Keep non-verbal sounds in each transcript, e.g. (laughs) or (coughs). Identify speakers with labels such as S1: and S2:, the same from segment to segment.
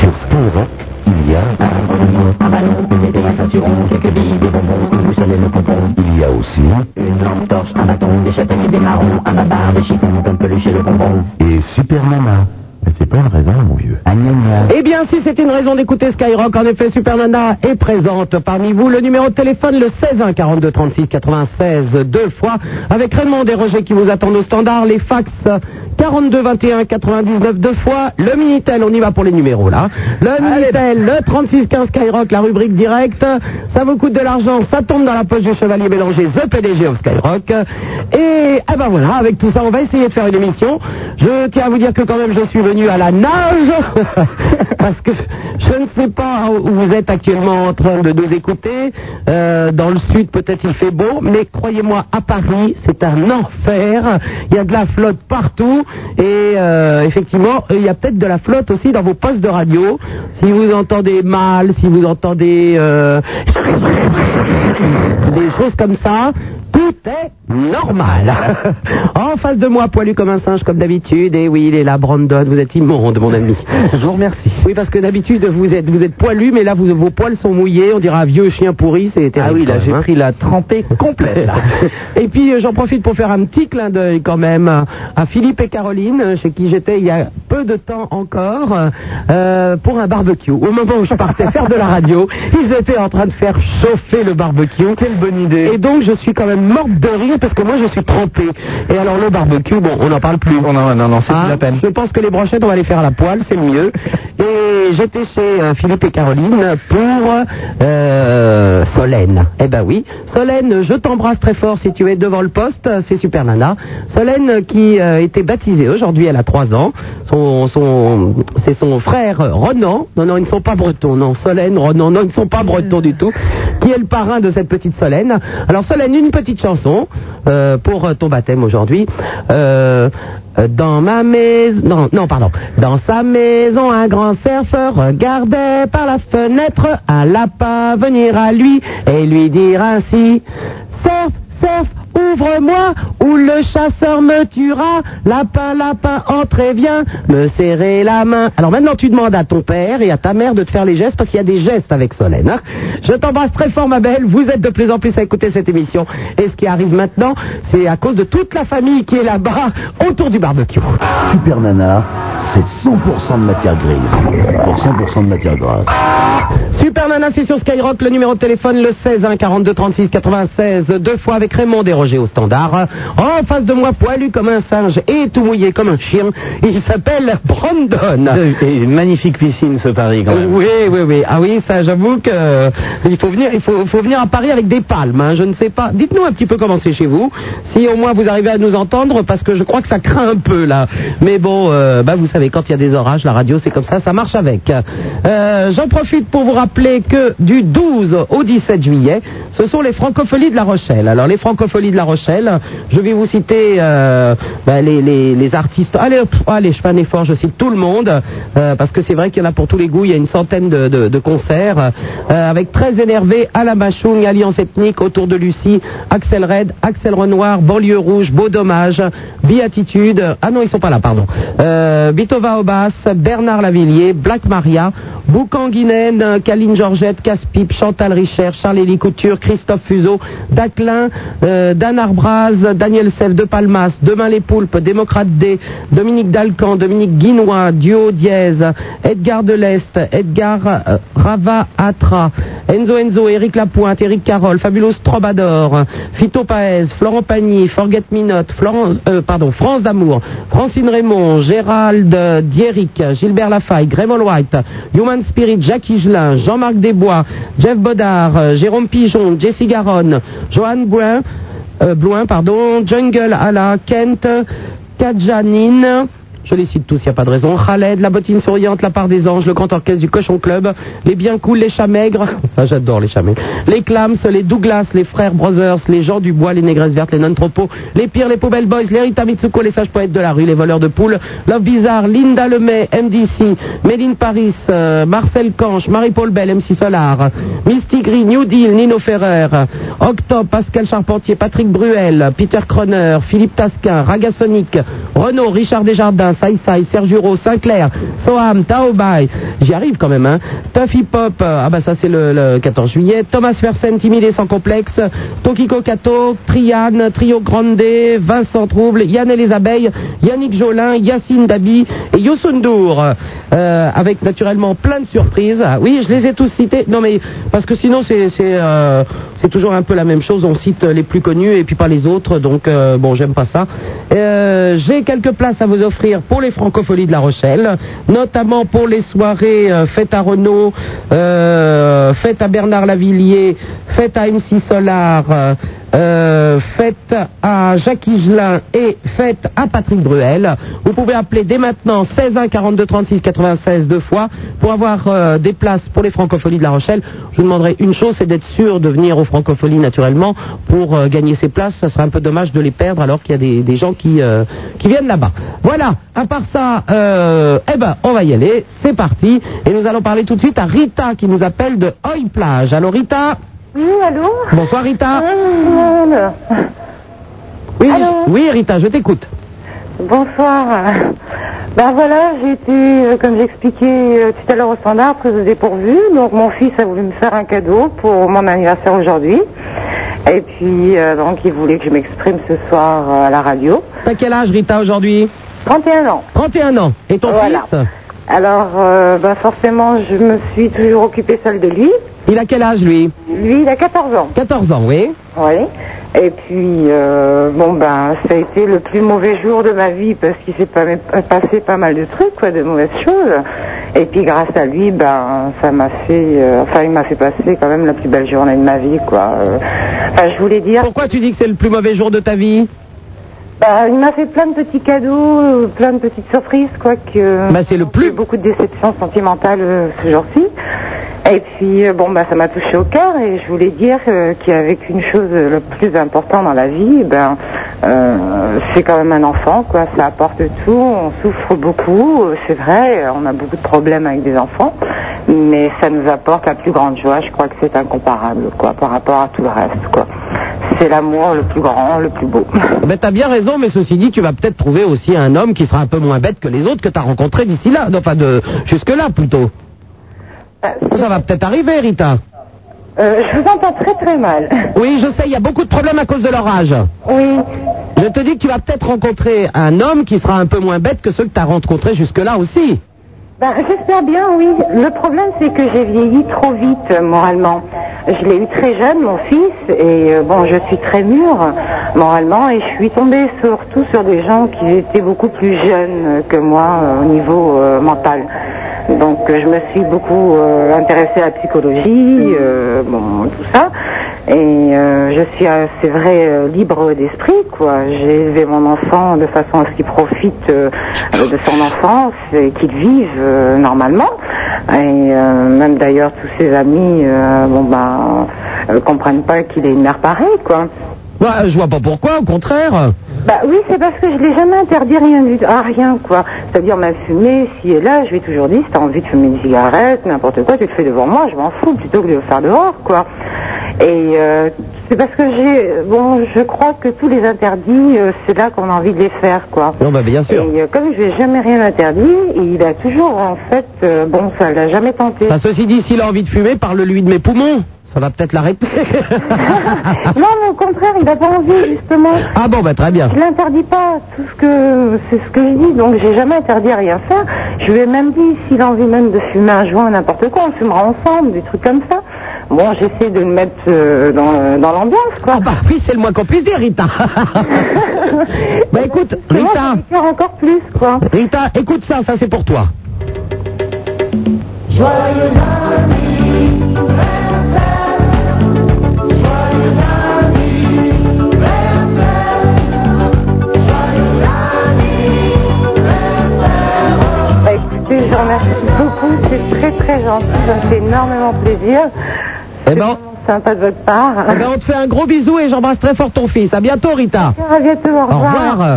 S1: Sur Skyrock, il y a
S2: Un ballon, un ballon, une épée, un ceinturon, quelques billes, des bonbons, une boussole et le pompon.
S1: il y a aussi
S2: Une lampe torche, un bâton, des châtaignes, des marrons, un babar, des chiffons, comme peluche et le bonbon.
S1: et Super Nana. Mais c'est pas une raison, mon vieux.
S3: Eh bien, si c'est une raison d'écouter Skyrock, en effet, Super Nana est présente parmi vous. Le numéro de téléphone, le 16 1 42 36 96, deux fois, avec Raymond et Roger qui vous attendent au standard. Les fax, 42 21 99, deux fois. Le Minitel, on y va pour les numéros, là. Le Minitel, le 36 15 Skyrock, la rubrique directe. Ça vous coûte de l'argent, ça tombe dans la poche du chevalier Bélanger, The PDG of Skyrock. Et, eh ben voilà, avec tout ça, on va essayer de faire une émission. Je tiens à vous dire que quand même, je suis venu à la nage, (laughs) parce que je ne sais pas où vous êtes actuellement en train de nous écouter. Euh, dans le sud, peut-être il fait beau, mais croyez-moi, à Paris, c'est un enfer. Il y a de la flotte partout, et euh, effectivement, il y a peut-être de la flotte aussi dans vos postes de radio. Si vous entendez mal, si vous entendez euh, des choses comme ça, tout est normal. en face de moi, poilu comme un singe, comme d'habitude. Et oui, il est là, Brandon. Vous êtes immonde, mon ami. Je vous remercie. Oui, parce que d'habitude, vous êtes, vous êtes poilu, mais là, vous- vos poils sont mouillés. On dirait un vieux chien pourri. C'est terrible.
S4: Ah oui, là,
S3: quand
S4: j'ai
S3: même, hein.
S4: pris la trempée complète. là.
S3: (laughs) Et puis euh, j'en profite pour faire un petit clin d'œil quand même euh, à Philippe et Caroline, euh, chez qui j'étais il y a peu de temps encore, euh, euh, pour un barbecue. Au moment où je partais faire de la radio, ils étaient en train de faire chauffer le barbecue. Quelle bonne idée Et donc je suis quand même morte de rire parce que moi je suis trempée. Et alors le barbecue, bon, on n'en parle plus.
S4: Oh non, non, non, c'est
S3: Hein,
S4: plus la peine.
S3: Je pense que les brochettes, on va les faire à la poêle, c'est mieux. Et j'étais chez euh, Philippe et Caroline pour euh, Solène. Eh ben oui, Solène, je t'embrasse très fort si tu es devant le poste, c'est super nana. Solène qui euh, était baptisée aujourd'hui, elle a 3 ans. Son, son, c'est son frère euh, Ronan. Non, non, ils ne sont pas bretons. Non, Solène, Ronan, non, ils ne sont pas bretons du tout. Qui est le parrain de cette petite Solène. Alors Solène, une petite chanson euh, pour euh, ton baptême aujourd'hui. Euh, euh, dans ma maison, non, non, pardon. Dans sa maison, un grand surfeur regardait par la fenêtre un lapin venir à lui et lui dire ainsi Surf, surf, ouvre-moi ou le chasseur me tuera. Lapin, lapin, entre et viens me serrer la main. Alors maintenant, tu demandes à ton père et à ta mère de te faire les gestes parce qu'il y a des gestes avec Solène. hein. Je t'embrasse très fort, ma belle. Vous êtes de plus en plus à écouter cette émission. Et ce qui arrive maintenant, c'est à cause de toute la famille qui est là-bas autour du barbecue.
S1: Super Nana, c'est 100% de matière grise pour 100% de matière grasse.
S3: Super Nana, c'est sur Skyrock, le numéro de téléphone, le 16 1 42 36 96, deux fois avec Raymond Desroger au standard. En face de moi, poilu comme un singe et tout mouillé comme un chien, il s'appelle Brandon.
S4: C'est une magnifique piscine, ce Paris, quand
S3: Euh,
S4: même.
S3: Oui, oui, oui. Ah oui, ça, j'avoue que euh, il faut venir, il faut, faut venir à Paris avec des palmes. hein. Je ne sais pas. Dites-nous un petit peu comment c'est chez vous, si au moins vous arrivez à nous entendre, parce que je crois que ça craint un peu là. Mais bon, euh, bah vous savez, quand il y a des orages, la radio c'est comme ça, ça marche avec. Euh, J'en profite pour vous rappeler que du 12 au 17 juillet, ce sont les Francopholies de La Rochelle. Alors les Francopholies de La Rochelle, je vais vous citer euh, bah, les, les- les artistes. Allez, hop, allez, je fais un effort, je cite tout le monde, euh, parce que c'est vrai qu'il y en a pour tous les goûts. Il y a une centaine de, de- de concerts, euh, avec très énervé à la Machung, Alliance Ethnique, Autour de Lucie, Axel Red, Axel Renoir, Banlieue Rouge, Beau Dommage, Biatitude. Ah non, ils sont pas là, pardon. Euh, Bitova Obas, Bernard Lavillier, Black Maria, Boucan Guinen, Kaline Georgette, Caspipe, Chantal Richer, Charles-Élie Couture, Christophe Fuseau, Daclin, euh, Dan Arbraz, Daniel Sèvres, De Palmas, Demain les Poulpes, Démocrate D, Dominique Dalcan, Dominique Guinois, Duo Diez, Edgar Deleste, Edgar euh, Rava Atra, Enzo Enzo, Éric Lapointe, Éric Carole, Fabulous Trobador, Fito Paez, Florent Pagny, Forget Minot, Florence, euh, pardon, France d'Amour, Francine Raymond, Gérald Dieric, Gilbert Lafaille, Grémol White, Human Spirit, Jacques Higelin, Jean-Marc Desbois, Jeff Bodard, euh, Jérôme Pigeon, Jessie Garonne, Johan Blouin, euh, Blouin, pardon, Jungle Ala, Kent, Kajanine, je les cite tous, il n'y a pas de raison. Khaled, La Bottine Souriante, La Part des Anges, Le Grand Orchestre du Cochon Club, Les Bien Cool, Les Chamègres, ça j'adore les Chamègres, Les Clams, Les Douglas, Les Frères Brothers, Les Gens du Bois, Les Négresses Vertes, Les Non-Tropos, Les Pires, Les Poubelles Boys, Les Rita Mitsuko, Les Sages Poètes de la Rue, Les Voleurs de Poules, Love Bizarre, Linda Lemay, MDC, Méline Paris, euh, Marcel Canche, Marie-Paul Bell, MC Solar, Misty Gris, New Deal, Nino Ferrer, Octope, Pascal Charpentier, Patrick Bruel, Peter Croner, Philippe Tasquin, Ragasonic, Renaud, Richard Desjardins, Saïsaï, Serguro, Sinclair, Soham, Taobai, j'y arrive quand même, hein, Tuff Hip Hop, euh, ah bah ça c'est le, le 14 juillet, Thomas Fersen, Timide et sans complexe, Tokiko Kato, Triane, Trio Grande, Vincent Trouble, Yann et les abeilles, Yannick Jolin, Yacine Dabi et Youssoundour, euh, avec naturellement plein de surprises. Ah oui, je les ai tous cités, non mais parce que sinon c'est c'est, euh, c'est toujours un peu la même chose, on cite les plus connus et puis pas les autres, donc euh, bon j'aime pas ça. Euh, J'ai quelques places à vous offrir pour les francopholies de La Rochelle, notamment pour les soirées euh, fête à Renault, euh, fête à Bernard Lavillier, fête à MC Solar, euh, euh, fête à Jacques Higelin et fête à Patrick Bruel. Vous pouvez appeler dès maintenant 16 1 42 36 96 deux fois pour avoir euh, des places pour les francopholies de La Rochelle. Je vous demanderai une chose, c'est d'être sûr de venir aux francopholies naturellement pour euh, gagner ces places. Ça serait un peu dommage de les perdre alors qu'il y a des, des gens qui, euh, qui viennent là-bas. Voilà, à part ça, euh, eh ben, on va y aller. C'est parti. Et nous allons parler tout de suite à Rita qui nous appelle de Hoy Plage. Allô Rita
S5: Oui, allô
S3: Bonsoir Rita.
S5: Alors,
S3: Oui,
S5: Allô
S3: je- oui, Rita, je t'écoute.
S5: Bonsoir. Ben voilà, j'ai été, euh, comme j'expliquais euh, tout à l'heure au standard, prise au dépourvu. Donc mon fils a voulu me faire un cadeau pour mon anniversaire aujourd'hui. Et puis, euh, donc il voulait que je m'exprime ce soir euh, à la radio.
S3: T'as quel âge, Rita, aujourd'hui
S5: 31 ans.
S3: 31 ans. Et ton
S5: Voilà.
S3: fils
S5: Alors, euh, ben forcément, je me suis toujours occupée seule de lui.
S3: Il a quel âge, lui
S5: Lui, il a 14 ans.
S3: 14 ans, oui.
S5: Oui. Et puis, euh, bon, ben, ça a été le plus mauvais jour de ma vie parce qu'il s'est pas- euh, passé pas mal de trucs, quoi, de mauvaises choses. Et puis, grâce à lui, ben, ça m'a fait, euh, enfin, il m'a fait passer quand même la plus belle journée de ma vie, quoi. Euh, Enfin, je voulais dire,
S3: Pourquoi tu dis que c'est le plus mauvais jour de ta vie
S5: ben, il m'a fait plein de petits cadeaux, euh, plein de petites surprises, quoi, que.
S3: Ben, c'est le plus-
S5: J'ai eu beaucoup de déceptions sentimentales euh, ce jour-ci. Et puis, euh, bon, ben, ça m'a touché au cœur et je voulais dire euh, qu'il y avait qu'une chose euh, le plus important dans la vie, ben, euh, c'est quand même un enfant, quoi. Ça apporte tout, on souffre beaucoup, euh, c'est vrai, euh, on a beaucoup de problèmes avec des enfants, mais ça nous apporte la plus grande joie, je crois que c'est incomparable, quoi, par rapport à tout le reste, quoi. C'est l'amour le plus grand, le plus beau. (laughs)
S3: Ben, t'as bien raison, mais ceci dit, tu vas peut-être trouver aussi un homme qui sera un peu moins bête que les autres que t'as rencontrés d'ici là. Enfin, de... jusque-là, plutôt. Ça va peut-être arriver, Rita.
S5: Bah, Euh, je vous entends très très mal. (laughs)
S3: Oui, je sais, il y a beaucoup de problèmes à cause de l'orage.
S5: Oui.
S3: Je te dis que tu vas peut-être rencontrer un homme qui sera un peu moins bête que ceux que t'as rencontrés jusque-là aussi.
S5: Bah, J'espère bien, oui. Le problème, c'est que j'ai vieilli trop vite euh, moralement. Je l'ai eu très jeune, mon fils, et euh, bon, je suis très mûre euh, moralement, et je suis tombée surtout sur des gens qui étaient beaucoup plus jeunes euh, que moi euh, au niveau euh, mental. Donc, euh, je me suis beaucoup euh, intéressée à la psychologie, euh, bon, tout ça. Et euh, je suis, euh, c'est vrai, euh, libre d'esprit, quoi. J'ai élevé mon enfant de façon à ce qu'il profite euh, euh, de son enfance et qu'il vive euh, normalement. Et euh, même d'ailleurs, tous ses amis, euh, bon ben, euh, comprennent pas qu'il est une mère pareille, quoi.
S3: Ouais, Bah, je vois pas pourquoi, au contraire.
S5: Bah oui, c'est parce que je l'ai jamais interdit rien du à rien quoi. C'est-à-dire même fumer, si et là, je lui ai toujours dit, si t'as envie de fumer une cigarette, n'importe quoi, tu le fais devant moi, je m'en fous, plutôt que de le faire dehors quoi. Et euh, c'est parce que j'ai, bon, je crois que tous les interdits, euh, c'est là qu'on a envie de les faire quoi.
S3: Non, bah, bien sûr.
S5: Et euh, comme je lui ai jamais rien interdit, il a toujours en fait, euh, bon, ça l'a jamais tenté.
S3: Enfin, ceci dit, s'il a envie de fumer, parle-lui de mes poumons. Ça va peut-être
S5: (laughs)
S3: l'arrêter.
S5: non, mais au contraire, il n'a pas envie justement.
S3: ah bon, bah très bien.
S5: Je l'interdis pas, tout ce que c'est ce que je dis, donc j'ai jamais interdit à rien faire. Je lui ai même dit s'il a envie même de fumer un joint, n'importe quoi, on fumera ensemble, des trucs comme ça. Bon, j'essaie de le mettre euh, dans, le- dans l'ambiance, quoi.
S3: Ah bah oui, c'est le moins qu'on puisse dire,
S5: (laughs)
S3: Rita. bah écoute,
S5: C'est moi,
S3: Rita,
S5: je vais faire encore plus, quoi.
S3: Rita, écoute ça, ça c'est pour toi.
S5: Bah, écoutez, je vous remercie beaucoup, c'est très très gentil, ça me fait énormément plaisir.
S3: Eh
S5: C'est
S3: ben,
S5: vraiment sympa de votre part.
S3: eh ben, on te fait un gros bisou et j'embrasse très fort ton fils. À bientôt, Rita.
S5: À bientôt, au
S3: Au revoir.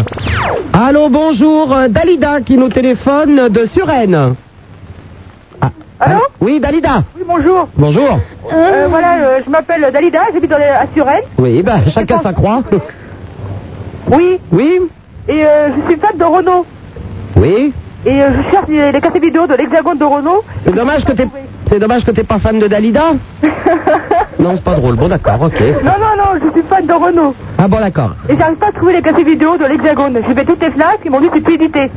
S3: Allô, bonjour, euh, Dalida qui nous téléphone de Suresnes. Ah,
S6: Allô
S3: Oui, Dalida.
S6: Oui, bonjour.
S3: Bonjour.
S6: Euh, voilà, euh, je m'appelle Dalida, j'habite dans les, à Suresnes.
S3: Oui, ben chacun sa croix.
S6: Oui,
S3: Oui.
S6: et euh, je suis fan de Renault.
S3: Oui
S6: et euh, je cherche les, les cassettes vidéo de l'Hexagone de Renault.
S3: C'est dommage que t'es. C'est dommage que t'es pas fan de
S6: (laughs)
S3: Dalida Non, c'est pas drôle. Bon, d'accord, ok.
S6: Non, non, non, je suis fan de Renault.
S3: Ah bon, d'accord.
S6: Et j'arrive pas à trouver les cassettes vidéo de l'Hexagone. J'ai fait toutes les flashs, ils m'ont dit que c'est plus édité.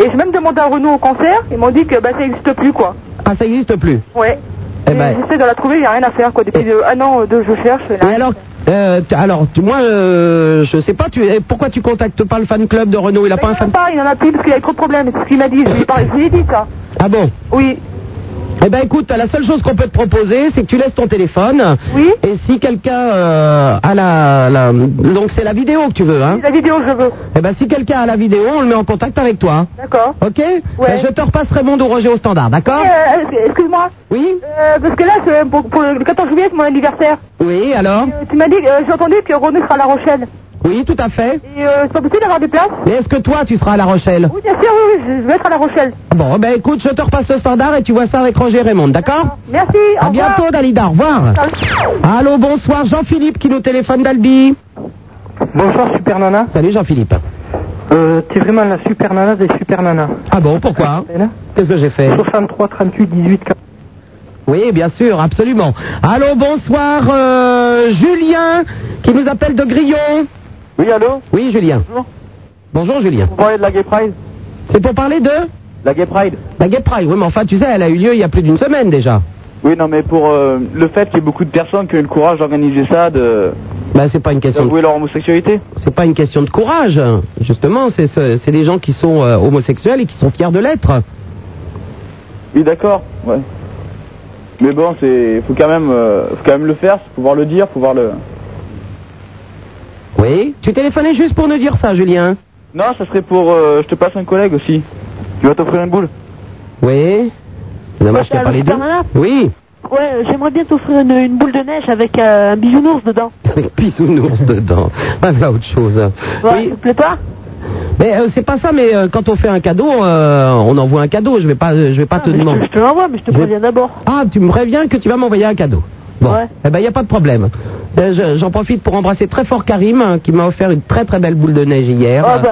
S6: Et j'ai même demandé à Renault au concert, ils m'ont dit que bah, ça n'existe plus, quoi.
S3: Ah, ça existe plus.
S6: Ouais.
S3: Eh
S6: Et
S3: ben.
S6: J'essaie de la trouver, il n'y a rien à faire, quoi. Depuis euh, un an, euh, deux, je cherche. il y a
S3: eh Et
S6: rien.
S3: alors, euh, t- alors, tu- moi, euh, je sais pas, tu, eh, pourquoi tu contactes pas le fan club de Renault Il a
S6: Mais
S3: pas
S6: il en
S3: un
S6: a
S3: fan.
S6: pas, il en a plus parce qu'il a trop de problèmes. C'est ce qu'il m'a dit. Je lui ai parlé- je lui ai dit ça.
S3: Ah bon
S6: Oui.
S3: Eh ben, écoute, la seule chose qu'on peut te proposer, c'est que tu laisses ton téléphone.
S6: Oui.
S3: Et si quelqu'un euh, a la, la- donc c'est la vidéo que tu veux, hein
S6: La vidéo, je veux.
S3: Eh ben, si quelqu'un a la vidéo, on le met en contact avec toi.
S6: D'accord.
S3: Ok Ben, Je te repasserai mon ou Roger au standard, d'accord
S6: Euh, Excuse-moi.
S3: Oui
S6: Euh, parce que là, c'est pour, pour le 14 juillet, c'est mon anniversaire.
S3: Oui, alors
S6: Euh, tu m'as dit, euh, j'ai entendu que Renault sera à La Rochelle.
S3: Oui, tout à fait.
S6: Et euh, c'est pas possible d'avoir des places
S3: Mais est-ce que toi, tu seras à La Rochelle
S6: Oui, bien sûr, oui, oui, je je vais être à La Rochelle.
S3: Bon, ben écoute, je te repasse le standard et tu vois ça avec Roger Raymond, d'accord
S6: Merci, au
S3: À
S6: revoir.
S3: bientôt, Dalida, au revoir.
S6: Ciao.
S3: Allô, bonsoir, Jean-Philippe qui nous téléphone d'Albi.
S7: Bonsoir Super Nana.
S3: Salut, Jean-Philipe.
S7: Euh, t'es vraiment la Super Nana des Super Nanas.
S3: Ah bon, pourquoi
S7: Elle
S3: Qu'est-ce que j'ai fait
S7: 63 38 18 40.
S3: Oui, bien sûr, absolument. Allô, bonsoir, euh, Julien qui nous appelle de Grillon.
S8: Oui, allô
S3: Oui, Julien.
S8: Bonjour.
S3: Bonjour, Julien.
S8: Vous parlez de la Gay Pride
S3: C'est pour parler de
S8: La Gay Pride
S3: la Gay Pride. Oui, mais enfin, tu sais, elle a eu lieu il y a plus d'une semaine déjà.
S8: Oui, non, mais pour euh, le fait qu'il y ait beaucoup de personnes qui ont eu le courage d'organiser ça, de
S3: Ben, c'est pas une question de
S8: d'avouer leur homosexualité.
S3: c'est pas une question de courage, hein. justement, c'est ce- c'est des gens qui sont euh, homosexuels et qui sont fiers de l'être.
S8: Oui, d'accord, ouais. Mais bon, c'est faut quand même, euh, faut quand même le faire, faut pouvoir le dire, faut pouvoir le.
S3: Oui. Tu téléphonais juste pour nous dire ça, Julien.
S8: Non, ça serait pour, euh, je te passe un collègue aussi. Tu vas t'offrir une boule.
S3: Oui. C'est Dommage qu'il n'y a pas les deux. Oui.
S9: Bah, Ouais, j'aimerais bien t'offrir une, une boule de neige avec euh, un bisounours dedans.
S3: Avec bisounours dedans. Ah, voilà autre chose.
S9: Ouais,
S3: Oui.
S9: ça te plaît pas
S3: Mais euh, c'est pas ça. Mais euh, quand on fait un cadeau, euh, on envoie un cadeau. Je vais pas, euh, je vais pas te
S9: Ah, Mais je, te-
S3: demander.
S9: je te l'envoie, mais je te
S3: Je-
S9: préviens d'abord.
S3: Ah, tu me préviens que tu vas m'envoyer un cadeau. Bon,
S9: Ouais.
S3: eh ben, il n'y a pas de problème. Euh, je- J'en profite pour embrasser très fort Karim, hein, qui m'a offert une très très belle boule de neige hier.
S9: Ah
S3: euh,
S9: bah.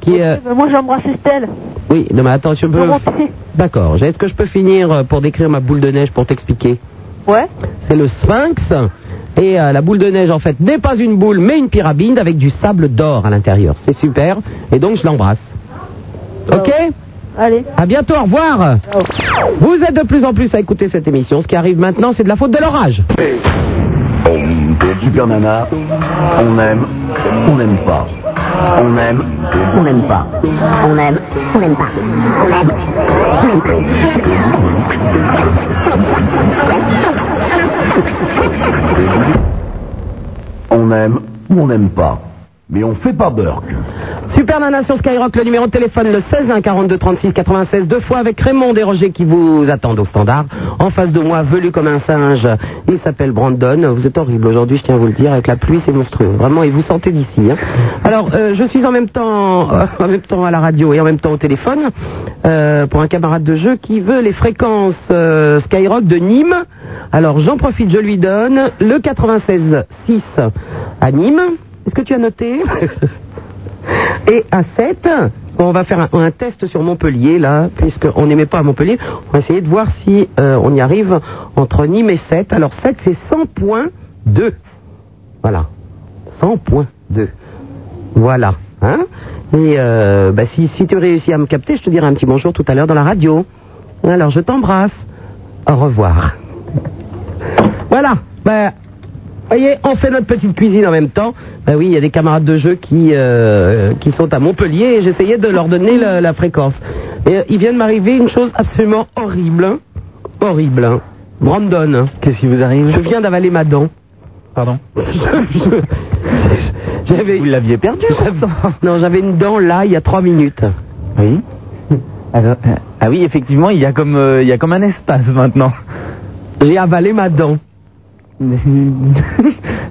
S3: qui, euh,
S9: Ok, bah moi j'ai embrassé Estelle.
S3: Oui, non mais attends, je peux...
S9: Laurent, tu sais.
S3: D'accord, est-ce que je peux finir euh, pour décrire ma boule de neige pour t'expliquer
S9: Ouais.
S3: C'est le sphinx, et euh, la boule de neige en fait n'est pas une boule mais une pyramide avec du sable d'or à l'intérieur. C'est super, et donc je l'embrasse. Ok
S9: Allez.
S3: À bientôt, au revoir Vous êtes de plus en plus à écouter cette émission, ce qui arrive maintenant c'est de la faute de l'orage.
S1: Super Nana, on aime, on n'aime pas. On aime, on n'aime pas.
S2: On aime, on n'aime pas. On aime, on n'aime pas.
S1: On aime ou on n'aime pas. Mais on fait pas Burke.
S3: Super Nana hein, sur Skyrock, le numéro de téléphone le 16 1 42 36 96 deux fois avec Raymond et Roger qui vous attendent au standard. En face de moi, velu comme un singe, il s'appelle Brandon. Vous êtes horrible aujourd'hui, je tiens à vous le dire. Avec la pluie, c'est monstrueux. Vraiment, et vous sentez d'ici. hein. Alors, euh, je suis en même temps, euh, en même temps à la radio et en même temps au téléphone euh, pour un camarade de jeu qui veut les fréquences euh, Skyrock de Nîmes. Alors, j'en profite, je lui donne le 96 6 à Nîmes. Est-ce que tu as noté (laughs) Et à 7, on va faire un, un test sur Montpellier, là, puisqu'on n'aimait pas à Montpellier. On va essayer de voir si euh, on y arrive entre Nîmes et 7. Alors 7, c'est 100 points 2. Voilà. 100 points 2. Voilà. Hein Et euh, bah, si, si tu réussis à me capter, je te dirai un petit bonjour tout à l'heure dans la radio. Alors je t'embrasse. Au revoir. Voilà. Ben, voyez, on fait notre petite cuisine en même temps. Ben oui, il y a des camarades de jeu qui, euh, qui sont à Montpellier et j'essayais de leur donner le- la fréquence. Et euh, il vient de m'arriver une chose absolument horrible. hein. Horrible. hein. Brandon, hein.
S4: Qu'est-ce qui vous arrive
S3: je viens d'avaler ma dent.
S4: Pardon
S3: (laughs) Je- J'avais.
S4: Vous l'aviez perdu
S3: Non, j'avais une dent là il y a trois minutes.
S4: Oui. Alors, euh, ah oui, effectivement, il y, a comme, euh, il y a comme un espace maintenant.
S3: J'ai avalé ma dent.
S4: (laughs)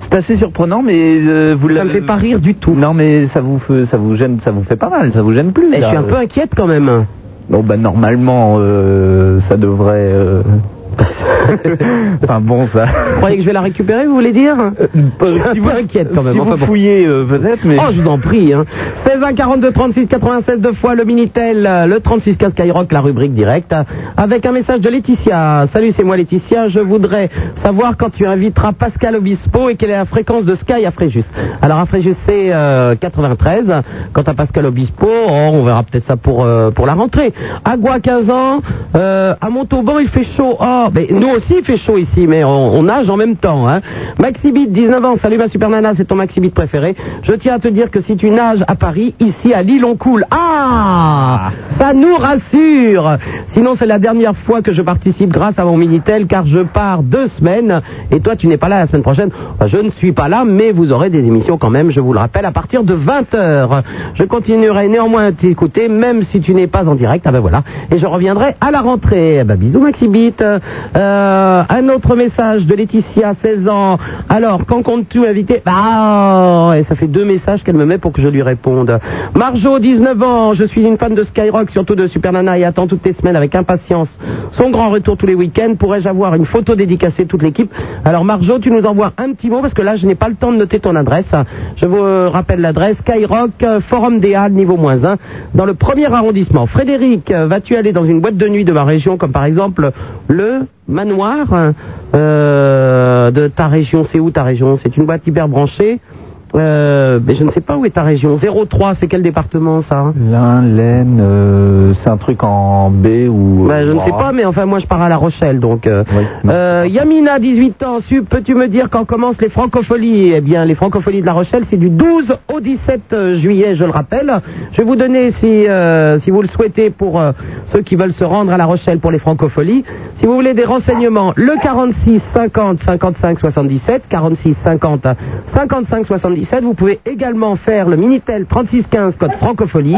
S4: C'est assez surprenant, mais euh, vous
S3: Ça
S4: l'avez-
S3: me fait pas rire du tout.
S4: Non, mais ça vous, fait- ça vous gêne, ça vous fait pas mal, ça vous gêne plus.
S3: Mais je
S4: là.
S3: suis un peu inquiète quand même.
S4: Bon, bah normalement, euh, (laughs) ça devrait. euh, enfin bon, ça.
S3: Vous croyez que je vais la récupérer, vous voulez dire Si vous inquiète quand
S4: Euh,
S3: même.
S4: si
S3: enfin
S4: vous
S3: bon.
S4: fouillez euh, peut-être, mais
S3: Oh, je vous en prie. Hein. 16 1 42 36 96 deux fois le Minitel, euh, le 36 15 Skyrock, la rubrique directe, euh, avec un message de Laetitia. Salut, c'est moi Laetitia. Je voudrais savoir quand tu inviteras Pascal Obispo et quelle est la fréquence de Sky à Fréjus. Alors à Fréjus c'est euh, 93. Quant à Pascal Obispo, oh, on verra peut-être ça pour euh, pour la rentrée. À Goa 15 ans, euh, à Montauban il fait chaud. Oh, mais nous aussi il fait chaud ici, mais on, on nage en même temps. Hein. Maxibit 19 ans, salut ma super nana, c'est ton Maxibit préféré. Je tiens à te dire que si tu nages à Paris, ici à Lille on coule. Ah, ça nous rassure. Sinon c'est la dernière fois que je participe grâce à mon minitel car je pars deux semaines et toi tu n'es pas là la semaine prochaine. Enfin, Je ne suis pas là, mais vous aurez des émissions quand même. Je vous le rappelle à partir de 20 heures. Je continuerai néanmoins à t'écouter même si tu n'es pas en direct. Ah ben voilà. Et je reviendrai à la rentrée. Eh ben, bisous Maxibit. Euh, un autre message de Laetitia, 16 ans. Alors, quand comptes-tu inviter Bah, et ça fait deux messages qu'elle me met pour que je lui réponde. Marjo, 19 ans. Je suis une fan de Skyrock, surtout de Super Nana et attends toutes les semaines avec impatience son grand retour tous les week-ends. Pourrais-je avoir une photo dédicacée toute l'équipe Alors, Marjo, tu nous envoies un petit mot parce que là, je n'ai pas le temps de noter ton adresse. Je vous euh, rappelle l'adresse Skyrock, euh, Forum des Halles, niveau moins 1, dans le premier arrondissement. Frédéric, euh, vas-tu aller dans une boîte de nuit de ma région, comme par exemple le manoir euh, de ta région C'est où ta région C'est une boîte hyper branchée. Euh, mais je ne sais pas où est ta région. 03, c'est quel département ça hein
S4: l'un, l'aine, euh, c'est un truc en B ou.
S3: Ben, je ne sais
S4: Oh.
S3: pas, mais enfin, moi, je pars à La Rochelle, donc. euh,
S4: Oui, non.
S3: euh, Yamina, 18 ans, Sup, peux-tu me dire quand commencent les francopholies Eh bien, les francopholies de La Rochelle, c'est du 12 au 17 euh, juillet, je le rappelle. Je vais vous donner, si, euh, si vous le souhaitez, pour euh, ceux qui veulent se rendre à La Rochelle pour les francopholies, si vous voulez des renseignements, le 46 50 55 77, 46 50 55 77, vous pouvez également faire le Minitel 36 15 code francophonie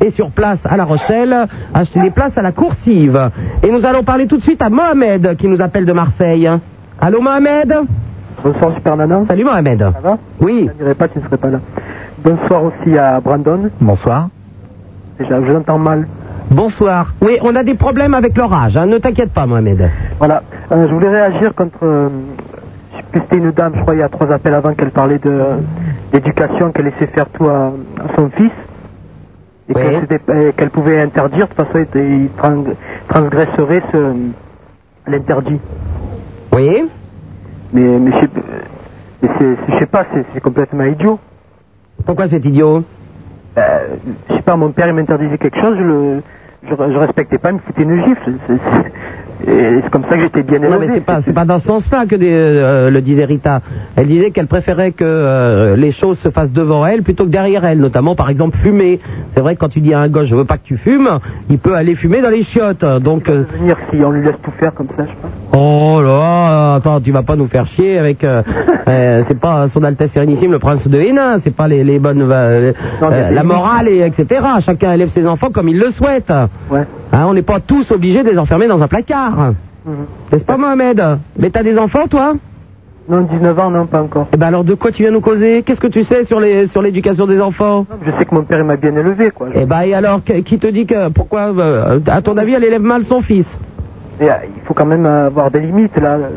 S3: et sur place à La Rochelle, acheter des places à la coursive. Et nous allons parler tout de suite à Mohamed qui nous appelle de Marseille. Allô Mohamed
S7: Bonsoir Super Nana.
S3: Salut Mohamed.
S7: Ça va
S3: Oui.
S7: Je ne dirais pas qu'il ne serait pas là. Bonsoir aussi à Brandon.
S4: Bonsoir.
S7: Déjà, je l'entends mal.
S3: Bonsoir. Oui, on a des problèmes avec l'orage, hein, ne t'inquiète pas Mohamed.
S7: Voilà. Euh, je voulais réagir contre. euh, je sais plus, c'était une dame, je crois, il y a trois appels avant qu'elle parlait de d'éducation, qu'elle laissait faire tout à, à son fils.
S3: Oui.
S7: Et qu'elle s'était- euh, qu'elle pouvait interdire, de toute façon, il- il tran- transgresserait ce, l'interdit.
S3: Oui.
S7: Mais, mais je sais- mais c'est- c'est- je sais pas, c'est c'est complètement idiot.
S3: Pourquoi c'est idiot
S7: Euh, je sais pas, mon père il m'interdisait quelque chose, je le je, je respectais pas, mais c'était une gifle. C'est- c'est- et C'est comme ça que j'étais bien élevé.
S3: Non, mais c'est pas, c'est pas dans ce sens-là que des- euh, le disait Rita. Elle disait qu'elle préférait que euh, les choses se fassent devant elle plutôt que derrière elle, notamment par exemple fumer. C'est vrai que quand tu dis à un gauche, je veux pas que tu fumes, il peut aller fumer dans les chiottes. Donc, euh,
S7: Venir si on lui laisse tout faire comme ça, je sais pas.
S3: oh là, attends, tu vas pas nous faire chier avec.
S7: (laughs)
S3: euh, euh, c'est pas son Altesse Sérénissime, le prince de Hénin, c'est pas les, les bonnes. euh,
S7: Non, mais
S3: euh,
S7: c'est
S3: la
S7: limite.
S3: morale, et etc. Chacun élève ses enfants comme il le souhaite.
S7: Ouais.
S3: Hein, on n'est pas tous obligés de les enfermer dans un placard.
S7: Mhm.
S3: N'est-ce pas, Mohamed Mais t'as des enfants, toi
S7: Non, 19 ans, non, pas encore.
S3: Eh ben alors de quoi tu viens nous causer Qu'est-ce que tu sais sur les sur l'éducation des enfants
S7: Je sais que mon père il m'a bien élevé, quoi.
S3: Eh ben et alors que- qui te dit que pourquoi euh, à ton avis elle élève mal son fils
S7: Mais, euh, il faut quand même avoir des limites, là. Euh,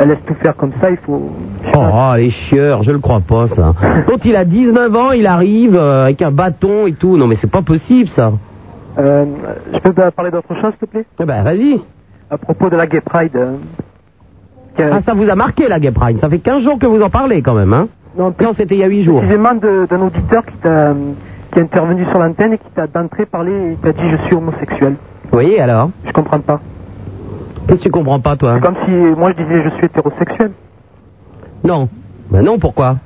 S7: Elle laisse tout faire comme ça, il faut. je sais
S3: Oh,
S7: pas.
S3: oh, les chieurs, je le crois pas
S7: (laughs)
S3: ça. Quand il a 19 ans, il arrive euh, avec un bâton et tout. Non mais c'est pas possible ça.
S7: Euh, je peux pas parler d'autre chose, s'il te plaît
S3: Eh ben vas-y.
S7: À propos de la Gay Pride. euh, qui a-
S3: Ah ça vous a marqué la Gay Pride. Ça fait 15 jours que vous en parlez quand même hein.
S7: non, plus
S3: Non, c'était il y a 8 jours.
S7: précisément de- d'un auditeur qui t'a qui est intervenu sur l'antenne et qui t'a d'entrée parlé et t'a dit je suis homosexuel.
S3: Oui, alors
S7: Je comprends pas.
S3: Qu'est-ce que tu comprends pas toi
S7: C'est comme si euh, moi je disais je suis hétérosexuel.
S3: Non. Ben non, pourquoi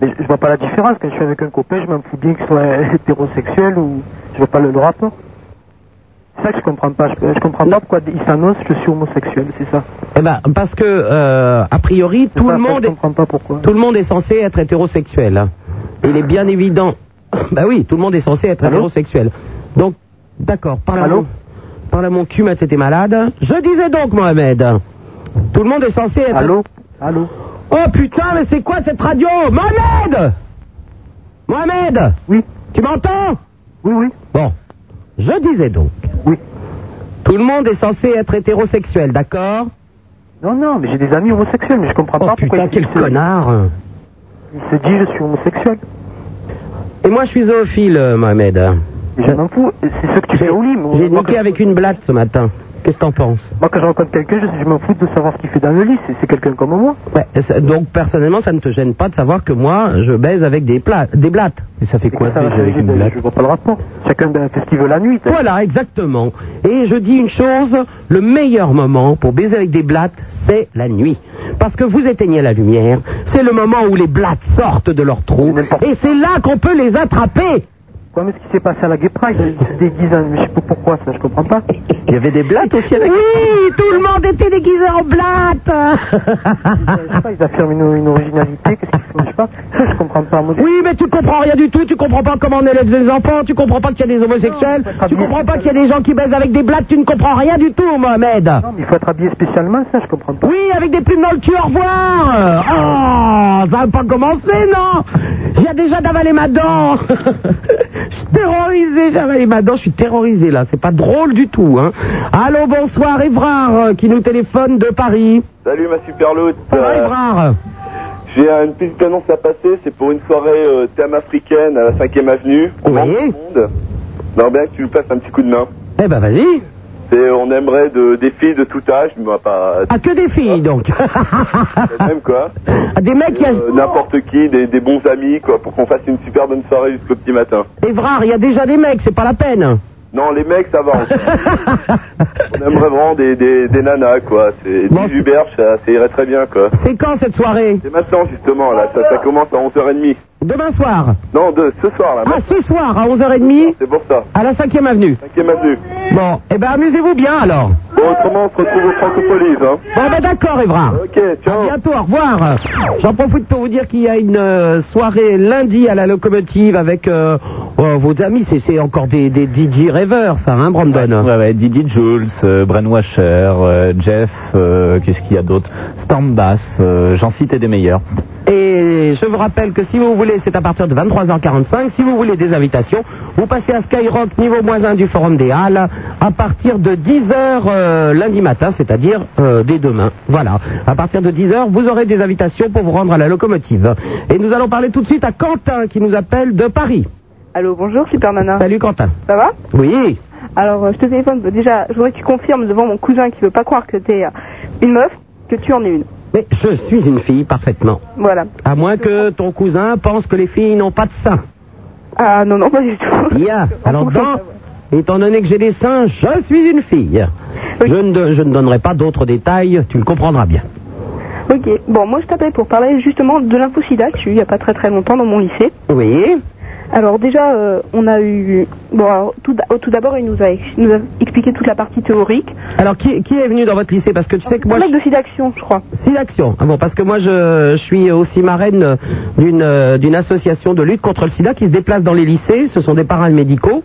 S7: Mais je, je vois pas la différence quand je suis avec un copain, je m'en fous bien qu'il soit (laughs) hétérosexuel ou je vois pas le, le rapport. C'est ça que je comprends pas. Je, je comprends pas pourquoi il s'annonce je suis homosexuel, c'est ça.
S3: Eh ben parce que euh, a priori
S7: C'est
S3: tout
S7: ça,
S3: le
S7: ça,
S3: monde
S7: Je
S3: est-
S7: comprends pas pourquoi.
S3: Tout le monde est censé être hétérosexuel. Il est bien évident. (coughs) Bah oui, tout le monde est censé être
S7: Allô
S3: hétérosexuel. Donc, d'accord, parle, à
S7: Allô
S3: mon- parle à mon cul, ma tête est malade. Je disais donc, Mohamed, tout le monde est censé être.
S7: Allô Allô
S3: Oh putain, mais c'est quoi cette radio Mohamed Mohamed
S7: Oui
S3: Tu m'entends
S7: Oui, oui.
S3: Bon, je disais donc,
S7: Oui.
S3: tout le monde est censé être hétérosexuel, d'accord Oh,
S7: Non, non, mais j'ai des amis homosexuels, mais je comprends pas pourquoi.
S3: Putain,
S7: ils-
S3: quel
S7: ils se-
S3: connard
S7: Il se dit, je suis homosexuel.
S3: Et moi, je suis zoophile, euh, Mohamed.
S7: Mais je m'en fous, c'est ce que tu fais au lit. mais
S3: J'ai
S7: moi,
S3: niqué
S7: quand-
S3: avec une blatte ce matin. Qu'est-ce que t'en penses
S7: Moi, quand je rencontre quelqu'un, je, je m'en fous de savoir ce qu'il fait dans le lit. C'est- C'est quelqu'un comme moi.
S3: Ouais, et ça- donc personnellement, ça ne te gêne pas de savoir que moi, je baise avec des, pla- des blattes.
S4: Et ça fait quoi
S7: Ça,
S4: déjà
S7: je-
S4: avec une
S7: je-
S4: blague
S7: Je vois pas le rapport. Chacun ben, fait ce qu'il veut la nuit. t'as-
S3: Voilà, exactement. Et je dis une chose, le meilleur moment pour baiser avec des blattes, c'est la nuit. Parce que vous éteignez la lumière, c'est le moment où les blattes sortent de leur trou,
S7: N'importe-
S3: et c'est là qu'on peut les attraper.
S7: Quoi, mais ce qui s'est passé à la Gay Pride, il se déguise en- mais je sais pas pourquoi, ça, je comprends pas.
S4: Il y avait des blattes aussi à la
S3: Oui, tout le monde était déguisé en blattes.
S7: Je sais pas, ils affirment une, une originalité, qu'est-ce qu'ils font, je sais pas. Ça, je comprends pas. Moi,
S3: Oui, mais tu comprends rien du tout, tu comprends pas comment on élève ses enfants, tu comprends pas qu'il y a des homosexuels, tu comprends pas qu'il y a des gens qui baisent avec des blattes, tu ne comprends rien du tout, Mohamed.
S7: Non, mais il faut être habillé spécialement, ça, je comprends pas.
S3: Oui, avec des plumes dans le cul, au revoir Oh, ça va pas commencer, non J'ai déjà d'avalé ma dent (laughs) Je suis terrorisé, j'ai avalé ma dent, je suis terrorisé, là, c'est pas drôle du tout, hein Allô, bonsoir, Évrard, euh, qui nous téléphone de Paris.
S8: Salut ma super Euh,
S3: Ça va, Évrard
S8: J'ai euh, une petite annonce à passer, c'est pour une soirée euh, thème africaine à la 5ème avenue.
S3: Oui.
S8: Tout le monde. Non, bien que tu nous passes un petit coup de main.
S3: Eh ben, vas-y
S8: C'est, euh, on aimerait de, des filles de tout âge, mais on va
S3: (laughs)
S8: pas
S3: Ah, que des filles, donc (laughs)
S8: les mêmes quoi.
S3: Ah, Des mecs qui...
S8: Euh, n'importe qui, des, des bons amis quoi, pour qu'on fasse une super bonne soirée jusqu'au petit matin.
S3: Évrard, il y a déjà des mecs, c'est pas la peine.
S8: Non, les mecs, ça va.
S3: (laughs)
S8: on aimerait vraiment des, des, des nanas quoi. C'est
S3: Bon,
S8: des Uberge, ça, ça irait très bien quoi.
S3: C'est quand cette soirée
S8: C'est maintenant justement là, ça, ça commence à 11h30.
S3: Demain soir.
S8: Non, de ce soir là.
S3: Ah, ce soir à 11h30
S8: C'est pour ça.
S3: à la 5ème avenue.
S8: 5ème avenue.
S3: Bon, eh ben amusez-vous bien alors.
S8: Bon, autrement, on se retrouve au Francopolis, hein.
S3: Bon, ben d'accord, Évrard.
S8: Ok,
S3: À
S8: ciao.
S3: bientôt, au revoir. J'en profite pour vous dire qu'il y a une euh, soirée lundi à la locomotive avec euh, euh, vos amis. C'est- C'est encore des, des DJ rêveurs, ça, hein, Brandon
S4: Ouais, ouais, Didi Jules, euh, Brainwasher, euh, Jeff, euh, qu'est-ce qu'il y a d'autre Stormbass, euh, j'en citais des meilleurs.
S3: Et je vous rappelle que si vous voulez, c'est à partir de 23h45, si vous voulez des invitations, vous passez à Skyrock niveau moins 1 du Forum des Halles à partir de 10h euh, lundi matin, c'est-à-dire euh, dès demain. Voilà. À partir de 10h, vous aurez des invitations pour vous rendre à la locomotive. Et nous allons parler tout de suite à Quentin qui nous appelle de Paris.
S6: Allô, bonjour, super nana.
S3: Salut Quentin.
S6: Ça va
S3: Oui.
S6: Alors, euh, je te téléphone. Déjà, je voudrais que tu confirmes devant mon cousin qui veut pas croire que t'es euh, une meuf, que tu en es une.
S3: Mais je suis une fille parfaitement.
S6: Voilà.
S3: À moins que ton cousin pense que les filles n'ont pas de seins.
S6: Ah non, non, pas du
S3: (laughs)
S6: tout.
S3: Yeah. Alors dans, étant donné que j'ai des seins, je suis une fille. Je ne, don- je ne donnerai pas d'autres détails, tu le comprendras bien.
S6: Ok, bon, moi je t'appelle pour parler justement de l'info-sida que j'ai eu il n'y a pas très très longtemps dans mon lycée.
S3: Oui.
S6: Alors déjà, euh, on a eu... Bon, alors, tout, d'a- tout d'abord, il nous a, ex- nous a expliqué toute la partie théorique.
S3: Alors qui, qui est venu dans votre lycée Parce que tu sais que moi,
S6: le mec
S3: je...
S6: de SIDAction, je crois.
S3: si l'action. Ah bon, parce que moi je, je suis aussi marraine euh, d'une euh, d'une association de lutte contre le SIDA qui se déplace dans les lycées. Ce sont des parrains médicaux.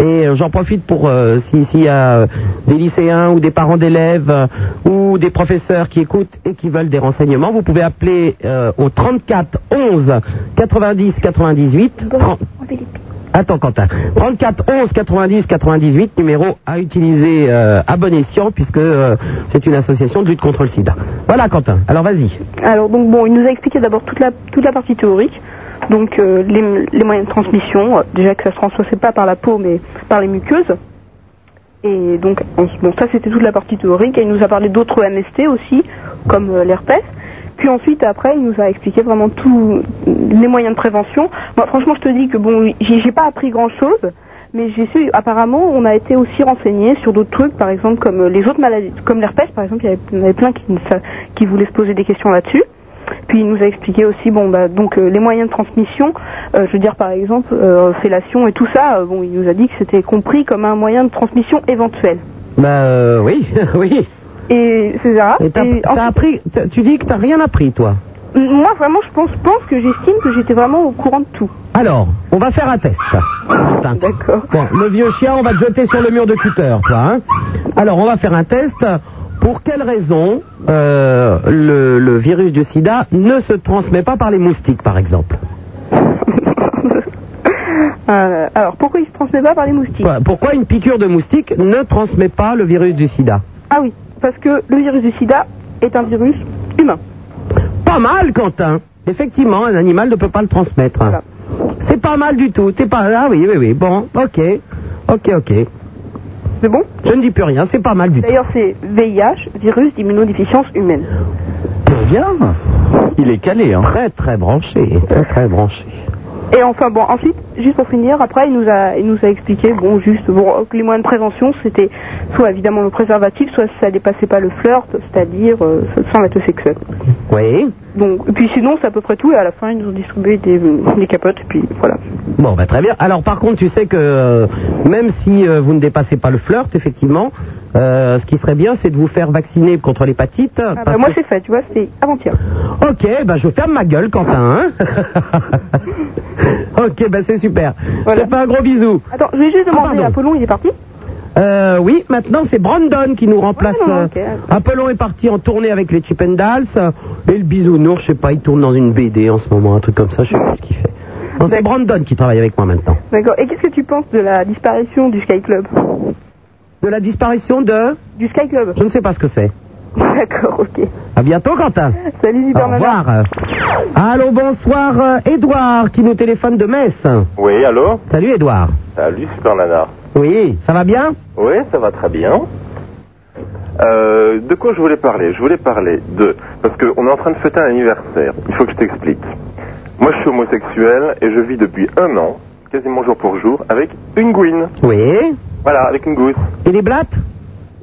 S3: Et euh, j'en profite pour euh, si- s'il y a euh, des lycéens ou des parents d'élèves euh, ou des professeurs qui écoutent et qui veulent des renseignements, vous pouvez appeler euh, au 34 11 90 98 30 Attends Quentin, 34 11 90 98, numéro à utiliser euh, à bon escient puisque euh, c'est une association de lutte contre le sida. Voilà Quentin, alors vas-y.
S6: Alors donc bon, il nous a expliqué d'abord toute la, toute la partie théorique. Donc euh, les, les moyens de transmission, euh, déjà que ça se transmettait pas par la peau mais par les muqueuses. Et donc on s- bon, ça c'était toute la partie théorique. Et il nous a parlé d'autres MST aussi, comme euh, l'herpès. Puis ensuite après il nous a expliqué vraiment tous les moyens de prévention. Moi franchement je te dis que bon j'ai j'ai pas appris grand chose. Mais j'ai su, apparemment, on a été aussi renseigné sur d'autres trucs, par exemple, comme euh, les autres maladies, comme l'herpès, par exemple, il y avait- il y en avait plein qui, ne sa- qui voulaient se poser des questions là-dessus. Puis il nous a expliqué aussi, bon, bah, donc euh, les moyens de transmission, euh, je veux dire, par exemple, euh, fellation et tout ça, euh, bon, il nous a dit que c'était compris comme un moyen de transmission éventuel.
S3: Bah euh, oui, (laughs) oui.
S6: Et c'est ça.
S3: Et t'as
S6: Et
S3: t'as
S6: ensuite-
S3: appris, t'as- tu dis que t'as rien appris toi.
S6: moi, vraiment, je pense, pense que j'estime que j'étais vraiment au courant de tout.
S3: Alors, on va faire un test. Quentin.
S6: D'accord.
S3: Bon, le vieux chien, on va te jeter sur le mur de cutter, toi. hein. Alors, on va faire un test. Pour quelle raison euh, le, le virus du sida ne se transmet pas par les moustiques, par exemple
S6: (laughs) Euh, alors, pourquoi il se transmet pas par les moustiques
S3: Pourquoi- Pourquoi une piqûre de moustique ne transmet pas le virus du sida
S6: Ah oui, parce que le virus du sida est un virus humain.
S3: Pas mal, Quentin. Effectivement, un animal ne peut pas le transmettre. C'est pas mal du tout. T'es pas là, oui, oui, oui. Bon, ok, ok, ok.
S6: C'est bon
S3: Je ne dis plus rien. C'est pas mal du tout.
S6: D'ailleurs, c'est VIH, virus d'immunodéficience humaine.
S3: Bien.
S10: Eh Il est calé, hein.
S3: Très très branché. Très très branché.
S6: Et enfin, bon, ensuite, juste pour finir, après, il nous a, il nous a expliqué, bon, juste, bon, que les moyens de prévention, c'était soit évidemment le préservatif, soit ça dépassait pas le flirt, c'est-à-dire euh, sans l'acte sexuel.
S3: Oui.
S6: Donc, et puis sinon, c'est à peu près tout, et à la fin, ils nous ont distribué des, des capotes, et puis voilà.
S3: Bon, bah, très bien. Alors, par contre, tu sais que euh, même si euh, vous ne dépassez pas le flirt, effectivement, euh, ce qui serait bien, c'est de vous faire vacciner contre l'hépatite.
S6: Ah, bah,
S3: parce
S6: moi,
S3: que-
S6: c'est fait, tu vois, c'était avant-hier.
S3: Ok, bah, je ferme ma gueule, Quentin. hein.
S6: (laughs)
S3: ok, bah, c'est super.
S6: Voilà.
S3: Je te fais un gros bisou. Ah,
S6: Attends, je vais juste demander
S3: pardon.
S6: à Apollon, il est parti
S3: Euh, oui, maintenant c'est Brandon qui nous remplace.
S6: Ouais, non,
S3: euh,
S6: ok.
S3: Apollon est parti en tournée avec les Chippendales. euh, Et le bisounours, je sais pas, il tourne dans une BD en ce moment, un truc comme ça, je sais pas ce qu'il fait. Non, c'est Brandon qui travaille avec moi maintenant.
S6: D'accord. Et qu'est-ce que tu penses de la disparition du Sky Club (laughs)
S3: De la disparition de.
S6: Du Sky Club
S3: Je ne sais pas ce que c'est.
S6: D'accord, ok.
S3: À bientôt, Quentin.
S6: Salut,
S3: Au
S6: Super Nana.
S3: revoir. Allô, bonsoir, euh, Édouard qui nous téléphone de Metz.
S11: Oui, allô
S3: Salut, Édouard.
S11: Salut, Super Nana.
S3: Oui, ça va bien
S11: Oui, ça va très bien. Euh, de quoi je voulais parler Je voulais parler de... Parce qu'on est en train de fêter un anniversaire. Il faut que je t'explique. Moi, je suis homosexuel et je vis depuis un an, quasiment jour pour jour, avec une gouine.
S3: Oui.
S11: Voilà, avec une gousse.
S3: Et les blattes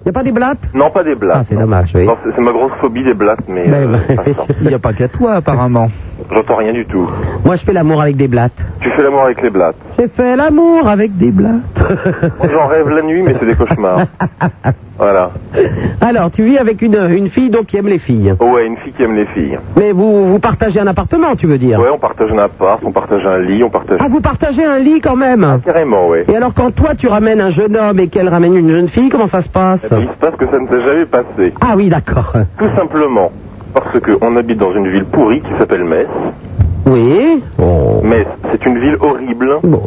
S3: Y a pas des blattes
S11: Non, pas des blattes.
S3: Ah, c'est dommage, oui.
S11: Non, c'est c'est ma grosse phobie des blattes, mais...
S3: Ben,
S11: euh,
S3: ben,
S11: pas ça.
S10: Il n'y a pas qu'à toi, apparemment.
S11: J'entends rien du tout.
S3: Moi, je fais l'amour avec des blattes.
S11: Tu fais l'amour avec les blattes.
S3: J'ai fait l'amour avec des blattes.
S11: Moi, J'en rêve la nuit, mais c'est
S3: (laughs)
S11: des cauchemars. Voilà.
S3: Alors, tu vis avec une, une fille donc qui aime les filles.
S11: Oh, ouais, une fille qui aime les filles.
S3: (laughs) Mais vous, vous partagez un appartement, tu veux dire
S11: Ouais, on partage un appart, on partage un lit, on partage...
S3: Ah, vous partagez un lit quand même
S11: Carrément, ouais.
S3: Et alors, quand toi tu ramènes un jeune homme et qu'elle ramène une jeune fille, comment ça se passe
S11: Eh ben, il se passe que ça ne s'est jamais passé.
S3: Ah oui, d'accord.
S11: Tout simplement parce qu'on habite dans une ville pourrie qui s'appelle Metz.
S3: Oui Oh.
S11: Metz, c'est une ville horrible.
S3: Bon,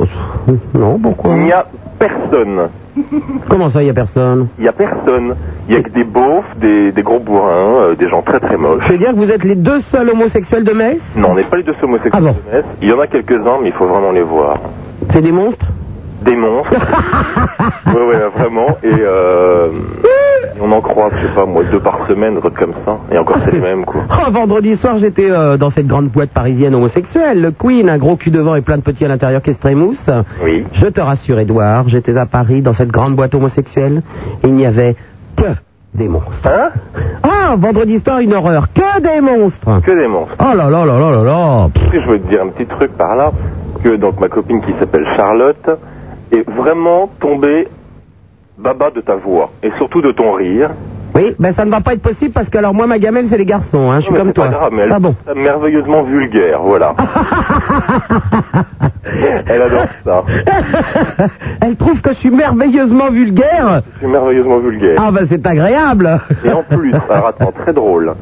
S3: non, pourquoi
S11: Il n'y a personne.
S3: Comment ça, il n'y a personne
S11: Il n'y a personne. Il n'y a que des beaufs, des, des gros bourrins, euh, des gens très très moches.
S3: Je veux dire que vous êtes les deux seuls homosexuels de Metz
S11: Non, on n'est pas les deux homosexuels
S3: Ah bon
S11: de Metz. Il y en a quelques-uns, mais il faut vraiment les voir.
S3: C'est des monstres
S11: Des monstres. ouais, ouais, vraiment. Et euh, on en croise, je sais pas moi, deux par semaine, un truc comme ça. Et encore
S3: (laughs)
S11: c'est les mêmes, quoi.
S3: Oh, vendredi soir, j'étais euh, dans cette grande boîte parisienne homosexuelle. Le Queen, un gros cul devant et plein de petits à l'intérieur qui se trémoussent.
S11: Oui.
S3: Je te rassure, Edouard, j'étais à Paris dans cette grande boîte homosexuelle. Il n'y avait que des monstres.
S11: Hein
S3: Ah, vendredi soir, une horreur. Que des monstres.
S11: Que des monstres.
S3: Oh là là là là là là. Pff,
S11: Et je voulais te dire un petit truc par là, que donc ma copine qui s'appelle Charlotte est vraiment tombée baba de ta voix et surtout de ton rire.
S3: Oui, ben ça ne va pas être possible parce que alors moi, ma gamelle, c'est les garçons. Hein, je suis
S11: Mais
S3: comme
S11: c'est
S3: toi.
S11: Pas grave, mais elle
S3: ah bon. (laughs)
S11: trouve ça merveilleusement vulgaire, voilà. elle adore ça.
S3: Elle trouve que je suis merveilleusement vulgaire.
S11: Je suis merveilleusement vulgaire.
S3: Ah ben c'est agréable.
S11: Et en plus, alors attends, très drôle.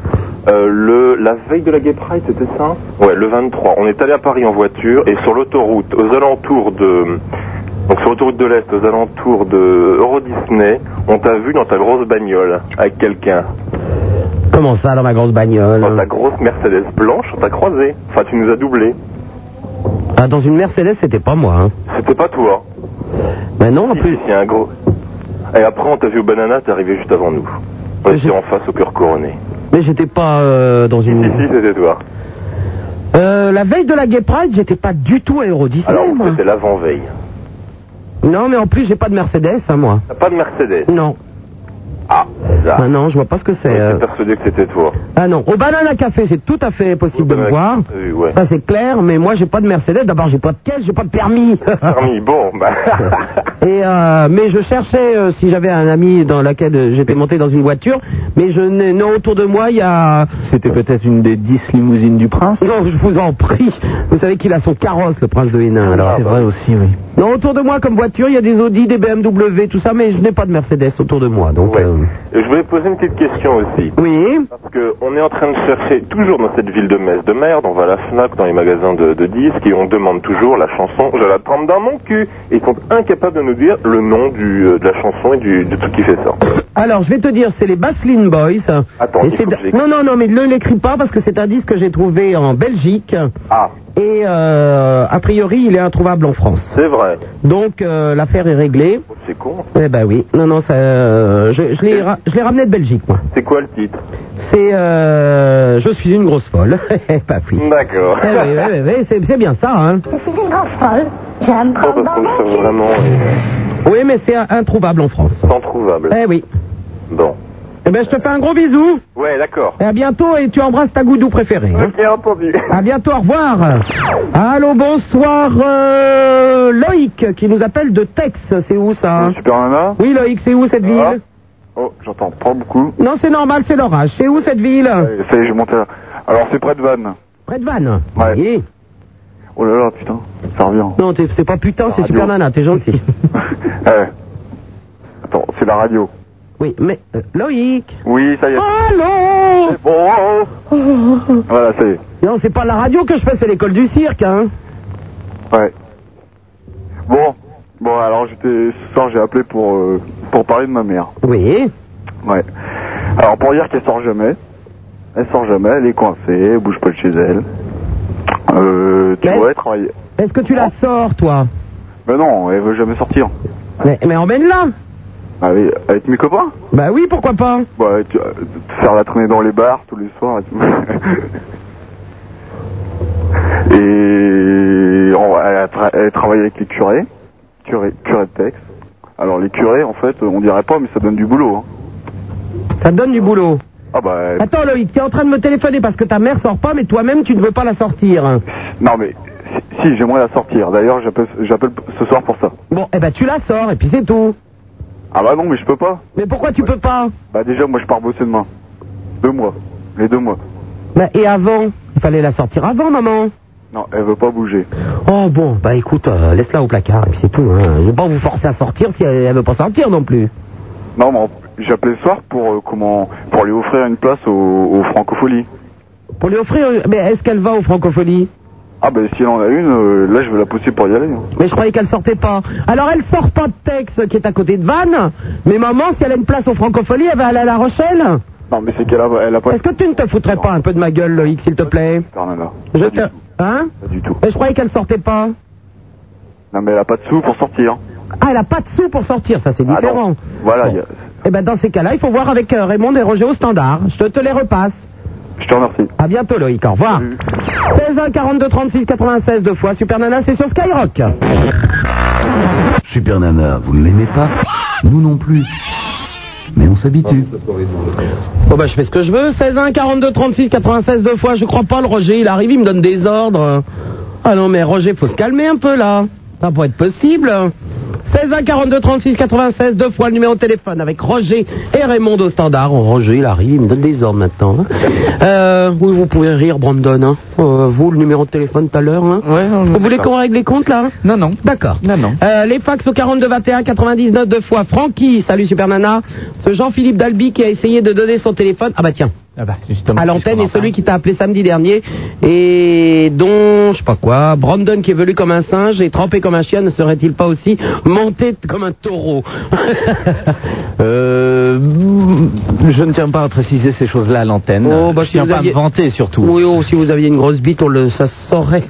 S11: Euh, le, la veille de la Gay Pride, c'était ça Ouais, le 23. On est allé à Paris en voiture et sur l'autoroute, aux alentours de. Donc sur l'autoroute de l'Est, aux alentours de Euro Disney, on t'a vu dans ta grosse bagnole avec quelqu'un.
S3: Comment ça dans ma grosse
S11: Dans ta
S3: bagnole
S11: grosse Mercedes blanche, on t'a croisé. Enfin, tu nous as doublé.
S3: Ah, Dans une Mercedes, c'était pas moi. Hein.
S11: C'était pas toi.
S3: Ben non, en
S11: Si,
S3: plus.
S11: si, si, un gros. Et après, on t'a vu au Banana, t'es arrivé juste avant nous. On
S3: Mais
S11: était
S3: je-
S11: en face au cœur couronné.
S3: Mais j'étais pas euh, dans
S11: Si,
S3: une.
S11: si, c'était toi.
S3: Euh, la veille de la Gay Pride, j'étais pas du tout à Euro Disney,
S11: Alors,
S3: moi.
S11: c'était l'avant-veille.
S3: Non, mais en plus, j'ai pas de Mercedes, hein, moi.
S11: T'as pas de Mercedes
S3: Non.
S11: Ah, bizarre.
S3: Ah non, je vois pas ce que c'est.
S11: J'étais
S3: euh.
S11: persuadé que c'était toi.
S3: Ah non, au Banana Café, c'est tout à fait possible de
S11: Au
S3: me
S11: Banana
S3: voir.
S11: Café, oui, ouais.
S3: Ça, c'est clair, mais moi, j'ai pas de Mercedes. D'abord, j'ai pas de caisse, j'ai pas de permis. (laughs)
S11: Parmi, bon, bah. (laughs)
S3: Et euh, mais je cherchais euh, si j'avais un ami dans laquelle euh, j'étais monté dans une voiture, mais je n'ai non autour de moi il y a
S10: C'était peut-être une des dix limousines du prince.
S3: non je vous en prie, vous savez qu'il a son carrosse le prince de Hénin alors.
S10: C'est vrai aussi, oui.
S3: Non autour de moi comme voiture il y a des Audi, des BMW tout ça, mais je n'ai pas de Mercedes autour de moi donc.
S11: Ouais.
S3: euh,
S11: Et je voulais poser une petite question aussi.
S3: Oui.
S11: Parce que on est en train de chercher toujours dans cette ville de Metz de merde. On va à la Fnac, dans les magasins de, de disques et on demande toujours la chanson. Je la trempe dans mon cul. Ils sont incapables de nous dire le nom du, euh, de la chanson et du, de tout qui fait ça.
S3: Alors, je vais te dire, c'est les Baseline Boys.
S11: Attends,
S3: Et
S11: il
S3: c'est-
S11: faut que je l'écoute.
S3: non, non, non, mais ne l'écris pas parce que c'est un disque que j'ai trouvé en Belgique.
S11: Ah.
S3: Et euh, a priori, il est introuvable en France.
S11: C'est vrai. Oh,
S3: Donc, euh, l'affaire est réglée.
S11: C'est con.
S3: Eh ben oui. Non, non, ça, euh, je, je l'ai ra- je l'ai ramené de Belgique, moi.
S11: C'est quoi le titre
S3: C'est euh, Je suis une grosse folle. (laughs) Eh ben oui.
S11: D'accord.
S3: Eh oui, oui, oui, oui, c'est c'est bien ça, hein.
S2: (laughs) Je suis une grosse folle. J'aime
S11: Oh, parce qu'on cherche vraiment euh,
S3: Oui, mais c'est un- introuvable en France.
S11: introuvable.
S3: Eh oui.
S11: Bon.
S3: Eh ben, je te fais un gros bisou.
S11: Ouais, d'accord.
S3: Et à bientôt et tu embrasses ta goudou préférée. hein.
S11: Bien entendu.
S3: À bientôt, au revoir. Allô, bonsoir, euh, Loïc qui nous appelle de Tex. C'est où ça hein
S12: Super Nana
S3: Oui, Loïc, c'est où cette
S12: Ah.
S3: ville
S12: Oh, j'entends pas beaucoup.
S3: Non, c'est normal, c'est l'orage. C'est où cette ville
S12: Allez, Ça y est, je monte là. Alors, c'est près de Vannes.
S3: Près de Vannes.
S12: Ouais.
S3: Oui.
S12: Oh là là, putain, ça revient.
S3: Non, t'es- c'est pas putain, c'est
S12: Radio.
S3: super nana, t'es
S11: (laughs)
S3: gentil.
S12: Eh. Attends, c'est la radio.
S3: oui, mais euh, Loïc.
S12: Oui, ça y est.
S3: Allô
S11: Oh,
S12: C'est bon. Voilà, ça y est.
S3: Non, c'est pas la radio que je fais, c'est l'école du cirque, hein.
S12: Ouais. Bon. Bon, alors, j'étais, ce soir, j'ai appelé pour, euh, pour parler de ma mère.
S3: Oui.
S12: Ouais. Alors, pour dire qu'elle sort jamais. Elle sort jamais, elle est coincée, elle bouge pas de chez elle. Euh, tu
S3: Mais-
S12: vois, elle travaille.
S3: Est-ce que tu la sors, toi
S12: Mais non, elle veut jamais sortir.
S3: mais, mais emmène-la.
S12: Avec, avec mes copains
S3: Bah oui, pourquoi pas
S12: Bah, tu, euh, te faire la traîner dans les bars tous les soirs et tout. (laughs) et on, elle, tra- elle travaille avec les curés, curés, curés de texte. Alors les curés, en fait, on dirait pas, mais ça donne du boulot. hein.
S3: Ça te donne du boulot.
S12: Ah bah,
S3: Attends, Loïc, t'es en train de me téléphoner parce que ta mère sort pas, mais toi-même, tu ne veux pas la sortir.
S12: non mais, si, si, j'aimerais la sortir. D'ailleurs, j'appelle j'appelle ce soir pour ça.
S3: Bon, eh ben, tu la sors, et puis c'est tout.
S12: Ah bah non, mais je peux pas.
S3: Mais pourquoi tu peux pas
S12: Bah déjà, moi je pars bosser demain. Deux mois. Les deux mois.
S3: Bah, et avant Il fallait la sortir avant, maman.
S12: Non, elle veut pas bouger.
S3: Oh bon, bah écoute, euh, laisse-la au placard, et puis c'est tout. Hein. Je vais pas vous forcer à sortir si elle, elle veut pas sortir non plus.
S12: Non, mais en- j'appelais ce soir pour euh, comment pour lui offrir une place au, au Francofolie.
S3: Pour lui offrir... euh, Mais est-ce qu'elle va aux francophonies
S12: Ah ben si elle en a une, euh, là je vais la pousser pour y aller. hein.
S3: Mais je croyais qu'elle sortait pas. Alors elle sort pas de Tex, qui est à côté de Vannes. Mais maman, si elle a une place aux francophonies, elle va aller à La Rochelle.
S12: Non mais c'est qu'elle a, elle a pas.
S3: Est-ce que tu ne te foutrais pas un peu de ma gueule, Loïc, s'il te plaît
S12: Non, non, non.
S3: Je
S12: pas, du
S3: te...
S12: tout.
S3: Hein
S12: Eh, pas du tout.
S3: Mais je croyais qu'elle sortait pas.
S12: Non mais elle a pas de sous pour sortir.
S3: Ah, elle a pas de sous pour sortir, ça c'est
S12: Ah,
S3: différent.
S12: non. Voilà,
S3: Bon.
S12: y a-
S3: Eh ben dans ces cas-là, il faut voir avec euh, Raymond et Roger au standard. Je te, te les repasse.
S12: je te remercie.
S3: À bientôt Loïc, au revoir. 16 1 42 36 96 deux fois Super Nana, c'est sur Skyrock.
S1: Super Nana, vous ne l'aimez pas Nous non plus. Mais on s'habitue.
S3: Bon bah je fais ce que je veux. 16 1 42 36 96 deux fois. Je crois pas le Roger, il arrive, il me donne des ordres. Ah non mais Roger, faut se calmer un peu là. Ça pourrait être possible. 16 1 42 36 96 deux fois le numéro de téléphone avec Roger et Raymond au standard. Oh, Roger, il arrive, il me donne des ordres maintenant. hein. Euh, oui, vous pouvez rire, Brandon. hein. Euh, vous, le numéro de téléphone tout à l'heure. hein. vous voulez qu'on règle les comptes là hein
S13: Non, non.
S3: D'accord.
S13: Non, non.
S3: Euh, les fax au 42 21 99 deux fois. Francky, salut Super Nana. Ce Jean-Philippe Dalby qui a essayé de donner son téléphone. Ah bah tiens,
S13: Ah bah, justement,
S3: à l'antenne et
S13: hein.
S3: celui qui t'a appelé samedi dernier et dont je sais pas quoi. Brandon qui est velu comme un singe et trempé comme un chien ne serait-il pas aussi monté comme un taureau
S14: (laughs) Euh, je ne tiens pas à préciser ces choses-là à l'antenne.
S3: Oh, bah,
S14: je
S3: si
S14: tiens
S3: vous
S14: pas
S3: aviez-
S14: à me vanter surtout.
S3: Oui, oh, si vous aviez une grosse bite, on le, ça se saurait.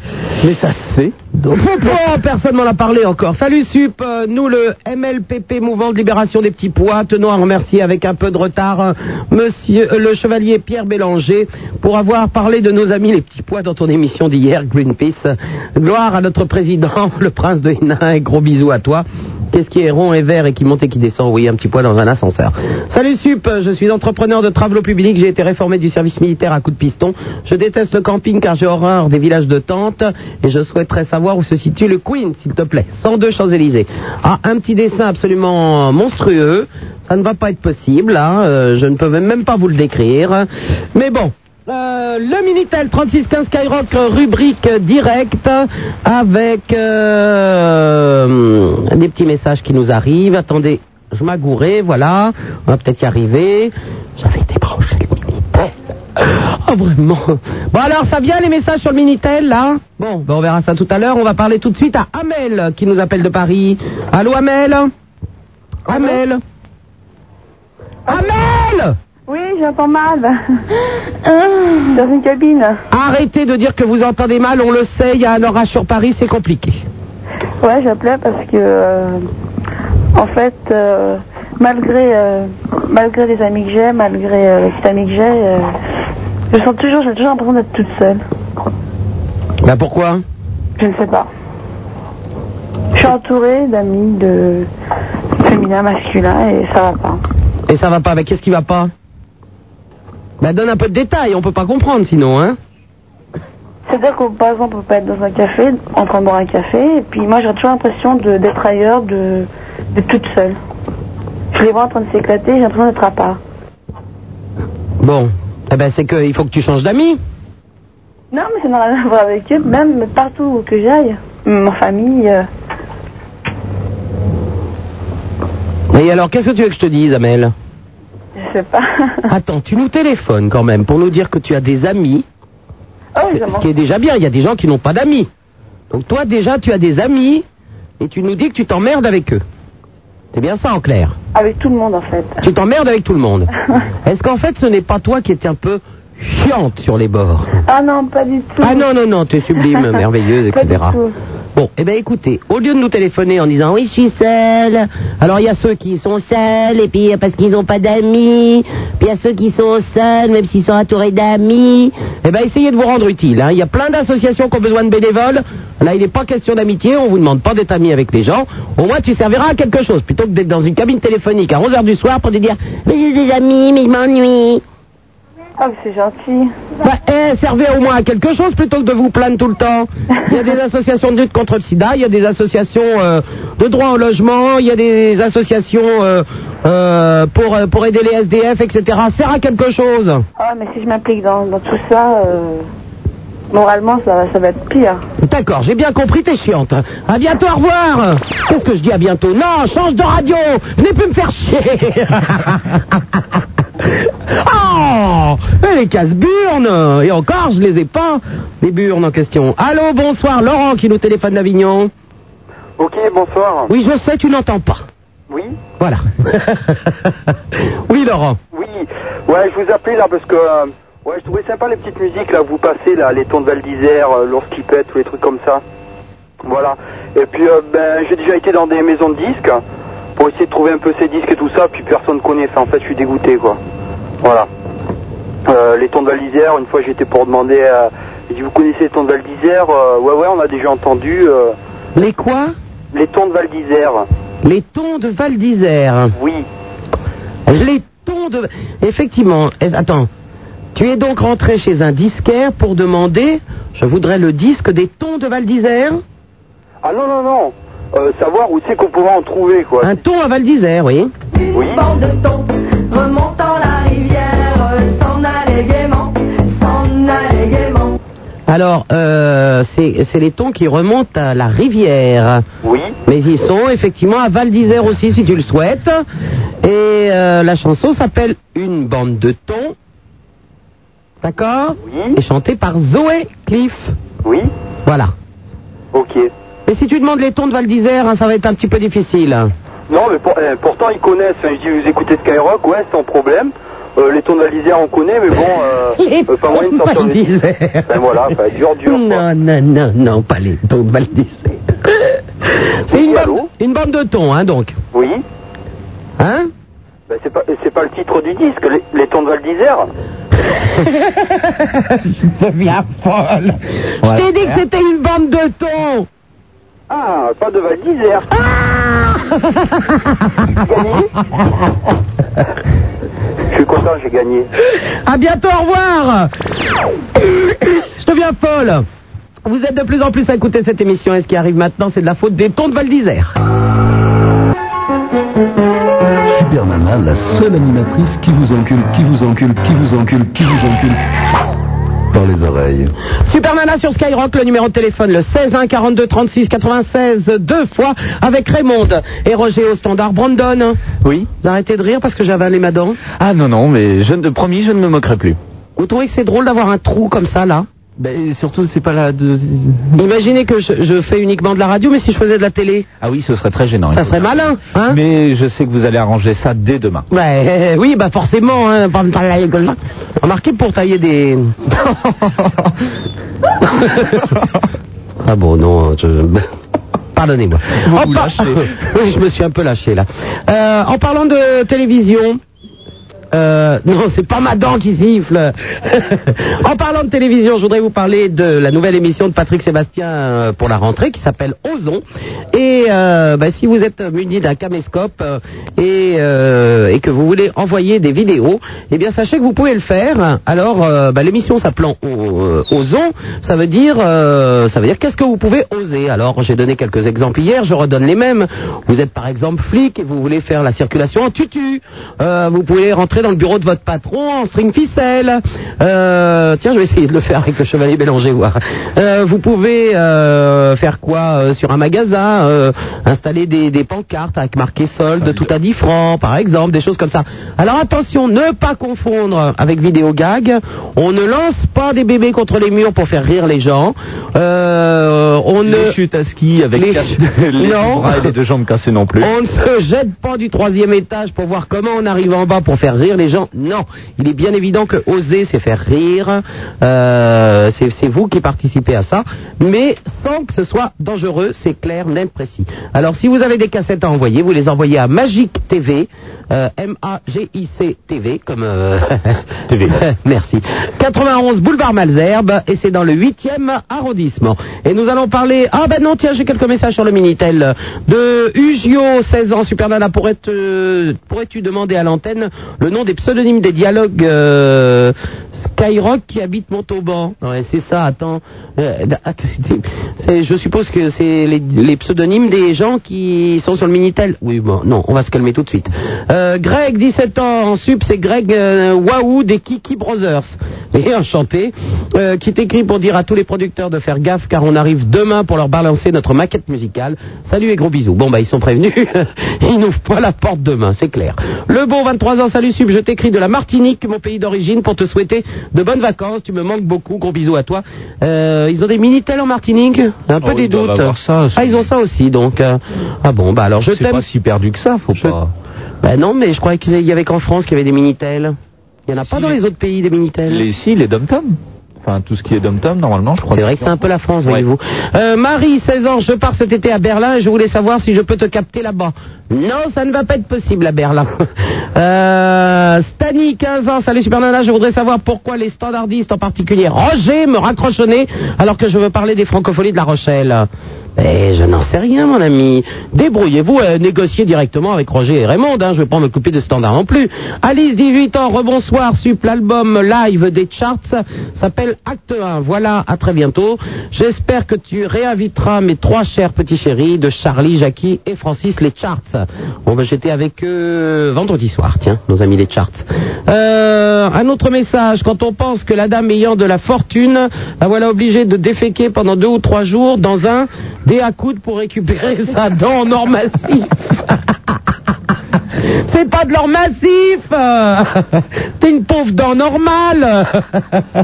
S14: Mais ça se sait. (laughs)
S3: Donc, oh, personne m'en a parlé encore. Salut Sup, euh, nous le MLPP, Mouvement de Libération des Petits Pois, tenons à remercier avec un peu de retard euh, Monsieur euh, le Chevalier Pierre Bélanger pour avoir parlé de nos amis les Petits Pois dans ton émission d'hier, Greenpeace. Gloire à notre président, (laughs) le prince de Hénin, et gros bisous à toi. Qu'est-ce qui est rond et vert et qui monte et qui descend Oui, un petit poids dans un ascenseur. Salut Sup, je suis entrepreneur de travaux publics, j'ai été réformé du service militaire à coups de piston. Je déteste le camping car j'ai horreur des villages de tentes et je souhaiterais savoir où se situe le Queen, s'il te plaît. 102 Champs-Élysées. Ah, un petit dessin absolument monstrueux. Ça ne va pas être possible, hein. euh, je ne peux même pas vous le décrire. Mais bon, euh, le Minitel 3615 Skyrock, euh, rubrique euh, directe, avec euh, hum, des petits messages qui nous arrivent. Attendez je m'agourais, voilà, on va peut-être y arriver. J'avais débranché le Minitel. Ah, vraiment Bon, alors, ça vient les messages sur le Minitel, là Bon, ben, on verra ça tout à l'heure. On va parler tout de suite à Amel, qui nous appelle de Paris. Allô, Amel Amel Amel
S15: Oui, j'entends mal.
S9: Ah.
S15: Dans une cabine.
S3: Arrêtez de dire que vous entendez mal, on le sait, il y a un orage sur Paris, c'est compliqué.
S15: Ouais, j'appelais parce que, euh, en fait, euh, malgré, euh, malgré les amis que j'ai, malgré euh, les petits amis que j'ai, euh, je sens toujours, j'ai toujours l'impression d'être toute seule.
S3: Bah pourquoi
S15: Je ne sais pas. Je suis entourée d'amis de féminin, masculin et ça va pas.
S3: Et ça va pas, mais qu'est-ce qui va pas Bah donne un peu de détails, on peut pas comprendre sinon, hein
S15: C'est-à-dire qu'on par exemple, on peut être dans un café, en train de boire un café, et puis moi j'ai toujours l'impression de- d'être ailleurs, de, de toute seule. Je les vois en train de s'éclater, j'ai l'impression d'être à part.
S3: Bon, eh ben c'est que il faut que tu changes d'amis.
S15: Non, mais ça n'a rien à voir avec eux, même partout où que j'aille, même en famille. euh,
S3: Et alors, qu'est-ce que tu veux que je te dise, Amel
S15: Je sais pas. (laughs)
S3: Attends, tu nous téléphones quand même pour nous dire que tu as des amis.
S15: Ah
S3: C'est- ce qui est déjà bien, il y a des gens qui n'ont pas d'amis. Donc toi déjà, tu as des amis et tu nous dis que tu t'emmerdes avec eux. C'est bien ça en clair.
S15: Avec tout le monde en fait.
S3: Tu t'emmerdes avec tout le
S15: (laughs)
S3: monde. Est-ce qu'en fait, ce n'est pas toi qui es un peu chiante sur les bords
S15: Ah non, pas du tout.
S3: Ah non, non, non, tu es
S15: (laughs)
S3: sublime, merveilleuse,
S15: Pas
S3: etc.
S15: du tout.
S3: Bon, eh bien écoutez, au lieu de nous téléphoner en disant oui, je suis seule, alors il y a ceux qui sont seuls, et puis euh, parce qu'ils n'ont pas d'amis, puis il y a ceux qui sont seuls, même s'ils sont entourés d'amis, eh bien essayez de vous rendre utile. hein. Il y a plein d'associations qui ont besoin de bénévoles. Là, il n'est pas question d'amitié, on vous demande pas d'être ami avec les gens. Au moins, tu serviras à quelque chose, plutôt que d'être dans une cabine téléphonique à 11h du soir pour te dire mais j'ai des amis, mais je m'ennuie.
S15: Ah, mais c'est gentil.
S3: Bah, eh, servez au moins à quelque chose plutôt que de vous plaindre tout le temps. Il y a des associations de lutte contre le sida, il y a des associations euh, de droit au logement, il y a des associations euh, euh, pour, euh, pour aider les SDF, etc. Sert à quelque chose.
S15: Ah, mais si je m'implique dans, dans tout ça, euh, moralement ça, va- ça va être pire.
S3: D'accord, j'ai bien compris, t'es chiante. À bientôt, au revoir. Qu'est-ce que je dis à bientôt Non, change de radio. Venez plus me faire chier. (laughs) oh, et les casse-burnes. Et encore, je les ai pas, les burnes en question. Allô, bonsoir, Laurent qui nous téléphone d'Avignon.
S16: Ok, bonsoir.
S3: Oui, je sais, tu n'entends pas.
S16: Oui
S3: Voilà. (laughs) oui, Laurent.
S16: Oui. Ouais, je vous appelais là parce que euh, ouais, je trouvais sympa les petites musiques là que vous passez là, les tons de Val d'Isère, euh, l'ours qui pète, tous les trucs comme ça. Voilà. Et puis euh, ben j'ai déjà été dans des maisons de disques pour essayer de trouver un peu ces disques et tout ça, puis personne connaît. Enfin, en fait, je suis dégoûté quoi. Voilà. Euh, les tons de Val d'Isère, une fois j'étais pour demander euh, j'ai dit, vous connaissez les tons de Val d'Isère Euh, Ouais ouais, on a déjà entendu euh,
S3: Les quoi
S16: les tons de Val d'Isère.
S3: Les tons de Val d'Isère.
S16: Oui.
S3: Les tons de. Effectivement. est- Attends. Tu es donc rentré chez un disquaire pour demander. Je voudrais le disque des tons de Val d'Isère.
S16: Ah non non non. Euh, savoir où c'est qu'on pourrait en trouver quoi.
S3: Un ton à Val d'Isère, oui.
S16: Oui.
S17: Remontant la rivière, s'en allait gaiement, s'en allait gaiement.
S3: Alors, euh, c'est c'est les tons qui remontent à la rivière.
S16: Oui.
S3: Mais ils sont effectivement à Val d'Isère aussi, si tu le souhaites. Et euh, la chanson s'appelle Une bande de tons. D'accord
S16: Oui.
S3: Et chantée par Zoé Cliff.
S16: Oui.
S3: Voilà.
S16: Ok.
S3: Mais si tu demandes les tons de Val d'Isère, hein, ça va être un petit peu difficile.
S16: Non, mais pour- euh, pourtant ils connaissent. Enfin, je dis, vous écoutez Skyrock, ouais, sans problème. Euh, les tons de la Lisère, on connaît, mais bon,
S3: (laughs)
S16: euh, euh, pas moyen de sortir
S3: Val
S16: les-
S3: d'Isère.
S16: Enfin, Ben voilà, enfin, dur, dur.
S3: Non, non, non, non, pas les tons de Val d'Isère. C'est une, bande- une bande de tons, hein, donc.
S16: Oui.
S3: Hein
S16: Ben, c'est pas, c'est pas le titre du disque, les, les tons de Val d'Isère.
S3: (laughs) Je deviens folle. Je t'ai dit que c'était une bande de tons.
S16: Ah, pas de Val d'Isère.
S3: Ah
S16: (laughs) Je suis content, j'ai gagné.
S3: À bientôt, au revoir. Je deviens folle. Vous êtes de plus en plus à écouter cette émission et ce qui arrive maintenant, c'est de la faute des tons de Val d'Isère.
S1: Super Nana, la seule animatrice qui vous encule, qui vous encule, qui vous encule, qui vous encule.
S12: par les oreilles.
S3: Supermana sur Skyrock, le numéro de téléphone, le 16 1 42 36 96, deux fois, avec Raymond et Roger au standard. Brandon
S18: Oui
S3: Vous arrêtez de rire parce que j'avais avalé ma dent
S18: Ah non, non, mais je ne, promis, je ne me moquerai plus.
S3: Vous trouvez que c'est drôle d'avoir un trou comme ça, là
S18: Ben, surtout, c'est pas la deux...
S3: Imaginez que je, je fais uniquement de la radio, mais si je faisais de la télé
S18: Ah oui, ce serait très gênant.
S3: Ça serait malin, hein
S18: Mais je sais que vous allez arranger ça dès
S3: (laughs)
S18: demain.
S3: Ouais, euh, oui, bah forcément, hein, pas me tailler comme ça. Remarquez pour tailler des... (laughs) ah bon, non, je... Pardonnez-moi. En par- (laughs) oui, je me suis un peu lâché là. Euh, en parlant de télévision, euh, non, c'est pas ma dent qui siffle. (laughs) en parlant de télévision, je voudrais vous parler de la nouvelle émission de Patrick Sébastien euh, pour la rentrée qui s'appelle Ozon. Et euh, bah, si vous êtes muni d'un caméscope euh, et, euh, et que vous voulez envoyer des vidéos, eh bien sachez que vous pouvez le faire. Alors euh, bah, l'émission s'appelant O- euh, Ozon, ça veut dire euh, ça veut dire qu'est-ce que vous pouvez oser. Alors j'ai donné quelques exemples hier, je redonne les mêmes. Vous êtes par exemple flic et vous voulez faire la circulation en tutu. Euh, vous pouvez rentrer dans le bureau de votre patron en string ficelle. Euh, tiens, je vais essayer de le faire avec le chevalier Bélanger. Voir. Euh, vous pouvez euh, faire quoi euh, sur un magasin euh, Installer des, des pancartes avec marqué solde, tout à 10 francs, par exemple, des choses comme ça. Alors attention, ne pas confondre avec vidéo gag. On ne lance pas des bébés contre les murs pour faire rire les gens. Euh, on ne
S18: Les chutes à ski avec
S3: Les-
S18: quatre- (laughs) (laughs) les
S3: Non.
S18: deux bras et les deux jambes cassées non plus.
S3: on ne se jette pas du troisième étage pour voir comment on arrive en bas pour faire rire les gens. Non, il est bien évident que oser, c'est faire rire. Euh, c'est c'est vous qui participez à ça, mais sans que ce soit dangereux, c'est clair, net, précis. Alors, si vous avez des cassettes à envoyer, vous les envoyez à Magic TV, euh, M-A-G-I-C TV, comme euh, TV. (laughs) Merci. 91 boulevard Malzerbe, et c'est dans le 8e arrondissement. Et nous allons parler. Ah ben non, tiens, j'ai quelques messages sur le Minitel. De Ugio, 16 ans, Super Nana, pourrais pourrais-tu demander à l'antenne le nom des pseudonymes des dialogues euh, Skyrock qui habite Montauban Ouais, c'est ça, attends. Euh, (laughs) att- c'est- je suppose que c'est les, les pseudonymes des gens qui sont sur le Minitel. Oui, bon, non, on va se calmer tout de suite. Euh, Greg, 17 ans, en sup, c'est Greg euh, Waouh des Kiki Brothers. Et enchanté, euh, qui t'écrit pour dire à tous les producteurs de faire gaffe car on arrive demain pour leur balancer notre maquette musicale. Salut et gros bisous. Bon, bah, ils sont prévenus. (laughs) ils n'ouvrent pas la porte demain, c'est clair. Le bon, 23 ans, salut sup, je t'écris de la Martinique, mon pays d'origine, pour te souhaiter de bonnes vacances. Tu me manques beaucoup, gros bisous à toi. Euh, ils ont des Minitel en Martinique Un peu des doutes. ah, ils ont ça aussi, donc. euh, ah bon, bah alors je t'aime. C'est pas si perdu que ça, faut pas. Bah non, mais je croyais qu'il y avait qu'en France qu'il y avait des Minitel. Il n'y en a pas dans les autres pays des Minitel.
S4: Les si, les dom-tom. Enfin, tout ce qui est dom-tom, normalement, je crois.
S3: C'est vrai que c'est un peu la France, voyez-vous. Euh, Marie, 16 ans, je pars cet été à Berlin et je voulais savoir si je peux te capter là-bas. Non, ça ne va pas être possible à Berlin. (laughs) Euh, Stani, 15 ans, salut Super Nana, je voudrais savoir pourquoi les standardistes, en particulier Roger, me raccrochent au nez alors que je veux parler des francophonies de La Rochelle. Eh, je n'en sais rien, mon ami. Débrouillez-vous, euh, négociez directement avec Roger et Raymond. Hein. Je ne vais pas m'occuper de standard non plus. Alice, 18 ans, rebonsoir. Sup, l'album live des charts s'appelle Acte 1. Voilà, à très bientôt. J'espère que tu réinviteras mes trois chers petits chéris de Charlie, Jackie et Francis, les charts. Bon, ben, j'étais avec eux vendredi soir, tiens, nos amis les charts. Euh, un autre message, quand on pense que la dame ayant de la fortune, la voilà obligée de déféquer pendant deux ou trois jours dans un dé à coude pour récupérer (laughs) sa dent en or massif. C'est pas de l'or massif euh, (laughs) T'es une pauvre dent normale (laughs)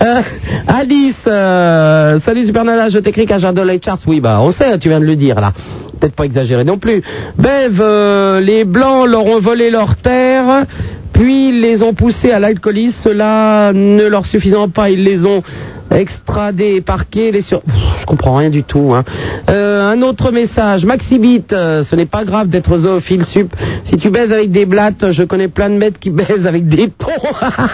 S3: Euh, Alice, euh, salut Super Nana, je t'écris qu'à Jardin Light Charts. Oui, bah on sait, tu viens de le dire là. Peut-être pas exagéré non plus. Bev, euh, les Blancs leur ont volé leurs terres, puis les ont poussés à l'alcoolisme. Cela ne leur suffisant pas, ils les ont extradés et parqués. Les sur... Pff, Je comprends rien du tout. hein. Euh, un autre message. Maxibit, euh, ce n'est pas grave d'être zoophile sup. Si tu baises avec des blattes, je connais plein de maîtres qui baisent avec des tons. (laughs)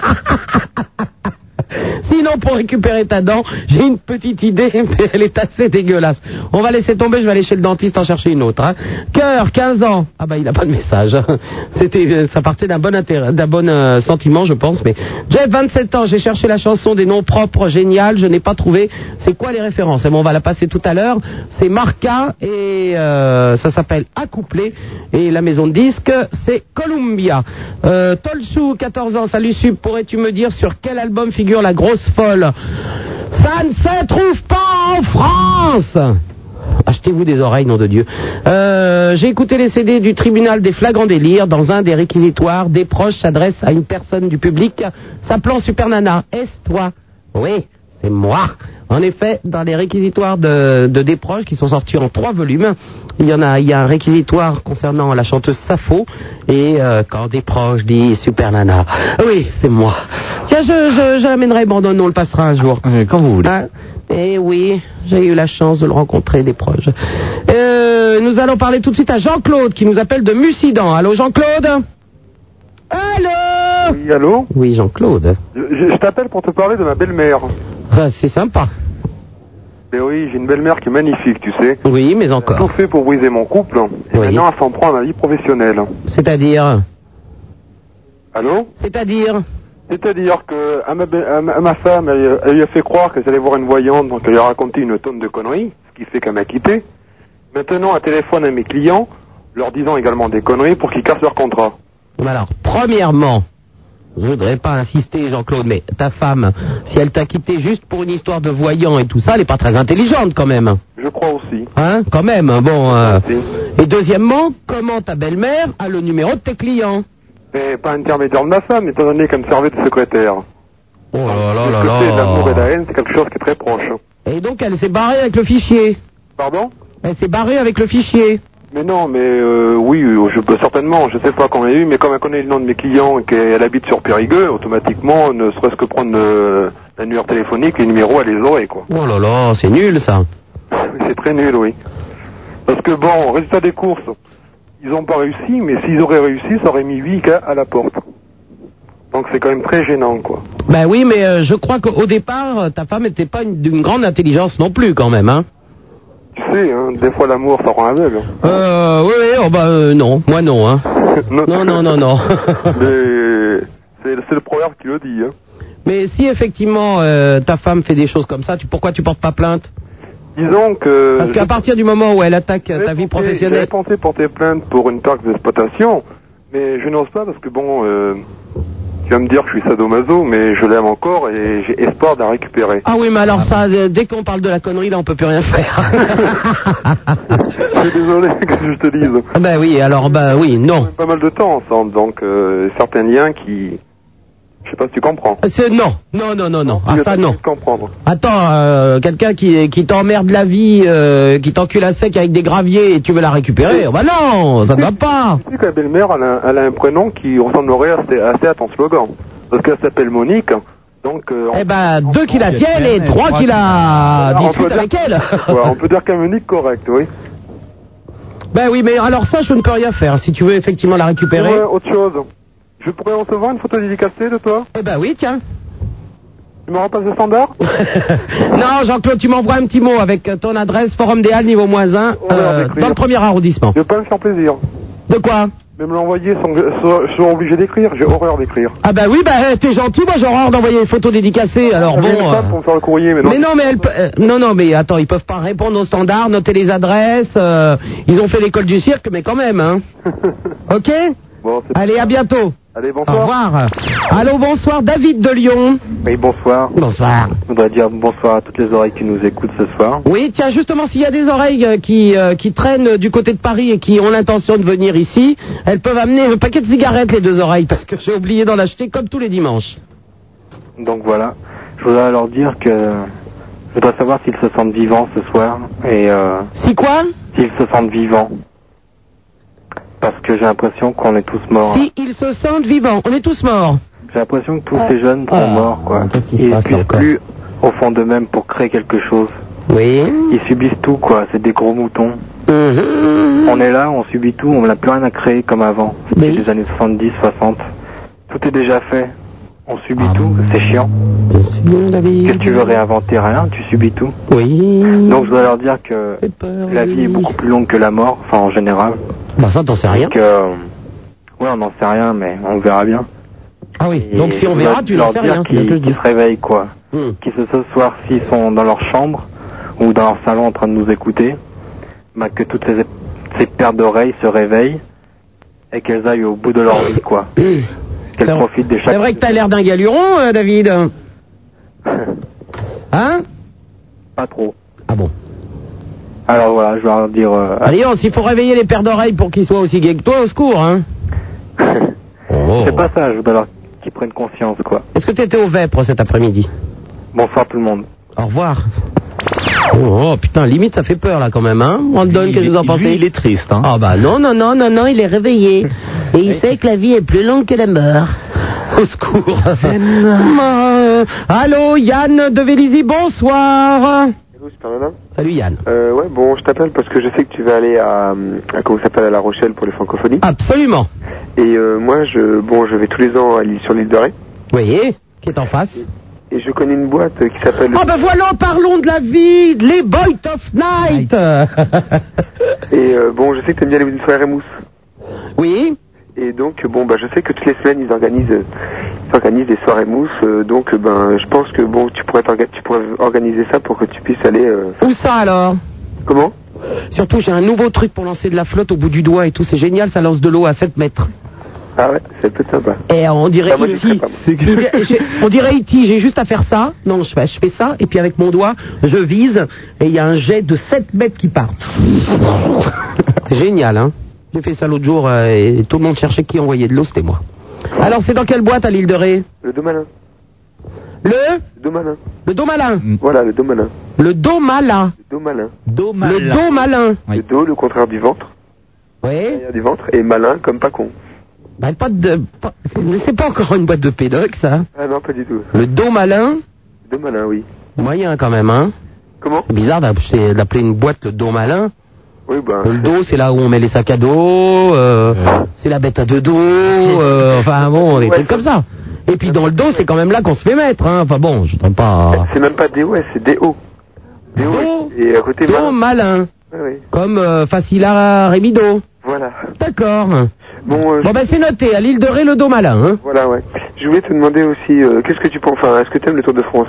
S3: Sinon, pour récupérer ta dent, j'ai une petite idée, (laughs) mais elle est assez dégueulasse. On va laisser tomber, je vais aller chez le dentiste en chercher une autre. Hein. Cœur, 15 ans. Ah bah, il n'a pas de message. (laughs) C'était, euh, ça partait d'un bon intérêt, d'un bon euh, sentiment, je pense. Mais Jeff, 27 ans, j'ai cherché la chanson des noms propres, génial, je n'ai pas trouvé. C'est quoi les références Eh ben, On va la passer tout à l'heure. C'est Marca et euh, ça s'appelle Accouplé. Et la maison de disque, c'est Columbia. Euh, Tolsou, 14 ans, salut Sub, pourrais-tu me dire sur quel album figure la grosse forme folle. Ça ne se trouve pas en France Achetez-vous des oreilles, nom de Dieu. Euh, J'ai écouté les CD du tribunal des flagrants délires. Dans un des réquisitoires, des proches s'adressent à une personne du public s'appelant Super Nana. Est-ce toi Oui, c'est moi. En effet, dans les réquisitoires de, de des proches qui sont sortis en trois volumes, il y en a, il y a un réquisitoire concernant la chanteuse Sappho et euh, quand des proches dit Super Nana. Oui, c'est moi. Tiens, je, je, je l'amènerai, Bandon, on le passera un jour.
S18: Euh, quand vous voulez.
S3: Eh oui, j'ai eu la chance de le rencontrer des proches. Euh, nous allons parler tout de suite à Jean-Claude qui nous appelle de Mussidan. Allô Jean-Claude Allô
S12: Oui, allô
S3: Oui, Jean-Claude.
S12: Je, je- je t'appelle pour te parler de ma belle-mère.
S3: Ça, C'est sympa.
S12: Mais oui, j'ai une belle-mère qui est magnifique, tu sais.
S3: Oui, mais encore.
S12: Tout fait pour briser mon couple. Et maintenant, elle s'en prend à ma vie professionnelle.
S3: C'est-à-dire
S12: Allô
S3: C'est-à-dire
S12: C'est-à-dire que à ma, be- à ma- à ma femme, elle, elle lui a fait croire qu'elle allait voir une voyante, donc elle lui a raconté une tonne de conneries, ce qui fait qu'elle m'a quitté. Maintenant, elle téléphone à mes clients, leur disant également des conneries pour qu'ils cassent leur contrat.
S3: Bon, alors, premièrement, je voudrais pas insister, Jean-Claude, mais ta femme, si elle t'a quitté juste pour une histoire de voyant et tout ça, elle est pas très intelligente quand même.
S12: Je crois aussi.
S3: Hein, quand même, hein, bon. euh. Et deuxièmement, comment ta belle-mère a le numéro de tes clients
S12: Mais pas intermédiaire de ma femme, étant donné qu'elle me servait de secrétaire.
S3: Oh là là
S12: Le
S3: là
S12: côté de l'amour et de la
S3: là.
S12: haine, c'est quelque chose qui est très proche.
S3: Et donc, elle s'est barrée avec le fichier.
S12: Pardon
S3: Elle s'est barrée avec le fichier.
S12: Mais non, mais euh, oui, euh, je peux certainement, je sais pas quand elle a eu, mais comme elle connaît le nom de mes clients et qu'elle habite sur Périgueux, automatiquement, ne serait-ce que prendre euh, l'annuaire téléphonique, les numéros, elle les aurait, quoi.
S3: Oh là là, c'est nul ça.
S12: C'est très nul, oui. Parce que bon, résultat des courses, ils ont pas réussi, mais s'ils auraient réussi, ça aurait mis 8 cas à la porte. Donc c'est quand même très gênant, quoi.
S3: Ben oui, mais euh, je crois qu'au départ, euh, ta femme n'était pas une- d'une grande intelligence non plus quand même, hein.
S12: Tu sais, hein, des fois l'amour, ça rend aveugle.
S3: Euh, oui, oui, oh, bah, euh, non, moi non, hein.
S12: non,
S3: (laughs) non, non, non.
S12: (laughs) mais c'est c'est le proverbe qui le dit, hein.
S3: Mais si effectivement euh, ta femme fait des choses comme ça, tu, pourquoi tu portes pas plainte
S12: Disons que...
S3: Parce qu'à partir du moment où elle attaque euh, ta vie
S12: J'avais
S3: professionnelle,
S12: pensé porter plainte pour une taxe d'exploitation, mais je n'ose pas parce que bon, euh, tu vas me dire que je suis sadomaso, mais je l'aime encore et j'ai espoir de la récupérer.
S3: ah oui, mais alors ça, euh, dès qu'on parle de la connerie, là, on peut plus rien faire. (laughs) Ah,
S12: je suis désolé (laughs) que je te dise.
S3: ben oui, alors ben oui, non.
S12: Pas mal de temps ensemble, donc euh, certains liens qui, je sais pas si tu comprends.
S3: Euh, C'est non, non, non, non, non. Ah ça non.
S12: Comprendre.
S3: Attends, euh, quelqu'un qui, qui t'emmerde la vie, euh, qui t'encule à sec avec des graviers et tu veux la récupérer, bah non, ça ne va pas.
S12: Tu sais que la belle-mère, elle a, elle a un prénom qui ressemblerait assez, assez à ton slogan, parce qu'elle s'appelle Monique. Donc, euh,
S3: Eh ben, deux qui la tiennent et trois qui la
S12: Voilà, on peut
S3: discutent
S12: dire-
S3: avec elle.
S12: (laughs) Ouais, on peut dire qu'un Monique correct,
S3: (laughs)
S12: oui.
S3: Ben oui, mais alors ça, je ne peux rien faire. Si tu veux effectivement la récupérer.
S12: Ouais, euh, autre chose. Je pourrais recevoir une photo dédicacée de toi
S3: Eh ben oui, tiens.
S12: Tu me repasses le standard
S3: Non, Jean-Claude, tu m'envoies un petit mot avec euh, ton adresse, Forum des Halles, niveau moins 1, dans le premier arrondissement.
S12: Je vais pas me faire plaisir.
S3: De quoi
S12: Mais me l'envoyer sans que je sois- je sois obligé d'écrire. J'ai horreur d'écrire.
S3: Ah ben oui, ben eh, t'es gentil, moi j'ai horreur d'envoyer des photos dédicacées, alors bon...
S12: J'avais une
S3: euh,
S12: femme pour me faire le courrier, mais non.
S3: Mais non, mais elles pe- euh, non, non, mais attends, ils peuvent pas répondre aux standards, noter les adresses, euh, ils ont fait l'école du cirque, mais quand même,
S12: (laughs)
S3: hein. ok
S12: Bon, c'est-
S3: Allez, à bientôt.
S12: Allez,
S3: Au
S12: bonsoir.
S3: revoir. Allô, bonsoir, David de Lyon.
S12: Ah.
S13: Oui, bonsoir.
S3: Bonsoir.
S13: Je voudrais dire bonsoir à toutes les oreilles qui nous écoutent ce soir.
S3: Oui, tiens, justement, s'il y a des oreilles euh, qui, euh, qui traînent euh, du côté de Paris et qui ont l'intention de venir ici, elles peuvent amener un paquet de cigarettes, les deux oreilles, parce que j'ai oublié d'en acheter comme tous les dimanches.
S13: Donc voilà, je voudrais leur dire que je voudrais savoir s'ils se sentent vivants ce soir et euh,
S3: Si quoi
S13: s'ils se sentent vivants. Parce que j'ai l'impression qu'on est tous morts.
S3: Si ils se sentent vivants, on est tous
S12: (clears throat)
S3: morts.
S13: J'ai l'impression que tous
S3: Euh.
S13: ces jeunes sont morts, quoi. Ils ne puissent plus au fond d'eux-mêmes pour créer quelque chose.
S3: Oui.
S13: Ils subissent tout, quoi. C'est des gros moutons.
S16: Mm-hmm.
S13: On est là, on subit tout, on n'a plus rien à créer comme avant. C'était les années 70, 60. Tout est déjà fait. On subit
S3: Ah.
S13: tout, c'est chiant. Qu'est-ce que tu veux réinventer rien, tu subis tout.
S3: Oui.
S13: Donc je dois leur dire que la vie est beaucoup plus longue que la mort, enfin en général.
S3: Bah ça, t'en sais rien.
S13: Donc, euh, ouais, on n'en sait rien, mais on verra bien.
S3: Ah oui,
S13: Et
S3: donc si on
S13: je
S3: verra,
S13: dois
S3: tu
S13: leur
S3: n'en sais
S13: dire
S3: rien, c'est bien
S13: qu'ils-
S3: ce que je dis.
S13: qu'ils se réveillent, quoi.
S3: Hmm.
S13: Qui se ce soir, s'ils sont dans leur chambre ou dans leur salon en train de nous écouter, bah, que toutes ces, ces paires d'oreilles se réveillent et qu'elles aillent au bout de leur vie,
S3: (laughs)
S13: quoi. Qu'elles profitent de chaque... (laughs)
S3: C'est vrai que t'as l'air d'un galuron, euh, David. Hein
S13: Pas trop.
S3: Ah bon
S13: Alors voilà, je vais leur dire. euh,
S3: Allez, donc, s'il faut réveiller les paires d'oreilles pour qu'ils soient aussi gays que toi, au secours, hein
S13: C'est pas ça, je voudrais leur- qu'ils prennent conscience, quoi.
S3: Oh. Est-ce que t'étais au Vêpres cet après-midi
S13: Bonsoir tout le monde.
S3: Au revoir. Oh, oh, putain, limite ça fait peur là quand même, hein Brandon, qu'est-ce que vous en pensez Il est triste, hein Ah bah non, non, non, non, non, il est réveillé. Et il sait que la vie est plus longue que la mort. (laughs) Au secours. Euh, Allô, Yann de Vélizy, bonsoir. Salut Yann.
S19: Euh, ouais, bon, je t'appelle parce que je sais que tu vas aller à, euh, à comment ça s'appelle à La Rochelle pour les francophonies.
S3: Absolument.
S19: Et euh, moi, je, bon, je vais tous les ans à l'île sur l'île de Ré.
S3: Voyez, qui est en face
S19: Et je connais une boîte euh, qui s'appelle.
S3: Ah ben voilà, parlons de la vie, les Boys of Night.
S16: Ah
S19: Et euh, bon, je sais que t'aimes bien les une soirée mousse.
S3: Oui.
S19: Et donc, bon, bah, je sais que toutes les semaines, ils organisent, euh, ils organisent des soirées mousse. euh, donc, euh, ben, je pense que bon, tu pourrais, t'orga- tu pourrais organiser ça pour que tu puisses aller. euh,
S3: Où ça alors
S19: Comment
S3: Surtout, j'ai un nouveau truc pour lancer de la flotte au bout du doigt et tout, c'est génial, ça lance de l'eau à 7 mètres.
S19: Ah ouais, c'est peut-être sympa.
S3: Et on dirait
S19: Ah, moi, j'y serais
S3: E.T.
S19: pas, moi.
S3: Il dirait- j'ai- On dirait E.T. J'ai juste à faire ça. Non, je fais, je fais ça, et puis avec mon doigt, je vise, et il y a un jet de 7 mètres qui part. C'est génial, hein J'ai fait ça l'autre jour, euh, et tout le monde cherchait qui envoyait de l'eau, c'était moi. Alors, c'est dans quelle boîte à l'île de Ré
S19: Le Domalin.
S3: Le
S19: Le Domalin.
S3: Le Domalin.
S19: Voilà, le Domalin.
S3: Le Domala.
S19: Le Domalin.
S3: Le Domalin.
S19: Le dos, le contraire du ventre.
S3: Oui.
S19: Le contraire du ventre et malin comme pas con.
S3: Bah, pas de... pas- C'est pas encore une boîte de pédoc, ça.
S19: Ah non, pas du tout.
S3: Le Domalin.
S19: De malin, oui.
S3: Moyen quand même, hein
S19: Comment
S3: Bizarre d'appeler d'appeler une boîte le dos malin.
S19: Oui,
S16: bah.
S19: ben.
S3: Le dos, c'est là où on met les sacs à dos, euh, c'est la bête à deux dos, euh, enfin bon, des trucs comme ça. Et puis dans le dos, c'est quand même là qu'on se fait mettre, hein. Enfin bon, je ne pas.
S19: C'est même pas DOS, c'est DO. DO et à côté
S3: Dos malin.
S19: Ouais, ouais.
S3: Comme euh, Facila Rémido.
S19: Ah Voilà.
S3: D'accord.
S19: Bon, euh,
S3: Bon ben c'est noté, à l'île de Ré, le dos malin, hein.
S19: Voilà, ouais. Je voulais te demander aussi, euh, qu'est-ce que tu penses, enfin, est-ce que t'aimes le Tour de France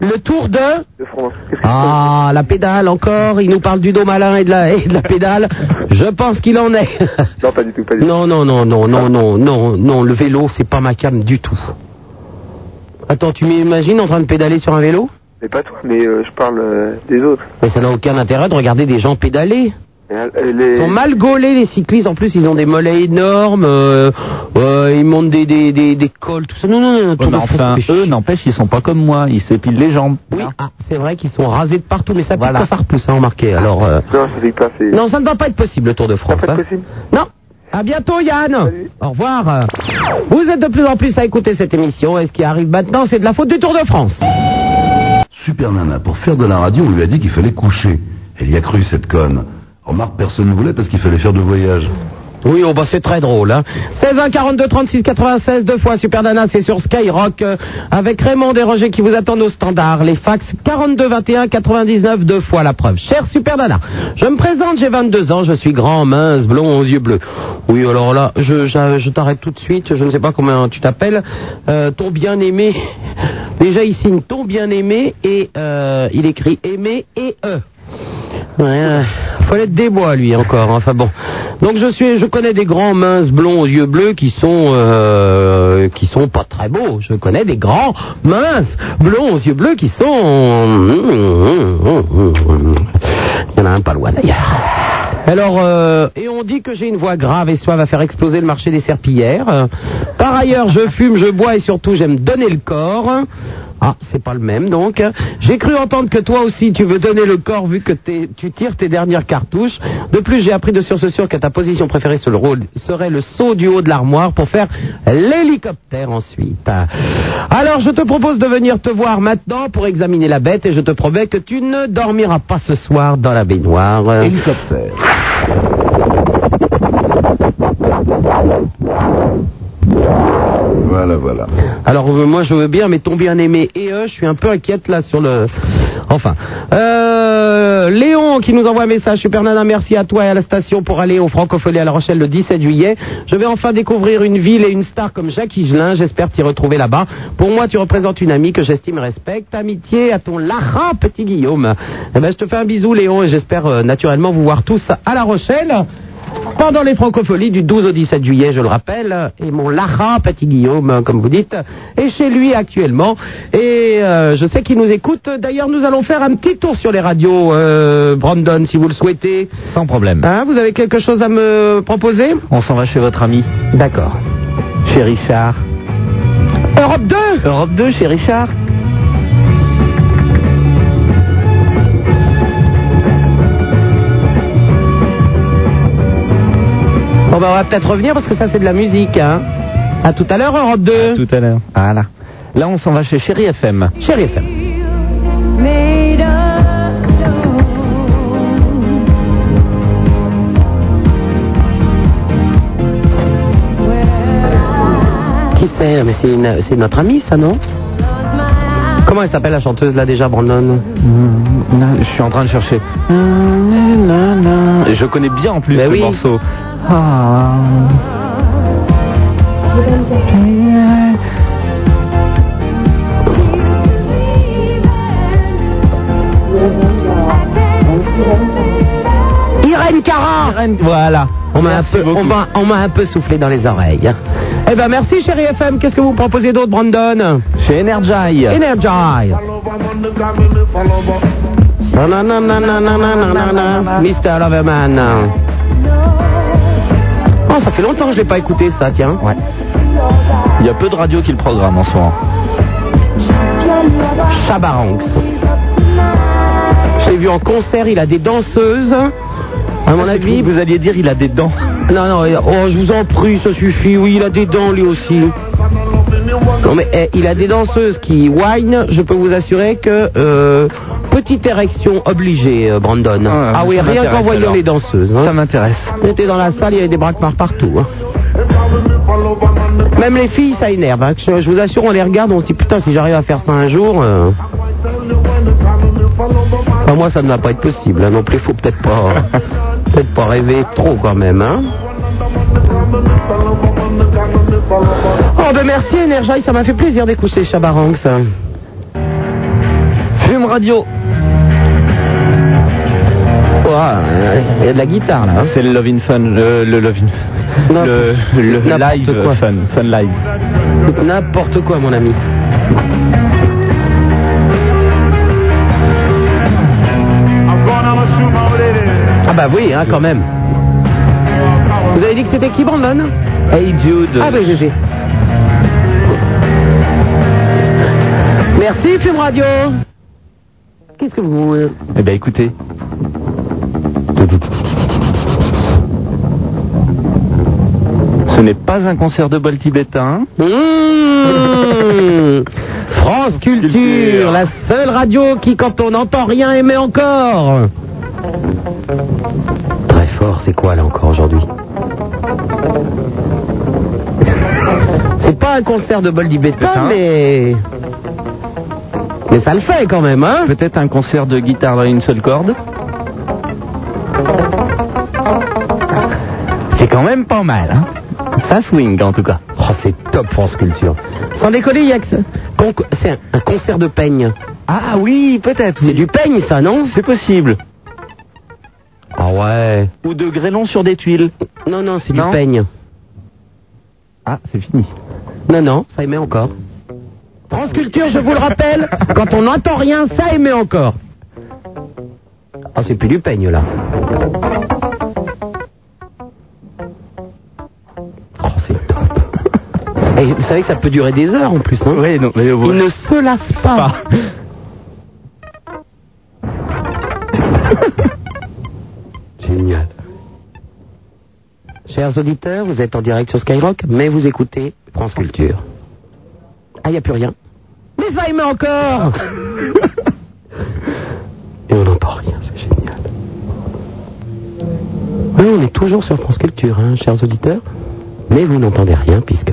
S3: Le tour de...
S19: De France.
S3: Ah, la pédale encore, il nous parle du dos malin et de la, et de la pédale. Je pense qu'il en est.
S19: (laughs) Non, pas du tout, pas du
S3: Non, non, non, non, non, non, non, non, le vélo, c'est pas ma cam du tout. Attends, tu m'imagines en train de pédaler sur un vélo
S19: Mais pas toi, mais euh, je parle euh, des autres.
S3: Mais ça n'a aucun intérêt de regarder des gens pédaler.
S19: Et, euh, les-
S3: Ils sont mal gaulés les cyclistes, en plus ils ont des mollets énormes, euh, euh, ils montent des, des, des, des cols, tout ça. Non, non, non,
S18: Ouais,
S3: tout
S18: mais
S3: le monde fait
S18: enfin,
S3: ça.
S18: eux, n'empêche, ils sont pas comme moi. Ils s'épilent les jambes.
S3: Oui, ah, c'est vrai qu'ils sont rasés de partout, mais ça, pourquoi ça repousse, hein, remarquez. Alors, euh,
S19: Non, ça fait pas, c'est...
S3: Non, ça ne va pas être possible le Tour de France. hein. Non. À bientôt, Yann. Au revoir. Vous êtes de plus en plus à écouter cette émission. Et ce qui arrive maintenant, c'est de la faute du Tour de France.
S1: Super Nana, pour faire de la radio, on lui a dit qu'il fallait coucher. Elle y a cru, cette conne. Remarque, personne ne voulait parce qu'il fallait faire de voyage.
S3: Oui, oh bah c'est très drôle. Hein. 16 1 42 36 96 deux fois Super Nana, c'est sur Skyrock euh, avec Raymond et Roger qui vous attendent au standard. Les fax 42 21 99 deux fois la preuve. Cher Super Nana, je me présente, j'ai 22 ans, je suis grand, mince, blond, aux yeux bleus. Oui, alors là, je, je, je t'arrête tout de suite. Je ne sais pas comment tu t'appelles. Euh, ton bien aimé. Déjà, il signe ton bien aimé et euh, il écrit aimé et e. Ouais, euh, faut l'être des bois lui encore. hein. Enfin bon. Donc je suis, je connais des grands minces blonds aux yeux bleus qui sont euh, qui sont pas très beaux. Je connais des grands minces blonds aux yeux bleus qui sont. mmh, Il y en a un pas loin d'ailleurs. Alors, euh, et on dit que j'ai une voix grave et soif à faire exploser le marché des serpillères. Euh, Par ailleurs, je fume, je bois et surtout j'aime donner le corps. Ah, c'est pas le même donc. J'ai cru entendre que toi aussi tu veux donner le corps vu que t'es- tu tires tes dernières cartouches. De plus, j'ai appris de sur ce sûr que ta position préférée sur le rôle serait le saut du haut de l'armoire pour faire l'hélicoptère ensuite. Alors, je te propose de venir te voir maintenant pour examiner la bête et je te promets que tu ne dormiras pas ce soir dans la baignoire.
S1: Hélicoptère. Voilà, voilà.
S3: Alors euh, moi je veux bien, mais ton bien-aimé et eux, je suis un peu inquiète là sur le. Enfin, Euh, Léon qui nous envoie un message. Super Nana, merci à toi et à la station pour aller au Francophonie à La Rochelle le 17 juillet. Je vais enfin découvrir une ville et une star comme Jacques Higelin. J'espère t'y retrouver là-bas. Pour moi, tu représentes une amie que j'estime et respecte. Amitié à ton Lara, petit Guillaume. Eh ben, je te fais un bisou, Léon, et j'espère euh, naturellement vous voir tous à La Rochelle. pendant les francopholies du 12 au 17 juillet, je le rappelle. Et mon Lara, petit Guillaume, hein, comme vous dites, est chez lui actuellement. Et euh, je sais qu'il nous écoute. D'ailleurs, nous allons faire un petit tour sur les radios, euh, Brandon, si vous le souhaitez.
S18: Sans problème.
S3: Hein, vous avez quelque chose à me proposer
S18: On s'en va chez votre ami.
S3: D'accord.
S18: Chez Richard.
S3: Europe 2
S18: Europe 2 chez Richard.
S3: Bon, ben, on va peut-être revenir parce que ça, c'est de la musique. Hein. À tout à l'heure, Europe 2.
S18: Tout à l'heure. Voilà. Là, on s'en va chez Chéri FM.
S3: Chéri FM.
S17: Made of
S3: Qui c'est Mais c'est, une- c'est notre amie, ça, non Comment elle s'appelle la chanteuse là déjà, Brandon
S18: Hmm. Je suis en train de chercher. Je connais bien en plus
S3: Ben
S18: ce
S3: oui.
S18: morceau.
S3: Irène Cara
S18: Voilà.
S3: On m'a, un
S18: Merci
S3: peu, on,
S18: beaucoup.
S3: m'a, on m'a un peu soufflé dans les oreilles. hein. Eh ben merci chérie FM, qu'est-ce que vous proposez d'autre Brandon
S18: Chez Energy.
S3: Energy. Nananananananana, Mr. Loverman. Oh, ça fait longtemps que je l'ai pas écouté ça, tiens.
S18: Ouais. Il y a peu de radios qui le programment en ce moment.
S3: Chabaranx. Je l'ai vu en concert, il a des danseuses. À mon avis.
S18: Vous alliez dire il a des dents.
S3: (laughs) Non, non, oh, je vous en prie, ça suffit. Oui, il a des dents lui aussi. Non, mais eh, il a des danseuses qui whine. Je peux vous assurer que. euh, petite érection obligée, euh, Brandon. Ah, oui,
S18: ça
S3: rien
S18: m'intéresse
S3: qu'en voyant
S18: alors.
S3: les danseuses. hein.
S18: Ça m'intéresse.
S3: On était dans la salle, il y avait des braquemars partout. hein. Même les filles, ça énerve. hein. Je, je vous assure, on les regarde, on se dit putain, si j'arrive à faire ça un jour. euh, enfin, moi, ça ne va pas être possible hein, non plus. Faut peut-être
S16: (laughs)
S3: pas, peut-être pas rêver trop quand même. hein. Oh ben merci Energy, ça m'a fait plaisir d'écouter Chabaranx.
S18: Fume radio.
S3: Il y a de la guitare là.
S18: C'est le Love in Fun. Le, le Love in
S3: Non,
S18: Le, le
S3: n'importe
S18: live
S3: quoi.
S18: fun. Fun live.
S3: N'importe quoi mon ami. Ah bah oui, hein, quand même. Vous avez dit que c'était qui Brandon
S18: Hey Jude.
S3: Ah bah GG. Merci Fume Radio. Qu'est-ce que vous... euh,
S18: Eh ben écoutez. Ce n'est pas un concert de bol tibétain. (laughs)
S3: Mmh. France Culture, la seule radio qui, quand on n'entend rien, émet encore. Très fort, c'est quoi là encore aujourd'hui C'est pas un concert de Boldy Bétain, mais. Mais ça le fait quand même, hein
S18: Peut-être un concert de guitare dans une seule corde. C'est quand même pas mal. Hein ça swing en tout cas.
S3: Oh, c'est top France Culture. Sans décoller, il y a que ça. Conc- C'est un, un concert de peigne.
S18: Ah oui, peut-être.
S3: C'est du peigne, ça, non
S18: C'est possible.
S3: Ah ouais.
S18: Ou de grêlons sur des tuiles.
S3: Non, non, c'est
S18: Non
S3: du peigne.
S18: Ah, c'est fini.
S3: Non, non, ça émet encore. France Culture, je vous le rappelle, quand on n'entend rien, ça émet encore. Ah, c'est plus du peigne, là. Oh, c'est top. Et vous savez que ça peut durer des heures en plus, hein
S18: Oui, non, mais
S3: Il ne se lasse pas. (laughs) Génial. Chers auditeurs, vous êtes en direct sur Skyrock, mais vous écoutez France Culture. Ah, il n'y a plus rien. Mais ça émet encore Et on n'entend rien, c'est génial. Oui, on est toujours sur France Culture, hein, chers auditeurs. Mais vous n'entendez rien puisque.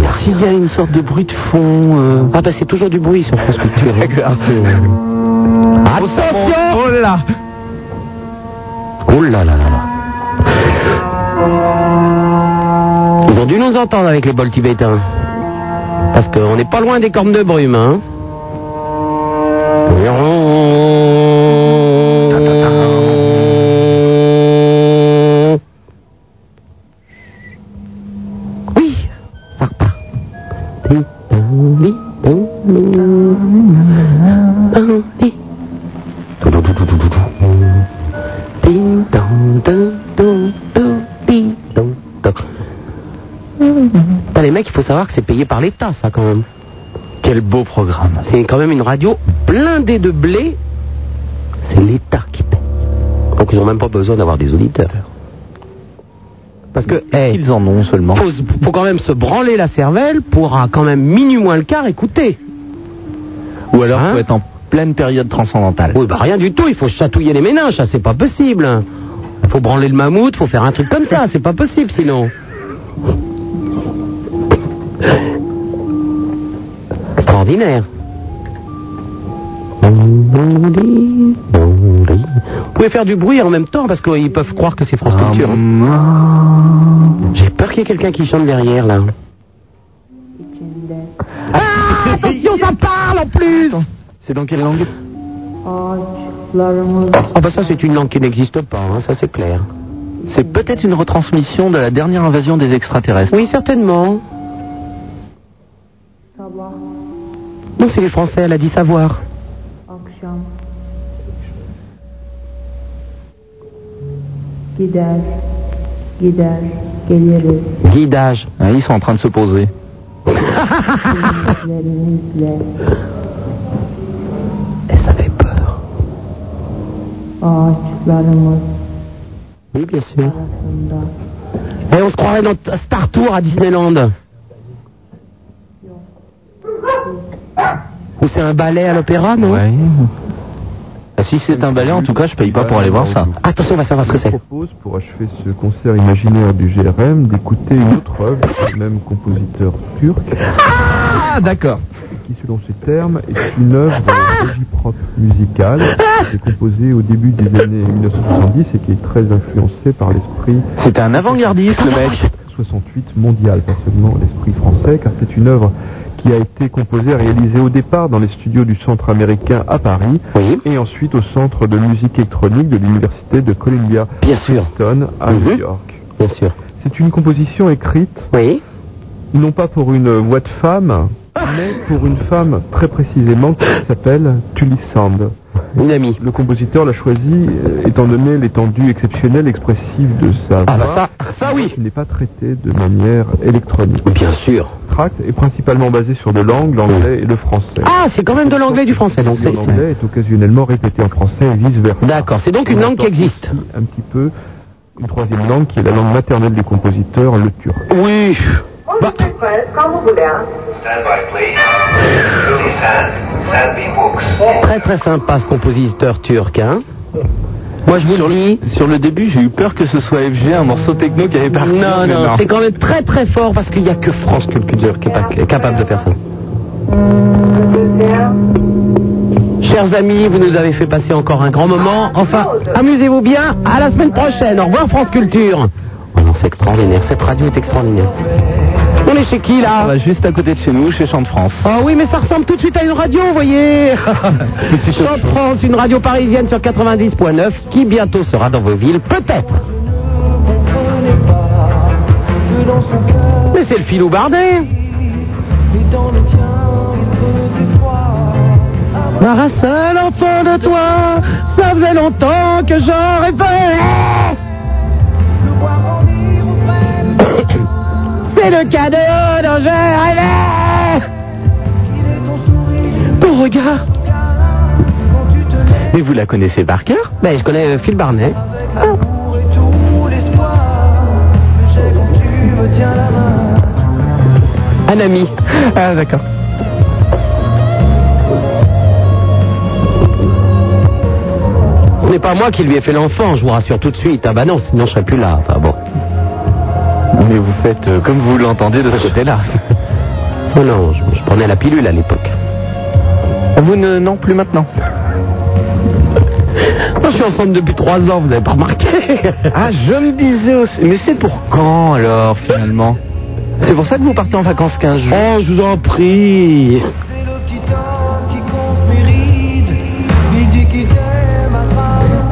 S3: Merci.
S18: S'il y a une sorte de bruit de fond. euh,
S3: Ah, bah c'est toujours du bruit sur France Culture. hein.
S18: D'accord.
S3: Attention
S18: Oh là
S3: Oh là là là là. Ils ont dû nous entendre avec les bols tibétains. Parce qu'on n'est pas loin des cornes de brume, hein.
S7: Mm.
S3: Putain, les mecs, il faut savoir que c'est payé par l'État, ça, quand même.
S7: Quel beau programme.
S3: C'est quand même une radio blindée de blé. C'est l'État qui paye. Donc ils n'ont même pas besoin d'avoir des auditeurs. Parce que, hey,
S7: Ils en ont seulement.
S3: faut, se- faut quand même se branler la cervelle pour à quand même minuit moins le quart écouter. Hein
S7: Ou alors, faut être en pleine période transcendantale.
S3: Oui, bah rien du tout, il faut chatouiller les ménages, ça c'est pas possible. Faut branler le mammouth, faut faire un truc comme
S7: (laughs)
S3: ça, c'est pas possible sinon. Extraordinaire. Vous pouvez faire du bruit en même temps parce qu'ils peuvent croire que c'est France Culture.
S7: Ah,
S3: J'ai peur qu'il y ait quelqu'un qui chante derrière là. Ah, attention, ça parle en plus
S7: C'est dans quelle langue
S3: Ah bah ça c'est une langue qui n'existe pas, hein, ça c'est clair.
S7: C'est peut-être une retransmission de la dernière invasion des extraterrestres.
S3: Oui, certainement. Non, c'est les Français, elle a dit savoir.
S15: Guidage, guidage, guerrier.
S7: Guidage. Ah, ils sont en train de se poser.
S3: Oui, bien sûr. Et Eh, on se croirait dans t- Star Tour à Disneyland. Ou c'est un ballet à l'opéra, non
S7: Ouais. Ah, si c'est un ballet, en tout cas, je paye pas pour aller voir ça.
S3: Attention, on va savoir ce que c'est.
S12: propose, pour achever ce concert imaginaire du GRM, d'écouter une autre œuvre du même compositeur turc. Ah, d'accord. Qui, selon ses termes, est une œuvre propre musicale, qui est composée au début des années 1970 et qui est très influencée par l'esprit.
S7: C'était un avant-gardiste, le mec.
S12: 68 mondial, pas seulement l'esprit français, car c'est une œuvre qui a été composée et réalisée au départ dans les studios du Centre américain à Paris et ensuite au Centre de musique électronique de l'Université de Columbia Princeton à
S7: Mhm.
S12: New York.
S3: Bien sûr.
S12: C'est une composition écrite, non pas pour une voix de femme, mais pour une femme très précisément qui s'appelle Tully Sand.
S3: Une amie.
S12: Le compositeur l'a choisie euh, étant donné l'étendue exceptionnelle expressive de sa
S3: Ah bah
S12: voix
S3: ça, ça oui
S12: qui n'est pas traité de manière électronique.
S3: Bien sûr.
S12: Le tract est principalement basé sur de langue, l'anglais et le français.
S3: Ah, c'est quand même de l'anglais et du français, donc c'est... c'est-
S12: L'anglais est occasionnellement répété en français et vice-versa.
S3: D'accord, c'est donc une
S12: On
S3: langue qui
S12: entend
S3: existe.
S12: aussi Un petit peu une troisième langue qui est la langue maternelle des compositeurs, le turc.
S3: Oui
S2: hein.
S3: Très très sympa ce compositeur turc, hein Moi je vous
S7: Sur le, sur le début, j'ai eu peur que ce soit FG, un morceau techno qui avait parti.
S3: Non,
S7: mais
S3: non, c'est quand même très très fort parce qu'il n'y a que France Culture qui est, pas- qui est capable de faire ça. Chers amis, vous nous avez fait passer encore un grand moment. Enfin, amusez-vous bien. À la semaine prochaine. Au revoir France Culture. Oh non, c'est extraordinaire. Cette radio est extraordinaire. On est chez qui là
S7: Juste à côté de chez nous, chez Champ de France.
S3: Ah oui, mais ça ressemble tout de suite à une radio, vous
S7: (laughs)
S3: voyez. Chant de France, une radio parisienne sur 90.9 qui bientôt sera dans vos villes, peut-être. Mais c'est le filou bardet. Par un seul enfant de toi, ça faisait longtemps que j'en rêvais. C'est le cadeau dont je rêvais. Ton regard.
S7: Mais vous la connaissez par cœur
S3: Ben, je connais euh, Phil Barnet. Un ami. Ah, d'accord. Ce n'est pas moi qui lui ai fait l'enfant, je vous rassure tout de suite. Ah bah non, sinon je serais plus là. Enfin bon.
S7: Mais vous faites euh, comme vous l'entendez de ce côté-là.
S3: (laughs) Non, non, je, je prenais la pilule à l'époque.
S7: Vous ne, non, plus maintenant.
S3: Moi, je suis ensemble depuis trois
S7: Oh,
S3: ans, vous n'avez pas remarqué.
S7: (laughs) Ah, je me disais aussi. Mais c'est pour quand alors, finalement C'est pour ça que vous partez en vacances 15 jours
S3: Oh, je vous en prie.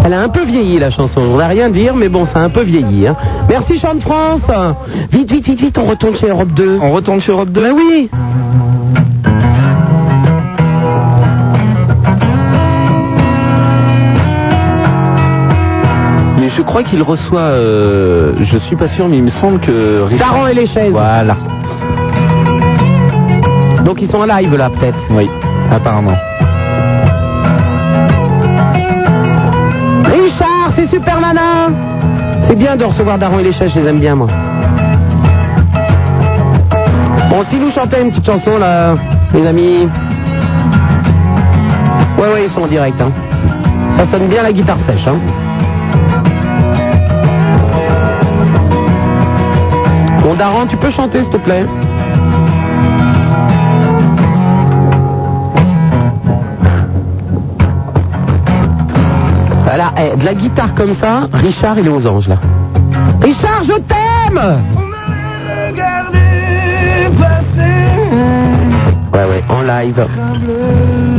S3: Elle a un peu vieilli la chanson, on va rien dire, mais bon, ça a un peu vieilli. hein. Merci Chant de France. Vite, vite, vite, vite, on retourne chez Europe 2.
S7: On retourne chez Europe 2
S3: Ben oui.
S18: crois qu'il reçoit. euh, je suis pas sûr, mais il me semble que.
S3: Daron et les chaises.
S18: Voilà.
S3: Donc ils sont en live là peut-être.
S18: Oui, apparemment.
S3: Richard, c'est Super Nana. C'est bien de recevoir Daron et les chaises, je les aime bien moi. Bon, si vous chantez une petite chanson là, les amis. Ouais, ouais, ils sont en direct. Hein. Ça sonne bien la guitare sèche. Hein. Bon, Daron, tu peux chanter s'il te plaît Voilà, eh, de la guitare comme ça, Richard, il est aux anges là. Richard, je t'aime Ouais, ouais, en live.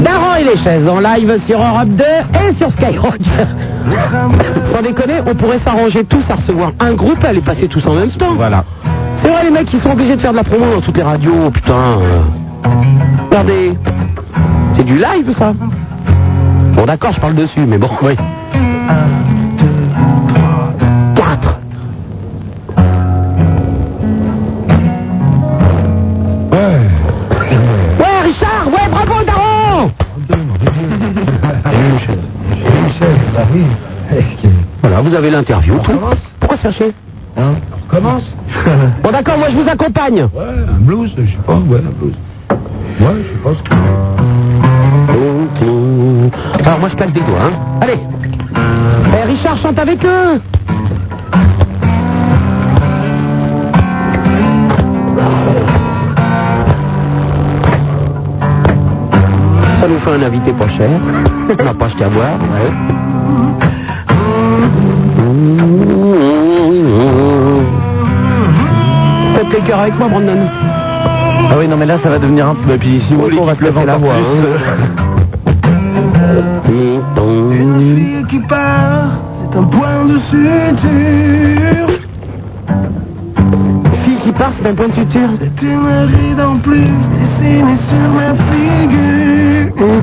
S3: Daron et les chaises en live sur Europe 2 et sur Skyrock. (laughs) Sans déconner, on pourrait s'arranger tous à recevoir un groupe et à les passer tous en même temps. Voilà. C'est vrai, les mecs, ils sont obligés de faire de la promo dans toutes les radios, putain. euh. Regardez. C'est du live, ça. Bon, d'accord, je parle dessus, mais bon, (laughs) oui. 4. Ouais, Richard, ouais, bravo, daron Voilà, vous avez l'interview, tout. Pourquoi se chercher On commence Bon, d'accord, moi je vous accompagne. Ouais, un blues, je sais pas, ouais, un blues. Ouais, je pense que. Alors, moi je plaque des doigts, hein. Allez Eh, Richard, chante avec eux Ça nous fait un invité pas cher. On n'a pas acheté à boire. Faites les cœurs avec moi, Brandon.
S18: Ah oui, non, mais là, ça va devenir un peu. Et puis ici, on va se
S3: casser la voix,
S2: qui part, c'est un point de suture.
S3: Fille qui part, c'est un point de suture.
S2: C'est une ride en plus dessinée sur ma figure.
S3: hein.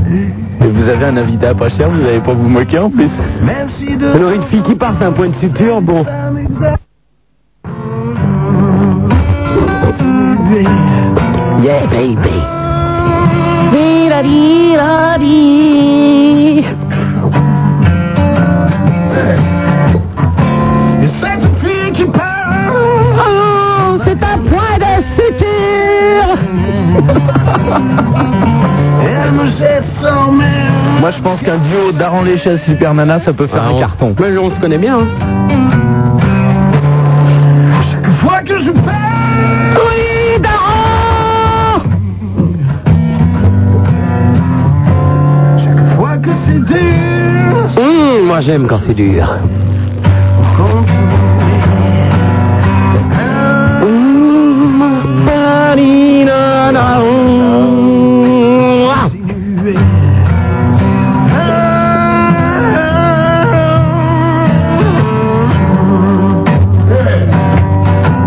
S1: (laughs)
S18: Et vous avez un invité à pas cher, vous n'allez pas vous moquer en plus.
S2: Même si de
S3: Alors, une fille qui part, c'est un point de suture, bon. Yeah, baby.
S2: Di-da-di-da-di. Et cette fille qui parle, c'est un point de
S3: (laughs)
S2: suture. Elle me jette sans même.
S4: Moi, je pense qu'un duo Daron les chaises Super Nana, ça peut faire un carton.
S3: Mais on se connaît bien. hein.
S2: Chaque fois que je parle, oui, daron. Chaque fois que c'est dur,
S3: Hum, moi j'aime quand c'est dur.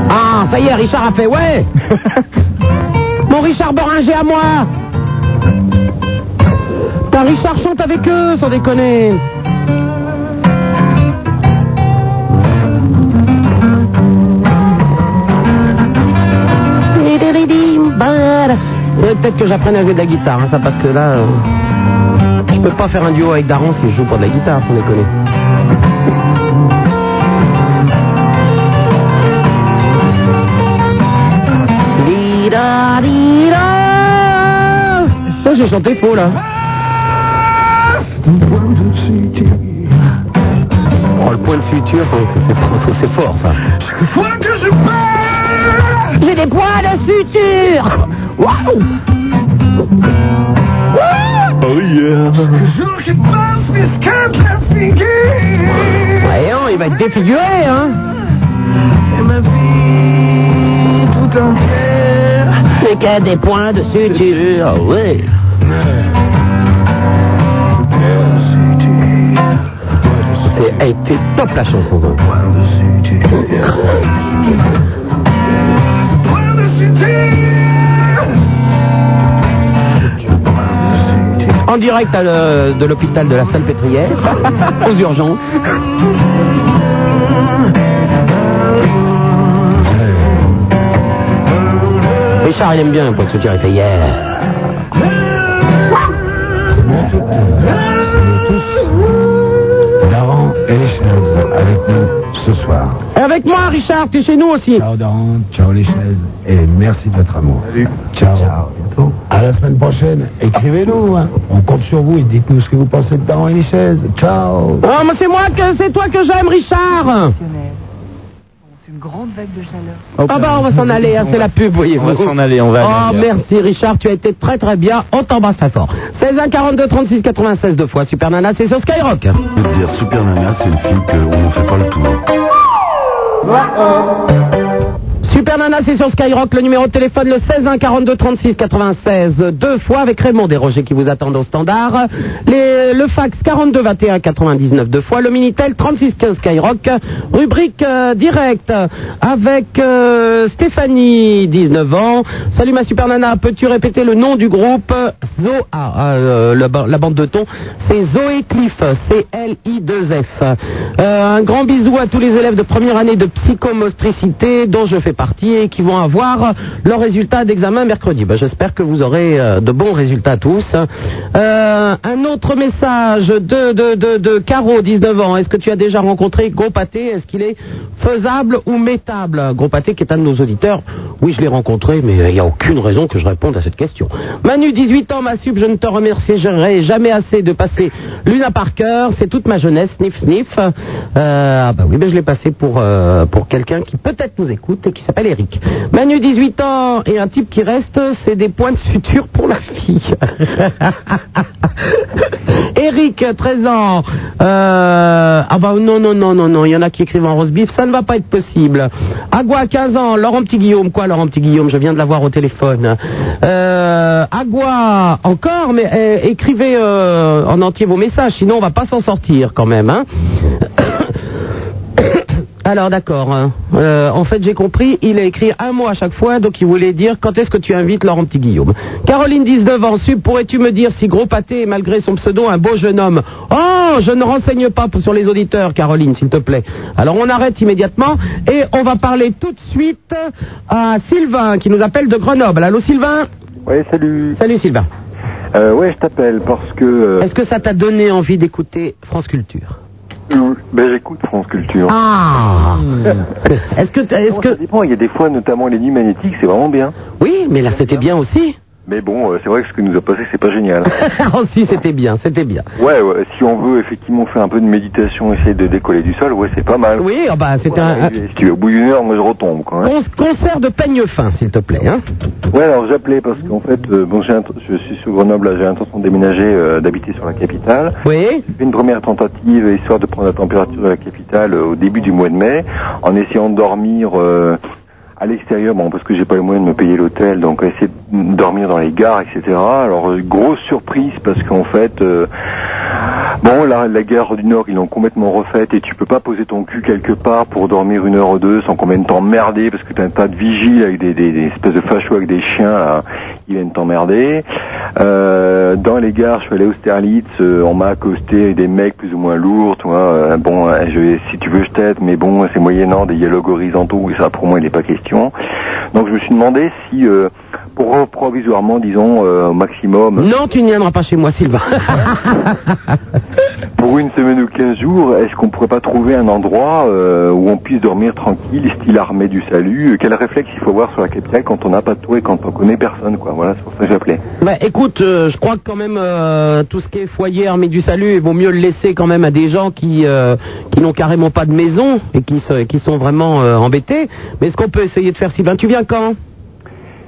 S3: Ah, ça y est, Richard a fait
S2: (laughs)
S3: ouais. Mon Richard Boringer à moi. T'as Richard chante avec eux, sans déconner. Ouais, Peut-être que j'apprenne à jouer de la guitare, hein, ça parce que là, euh, je peux pas faire un duo avec Daron si je joue pas de la guitare, sans déconner. Ça, j'ai chanté faux là. Oh, le point de suture, c'est- c'est- c'est fort ça.
S2: chaque fois que je parle, j'ai des points de suture. Waouh!
S18: Oh yeah
S2: Le jour qui passe m'escarte la figure.
S3: Voyons, il va être défiguré, hein
S2: Et ma vie tout entière.
S3: C'est qu'il y a des points de
S18: Ah
S3: suture, oui. C'est elle était top la chanson. donc.
S2: Point de suture.
S3: En euh, (laughs) direct à le- de l'hôpital de la Salpêtrière, aux urgences. Richard, il aime bien le point de soutien, il fait yeah.
S20: Daran et Schneuz avec nous ce soir.
S3: Et avec moi, Richard, t'es chez nous aussi.
S20: Ciao Daran, ciao les Schneuz et merci de votre amour. Salut. Ciao. À la semaine prochaine. Écrivez-nous. hein. On compte sur vous et (laughs) dites-nous ce que vous pensez de Daran et les Schneuz. Ciao.
S3: Ah, mais c'est moi que c'est toi que j'aime, Richard.
S17: Une grande vague de chaleur.
S3: Ah bah on va s'en aller, hein, c'est la pub, voyez-vous.
S4: On va s'en aller, hein. on va
S3: Oh
S4: aller ailleurs.
S3: merci Richard, tu as été très très bien, on t'embrasse très fort. 16 1 42 36 96 deux fois, Super Nana, c'est sur Skyrock.
S1: Je veux te dire, Super Nana, c'est une fille qu'on n'en fait pas le tour.
S3: Super Nana, c'est sur Skyrock, le numéro de téléphone, le 16 1 42 36 96 deux fois, avec Raymond Desrochers qui vous attendent au standard. Les- le fax 42 21 99 deux fois, le Minitel 36 15 Skyrock, rubrique euh, direct avec euh, Stéphanie, 19 ans. Salut ma Super Nana, peux-tu répéter le nom du groupe Zoa, euh, la, ba- la bande de ton, c'est Zoé Cliff, C-L-I-2-F. Euh, un grand bisou à tous les élèves de première année de psychomotricité dont je fais partie et qui vont avoir leurs résultats d'examen mercredi. Ben, J'espère que vous aurez euh, de bons résultats tous. Euh, un autre message de, de, de, de Caro, 19 ans. Est-ce que tu as déjà rencontré Gros Pâté Est-ce qu'il est faisable ou métable Gros Pâté qui est un de nos auditeurs. Oui, je l'ai rencontré, mais euh, il n'y a aucune raison que je réponde à cette question. Manu, 18 ans, ma sub, je ne te remercierai jamais assez de passer Luna Parker. C'est toute ma jeunesse, sniff, sniff. Euh, ah bah oui, ben je l'ai passé pour, euh, pour quelqu'un qui peut-être nous écoute et qui s'appelle Eric. Manu, 18 ans, et un type qui reste, c'est des points de suture pour la fille. (laughs) Eric, 13 ans. Euh, ah bah non, non, non, non, non, il y en a qui écrivent en rose beef, ça ne va pas être possible. Agua, 15 ans. Laurent Petit Guillaume, quoi Laurent Petit Guillaume, je viens de l'avoir au téléphone. Euh, Agua, encore, mais euh, écrivez euh, en entier vos messages, sinon on va pas s'en sortir quand même. Hein (laughs) alors d'accord. hein. Euh, en fait, j'ai compris. Il a écrit un mot à chaque fois, donc il voulait dire quand est-ce que tu invites Laurent Petit Guillaume. Caroline 19 ans, sub. Pourrais-tu me dire si Gros Pâté est malgré son pseudo un beau jeune homme Oh, je ne renseigne pas pour- sur les auditeurs, Caroline, s'il te plaît. Alors on arrête immédiatement et on va parler tout de suite à Sylvain qui nous appelle de Grenoble. Allô Sylvain.
S21: Oui, salut.
S3: Salut Sylvain.
S21: Euh, ouais, je t'appelle parce que. euh,
S3: Est-ce que ça t'a donné envie d'écouter France Culture (laughs)
S21: euh, ben, j'écoute France Culture. (laughs)
S3: Ah Est-ce que. Est
S21: que... Ça dépend, il y a des fois, notamment les nuits magnétiques, c'est vraiment bien.
S3: Oui, mais là, c'était bien aussi.
S21: Mais bon, euh, c'est vrai que ce que nous a passé, c'est
S3: (laughs)
S21: pas génial.
S3: Oh si, c'était bien, c'était bien.
S21: ouais, ouais, si on veut effectivement faire un peu de méditation, essayer de décoller du sol, ouais, c'est pas mal.
S3: Oui, ah bah, c'était un- un,
S21: Si tu veux, au bout d'une heure, moi je retombe quand même.
S3: Con- concert de peigne fin, s'il te plaît. Hein
S21: Ouais, alors j'appelais parce qu'en fait, euh, bon, j'ai int- je suis sur Grenoble, là, j'ai l'intention de déménager, euh, d'habiter sur la capitale.
S3: Oui.
S21: J'ai fait une première tentative, euh, histoire de prendre la température de la capitale euh, au début du mois de mai, en essayant de dormir euh, à l'extérieur, bon, parce que j'ai pas les moyens de me payer l'hôtel, donc essayer de dormir dans les gares, etc. Alors, euh, grosse surprise parce qu'en fait, euh, bon, la, la gare du Nord, ils l'ont complètement refaite et tu peux pas poser ton cul quelque part pour dormir une heure ou deux sans qu'on vienne t'emmerder parce que t'as un tas de vigiles avec des, des- des espèces de fachos avec des chiens, là, ils viennent t'emmerder. Euh, dans les gares, je suis allé à Austerlitz, euh, on m'a accosté avec des mecs plus ou moins lourds, tu vois. euh, bon, euh, je, si tu veux, je t'aide, mais bon, c'est moyennant des dialogues horizontaux, et ça, pour moi, il n'est pas question. Donc, je me suis demandé si, euh, pour provisoirement, disons, euh, au maximum,
S3: Non, tu ne viendras pas chez moi, Sylvain.
S21: pour une semaine ou 15 jours, est-ce qu'on pourrait pas trouver un endroit euh, où on puisse dormir tranquille, style armée du salut euh, Quel réflexe il faut avoir sur la capitale quand on n'a pas de toit et quand on connaît personne, quoi. Voilà, c'est pour ça que j'appelais.
S3: Bah, écoute, euh, je crois que quand même euh, tout ce qui est foyer, armée du salut, il vaut mieux le laisser quand même à des gens qui euh, qui n'ont carrément pas de maison et qui se- qui sont vraiment euh, embêtés. Mais ce qu'on peut essayer de faire, Sylvain, tu viens quand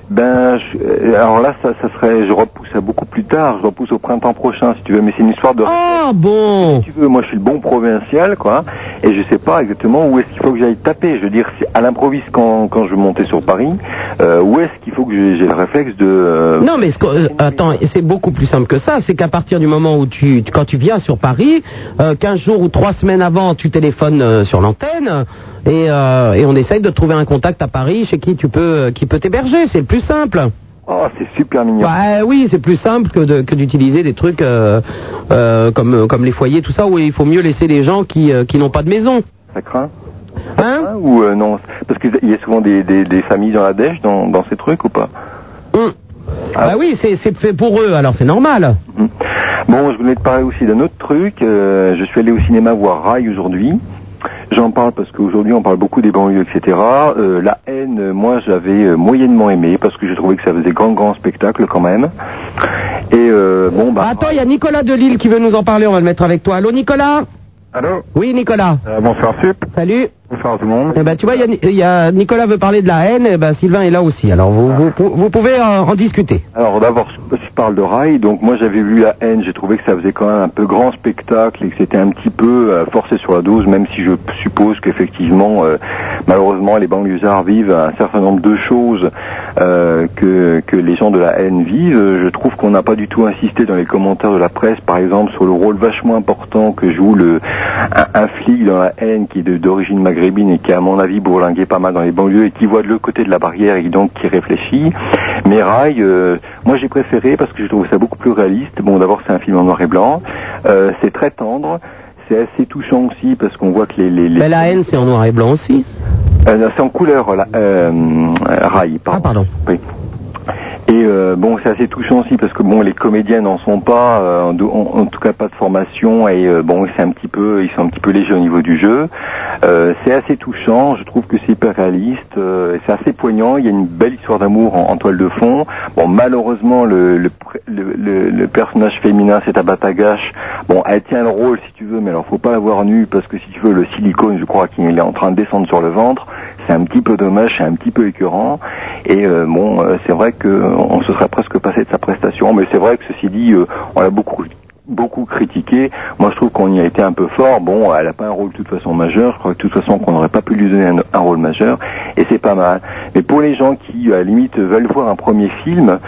S21: Ben, je- euh, alors là, ça, ça serait, je repousse à beaucoup plus tard, je repousse au printemps prochain, si tu veux, mais c'est une histoire de.
S3: Ah bon
S21: Si tu veux, moi je suis le bon provincial, quoi, et je sais pas exactement où est-ce qu'il faut que j'aille taper. Je veux dire, c'est à l'improviste quand, quand je montais sur Paris, euh, où est-ce qu'il faut que j'ai j'ai le réflexe de. euh,
S3: Non, mais ce qu'on- euh, attends, et c'est beaucoup plus simple que ça. C'est qu'à partir du moment où tu, tu- quand tu viens sur Paris, euh, 15 jours ou 3 semaines avant, tu téléphones euh, sur l'antenne et, euh, et on essaye de trouver un contact à Paris chez qui tu peux, euh, qui peut t'héberger. C'est le plus simple.
S21: Oh, c'est super mignon.
S3: Bah, euh, oui, c'est plus simple que de- que d'utiliser des trucs euh, euh, comme, comme les foyers, tout ça, où il faut mieux laisser les gens qui, euh, qui n'ont pas de maison.
S21: Ça craint
S3: Hein
S21: ça ou euh, non Parce qu'il y a souvent des, des, des familles dans la dèche dans, dans ces trucs ou pas Ah
S3: Bah oui, c'est c'est fait pour eux, alors c'est normal.
S21: Hmm. Bon, je voulais te parler aussi d'un autre truc. Euh, je suis allé au cinéma voir Rail aujourd'hui. J'en parle parce qu'aujourd'hui on parle beaucoup des banlieues, etc. Euh, la haine, euh, moi j'avais euh, moyennement aimé parce que j'ai trouvé que ça faisait grand grand spectacle quand même. Et euh, bon bah.
S3: Attends, il y a Nicolas de Lille qui veut nous en parler, on va le mettre avec toi. Allô Nicolas
S21: Allô
S3: Oui Nicolas.
S21: bonsoir Sup.
S3: Salut.
S21: Bonsoir tout le monde.
S3: Eh ben, tu vois, il y a- il y, a Nicolas veut parler de la haine, et ben Sylvain est là aussi. Alors vous, vous, pou- vous pouvez euh, en discuter.
S21: Alors d'abord, je je parle de rail. Donc moi j'avais vu la haine, j'ai trouvé que ça faisait quand même un peu grand spectacle et que c'était un petit peu euh, forcé sur la dose, même si je suppose qu'effectivement, euh, malheureusement, les banlieusards vivent un certain nombre de choses euh, que, que les gens de la haine vivent. Je trouve qu'on n'a pas du tout insisté dans les commentaires de la presse, par exemple, sur le rôle vachement important que joue le un, un flic dans la haine qui est de- d'origine maghrébine et qui, à mon avis, bourlinguait pas mal dans les banlieues et qui voit de l'autre côté de la barrière et donc qui réfléchit. Mais Rail, euh, moi j'ai préféré parce que j'ai trouvé ça beaucoup plus réaliste. Bon, d'abord c'est un film en noir et blanc, Euh, c'est très tendre, c'est assez touchant aussi parce qu'on voit que les, les, les-
S3: Mais la haine, c'est en noir et blanc aussi.
S21: euh, non, c'est en couleur, là, euh, euh,
S3: Ah,
S21: rail, pardon. Oui. Et euh, bon, c'est assez touchant aussi parce que bon, les comédiens n'en sont pas, euh, en, en- en tout cas pas de formation, et euh, bon, c'est un petit peu, ils sont un petit peu légers au niveau du jeu. Euh, c'est assez touchant, je trouve que c'est hyper réaliste, euh, c'est assez poignant. Il y a une belle histoire d'amour en, en toile de fond. Bon, malheureusement, le, le, pr- le- le- le personnage féminin, c'est Abatagache. Bon, elle tient le rôle si tu veux, mais alors faut pas l'avoir nue parce que si tu veux, le silicone, je crois qu'il est en train de descendre sur le ventre. C'est un petit peu dommage, c'est un petit peu écœurant. Et euh, bon, euh, c'est vrai que euh, on se serait presque passé de sa prestation, mais c'est vrai que ceci dit, euh, on l'a beaucoup beaucoup critiqué. Moi, je trouve qu'on y a été un peu fort. Bon, elle n'a pas un rôle de toute façon majeur. Je crois que de toute façon qu'on n'aurait pas pu lui donner un, un rôle majeur, et c'est pas mal. Mais pour les gens qui, à la limite, veulent voir un premier film,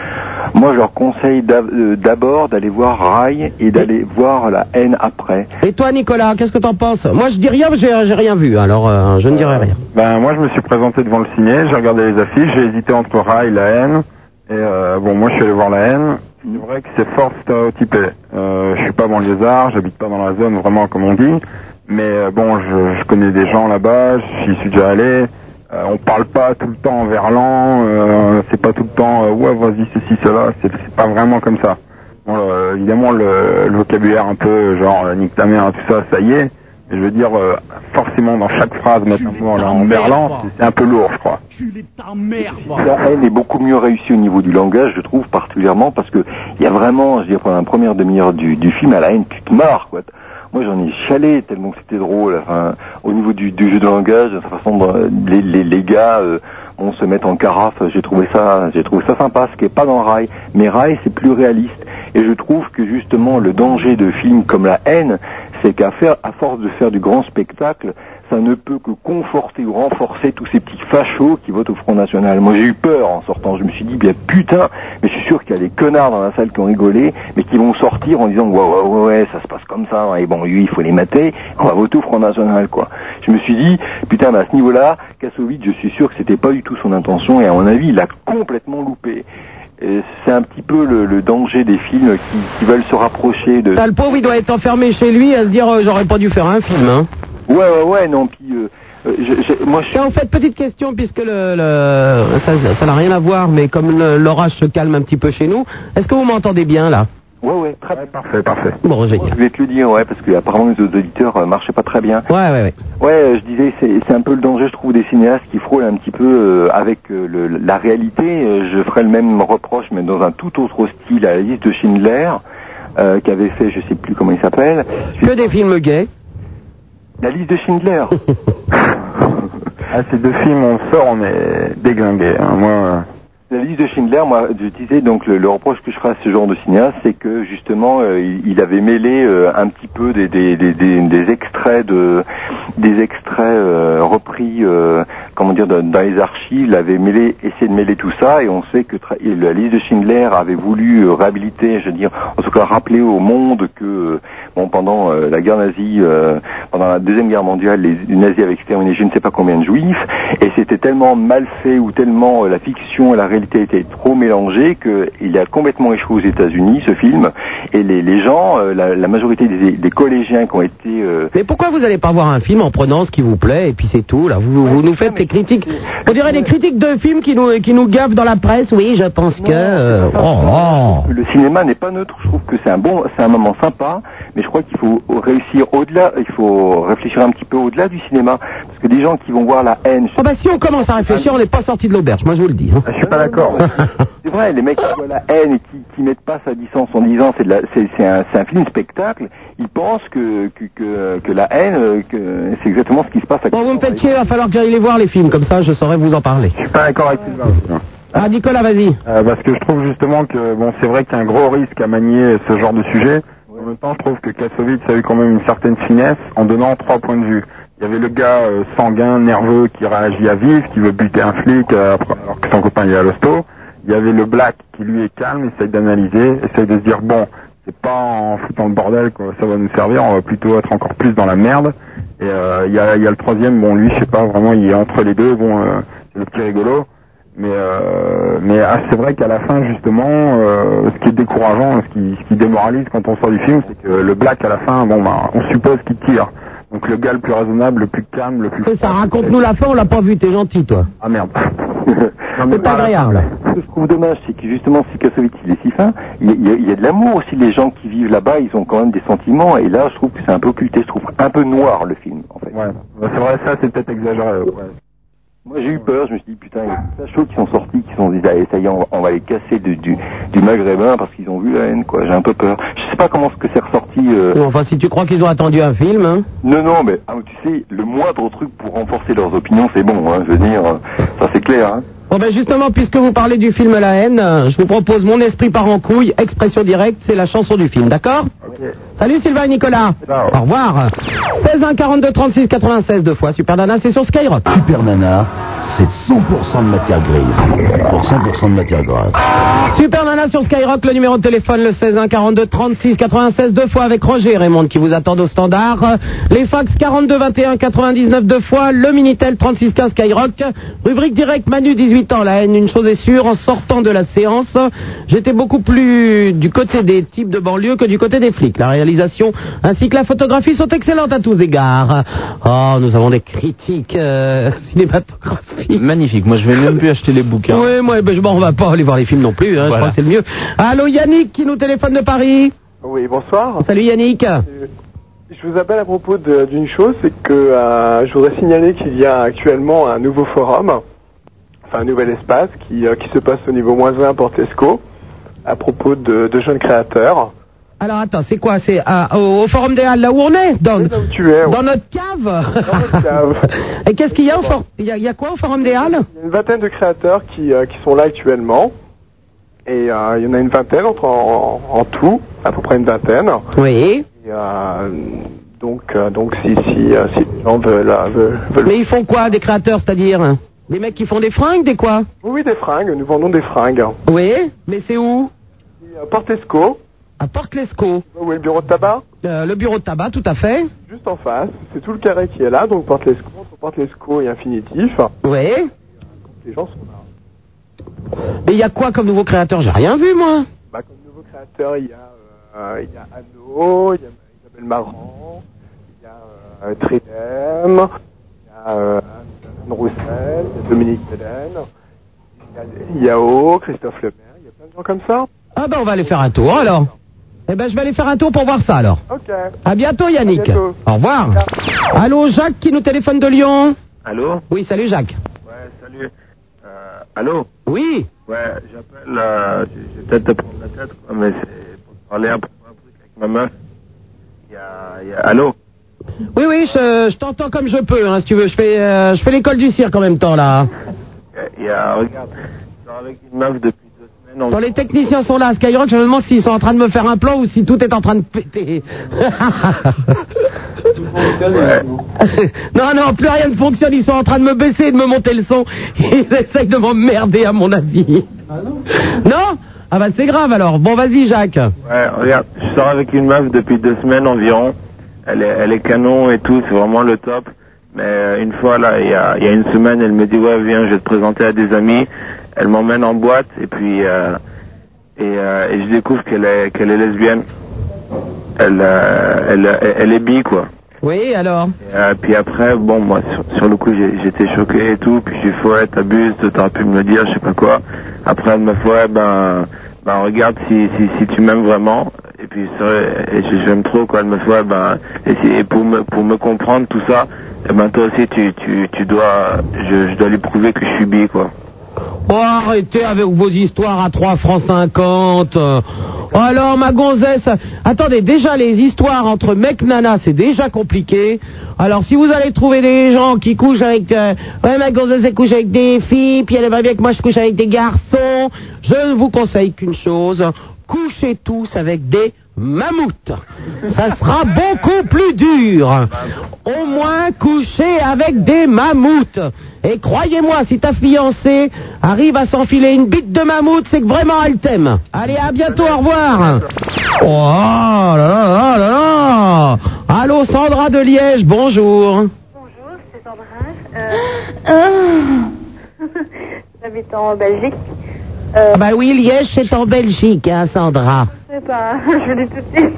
S21: moi, je leur conseille d'ab- euh, d'abord d'aller voir Rail et d'aller voir La haine après.
S3: Et toi Nicolas, qu'est-ce que t'en penses Moi je dis rien, j'ai j'ai rien vu, alors euh, je ne dirai rien.
S12: Ben moi je me suis présenté devant le ciné, j'ai regardé les affiches, j'ai hésité entre Rail, la haine. Et euh, bon moi je suis allé voir la haine. C'est vrai que c'est fort stéréotypé. Euh, je suis pas banlieusard, j'habite pas dans la zone vraiment comme on dit. Mais euh, bon je, je connais des gens là-bas, j'y suis déjà allé. Euh, on parle pas tout le temps en verlan, euh, c'est pas tout le temps euh, ouais vas-y ceci cela, c'est c'est pas vraiment comme ça. Bon, euh, évidemment le, le vocabulaire un peu genre euh, nique ta mère tout ça ça y est. Mais je veux dire euh, forcément dans chaque phrase mettre un mot en- en verlan, c'est- c'est un peu lourd je crois.
S21: La haine est beaucoup mieux réussie au niveau du langage, je trouve, particulièrement parce que il y a vraiment, je veux dire, pendant la première demi-heure du, du film, à la haine, tu te marres, quoi. Moi, j'en ai chalé tellement que c'était drôle. Enfin, au niveau du, du jeu de langage, de toute façon, euh, les, les, les gars, euh, on se met en carafe. J'ai trouvé ça, j'ai trouvé ça sympa, ce qui est pas dans Rail. Mais Rail, c'est plus réaliste. Et je trouve que justement, le danger de films comme La haine, c'est qu'à faire, à force de faire du grand spectacle, ça ne peut que conforter ou renforcer tous ces petits fachos qui votent au Front National. Moi, j'ai eu peur en sortant. Je me suis dit, bien putain, mais je suis sûr qu'il y a des connards dans la salle qui ont rigolé, mais qui vont sortir en disant, ouais, ouais, ouais, ouais, ça se passe comme ça, hein, et bon, lui, il faut les mater, on va voter au Front National, quoi. Je me suis dit, putain, mais à ce niveau-là, Kassovitz, je suis sûr que c'était pas du tout son intention, et à mon avis, il a complètement loupé. Et C'est un petit peu le, le danger des films qui, qui veulent se rapprocher de...
S3: T'as le pauvre, il doit être enfermé chez lui à se dire euh, j'aurais pas dû faire un film. Hein.
S21: Ouais, ouais, ouais, non, puis... euh, euh, je- je- moi, je
S3: Tiens, en fait, petite question, puisque le, le- ça ça n'a rien à voir, mais comme le- l'orage se calme un petit peu chez nous, est-ce que vous m'entendez bien là
S21: Ouais, ouais, très bien. Parfait, parfait.
S3: Bon, génial.
S21: Je vais te le dire, ouais, parce que apparemment les autres auditeurs euh, marchaient pas très bien.
S3: Ouais, ouais, ouais.
S21: Ouais, euh, je disais, c'est c'est un peu le danger, je trouve, des cinéastes qui frôlent un petit peu euh, avec euh, le- la réalité. Euh, Je ferai le même reproche, mais dans un tout autre style, à la liste de Schindler, euh, qu'avait fait, je sais plus comment il s'appelle.
S3: Que des films
S21: (laughs)
S3: gays.
S21: La liste de
S3: (laughs)
S21: Schindler.
S12: Ah, ces deux films, on sort, on est déglingué. hein. Moi, euh,
S21: La liste de Schindler, moi, je disais donc le, le reproche que je ferai à ce genre de cinéaste, c'est que justement, euh, il, il avait mêlé euh, un petit peu des, des, des, des- des extraits de, des extraits euh, repris, euh, comment dire, dans, dans les archives. Il avait mêlé, essayé de mêler tout ça, et on sait que tra- et la liste de Schindler avait voulu euh, réhabiliter, je veux dire, en tout cas rappeler au monde que euh, Bon, pendant euh, la guerre nazie, euh, pendant la deuxième guerre mondiale, les, les nazis avaient exterminé je ne sais pas combien de juifs, et c'était tellement mal fait ou tellement euh, la fiction et la réalité étaient trop mélangées qu'il a complètement échoué aux États-Unis ce film, et les, les gens, euh, la, la majorité des, des collégiens qui ont été euh,
S3: Mais pourquoi vous allez pas voir un film en prenant ce qui vous plaît et puis c'est tout là vous, vous nous faites des critiques on dirait des critiques de films qui nous qui nous gavent dans la presse oui je pense que euh, oh, oh.
S21: Le cinéma n'est pas neutre. Je trouve que c'est un bon, c'est un moment sympa, mais je crois qu'il faut réussir au-delà. Il faut réfléchir un petit peu au-delà du cinéma, parce que des gens qui vont voir la haine.
S3: Ah bah si on commence à réfléchir on n'est pas sorti de l'auberge moi je vous le dis hein.
S21: Je suis pas d'accord. (laughs) C'est vrai, les mecs qui voient la haine et qui, qui mettent pas sa distance en disant c'est de la- c'est c'est un, c'est un film spectacle, ils pensent que que, que, que la haine, euh, que c'est exactement ce qui se passe.
S3: Bon, vous me faites chier, il va falloir que j'aille les voir les films, comme ça je saurai vous en parler.
S22: Je suis pas d'accord avec
S12: Hein.
S22: Sylvain.
S3: Ah, Nicolas, vas-y.
S22: Euh, parce que je trouve justement que bon, c'est vrai qu'il y a un gros risque à manier ce genre de sujet. En même temps, je trouve que Kassovitz a eu quand même une certaine finesse en donnant trois points de vue. Il y avait le gars euh, sanguin, nerveux, qui réagit à vif, qui veut buter un flic euh, après- alors que son copain il est à l'hosto. Il y avait le black qui lui est calme, essaye d'analyser, essaye de se dire bon, c'est pas en foutant le bordel que ça va nous servir, on va plutôt être encore plus dans la merde. Et euh, il y, a, il y a le troisième, bon lui, je sais pas vraiment, il est entre les deux, bon, euh, c'est le petit rigolo. Mais euh, mais ah, c'est vrai qu'à la fin justement, euh, ce qui est décourageant, ce qui, ce qui démoralise quand on sort du film, c'est que le black à la fin, bon ben, on suppose qu'il tire. Donc le gars le plus raisonnable, le plus calme, le plus
S3: C'est ça, raconte-nous la fin, on l'a pas vu, t'es gentil toi.
S21: ah merde.
S3: C'est pas agréable.
S21: Ce que je trouve dommage, c'est que justement, si Kassovitz il est si fin, il y, a- il y a- il y a de l'amour aussi. Les gens qui vivent là-bas, ils ont quand même des sentiments. Et là, je trouve que c'est un peu occulté. Je trouve un peu noir le film, en fait.
S22: Ouais, c'est vrai, ça c'est peut-être exagéré. ouais.
S21: Moi, j'ai eu peur. Je me suis dit, putain, il y a plein de choses qui sont sorties, qui sont dit, allez, ça y est, on va, on va les casser du, du, du maghrébin parce qu'ils ont vu la haine, quoi. J'ai un peu peur. Je sais pas comment ce que c'est ressorti. euh,
S3: Bon, Enfin, si tu crois qu'ils ont attendu un film, hein.
S21: Non, non, mais ah, tu sais, le moindre truc pour renforcer leurs opinions, c'est bon. Hein, je veux dire, euh, ça c'est clair. Hein.
S3: Bon ben justement, puisque vous parlez du film La haine, euh, je vous propose Mon esprit part en couille, expression directe, c'est la chanson du film, d'accord Salut Sylvain et Nicolas. Au revoir. 16 1 42 36 96 deux fois Super Nana, c'est sur Skyrock.
S1: Super Nana, c'est 100% de matière grise. Pour 100% de matière grasse.
S3: Super Nana sur Skyrock, le numéro de téléphone le 16 1 42 36 96 deux fois avec Roger et Raymond qui vous attendent au standard. Euh, Les fax 42 21 99 deux fois, le Minitel 36 15 Skyrock. Rubrique direct Manu 18 ans, la haine, une chose est sûre, en sortant de la séance, j'étais beaucoup plus du côté des types de banlieue que du côté des flics. La réalisation ainsi que la photographie sont excellentes à tous égards. Oh, nous avons des critiques euh, (laughs) cinématographiques.
S23: Magnifique. Moi, je vais même plus acheter les bouquins.
S3: Oui, moi, ben, je, bon, on va pas aller voir les films non plus, hein, je
S23: Voilà.
S3: crois que c'est le mieux. Allô Yannick qui nous téléphone de Paris.
S12: Oui, bonsoir.
S3: Salut Yannick.
S12: Je vous appelle à propos de- d'une chose, c'est que euh, je voudrais signaler qu'il y a actuellement un nouveau forum, enfin un nouvel espace qui, euh, qui se passe au niveau moins 1 pour Tesco, à propos de, de jeunes créateurs.
S3: Alors attends, c'est quoi C'est à- au, au Forum des Halles, là où on est Dans, dans notre cave (laughs) Et qu'est-ce qu'il y a au for- il y a, il y a quoi au Forum des Halles
S12: Il y a une vingtaine de créateurs qui, euh, qui sont là actuellement, et euh, il y en a une vingtaine entre- en, en tout, à peu près une vingtaine.
S3: Oui.
S12: Et, euh, donc, euh, donc si, si, euh, si les gens veulent, euh, veulent- veulent
S3: Mais ils font quoi, des créateurs, c'est-à-dire Des mecs qui font des fringues, des quoi
S12: Oui, des fringues, nous vendons des fringues.
S3: Oui, mais c'est où
S12: À Portesco.
S3: À Portesco Euh,
S12: Oui, le bureau de tabac
S3: Le bureau de tabac, tout à fait.
S12: Juste en face, c'est tout le carré qui est là, donc Portesco, entre Portesco et Infinitif.
S3: Oui.
S12: Les gens sont là.
S3: Mais il y a quoi comme nouveau créateur J'ai rien vu, moi.
S12: Bah, comme nouveau créateur, il y a, euh, il y a Anno, il y a Isabelle Marant, il y a euh, Trinem, il y a euh, Anne Roussel, il y a Dominique Belen, il y a Yao, Christophe Lemaire, il y a plein de gens comme ça.
S3: Ah ben, on va aller faire un tour, alors. Eh ben, je vais aller faire un tour pour voir ça, alors.
S12: Ok.
S3: À bientôt, Yannick.
S12: À bientôt.
S3: Au revoir. Allô, Jacques qui nous téléphone de Lyon.
S24: Allô
S3: Oui, salut Jacques.
S24: Ouais, salut. Euh, allô
S3: Oui
S24: Ouais, j'appelle, euh, je je vais peut-être te prendre la tête, quoi, mais c'est pour te parler un peu un truc avec ma meuf. Il y a, il y a- allô
S3: Oui, oui, je, je t'entends comme je peux, hein, si tu veux. Je fais, euh, je fais l'école du cirque en même temps, là.
S24: Il y a, il y a- regarde, je sors avec une meuf depuis deux semaines. on-
S3: Quand les techniciens sont là à Skyrock, je me demande s'ils sont en train de me faire un plan ou si tout est en train de péter. (laughs) (laughs) non, non, plus rien ne fonctionne. Ils sont en train de me baisser et de me monter le son. Ils essayent de m'emmerder, à mon avis. non Ah bah c'est grave alors. Bon vas-y Jacques.
S7: Ouais, regarde, je sors avec une meuf depuis deux semaines environ. Elle est, elle est canon et tout, c'est vraiment le top. Mais euh, une fois, là, il y a, il y a une semaine, elle me dit, ouais, viens, je vais te présenter à des amis. Elle m'emmène en boîte et puis, euh, et, euh, et je découvre qu'elle est, qu'elle est lesbienne. Elle, euh, elle, elle, est bi, quoi.
S3: Oui alors.
S7: Et, euh, puis après, bon, moi, sur, sur le coup, j'ai- j'étais choqué et tout. Puis j'ai dit, ouais, t'abuses, t'aurais pu me le dire, je sais pas quoi. Après, elle me fait, ouais, ben, ben regarde si, si, si tu m'aimes vraiment. Et puis, ça, et je, je m'aime trop, quoi. Elle me fait, ouais, ben, et, si- et pour, me, pour me comprendre tout ça, eh ben, toi aussi, tu, tu, tu dois, je, je dois lui prouver que je suis bi, quoi.
S3: Oh, arrêtez avec vos histoires à 3 francs 50. Euh, Alors, ma gonzesse, attendez, déjà les histoires entre mecs nana, c'est déjà compliqué. Alors, si vous allez trouver des gens qui couchent avec... euh, ouais, ma gonzesse, elle couche avec des filles, puis elle aimerait bien que moi je couche avec des garçons. Je ne vous conseille qu'une chose, couchez tous avec des mammouths. Ça sera beaucoup plus dur. Au moins coucher avec des mammouths. Et croyez-moi, si ta fiancée arrive à s'enfiler une bite de mammouth, c'est que vraiment elle t'aime. Allez, à bientôt, au revoir. Oh là là là là là Allô, Sandra de Liège, bonjour.
S15: (laughs)
S3: Ah.
S15: J'habite en Belgique.
S3: Ah bah oui, Liège, c'est en Belgique, hein, Sandra.
S15: Je sais pas, (laughs) je vais tout de suite.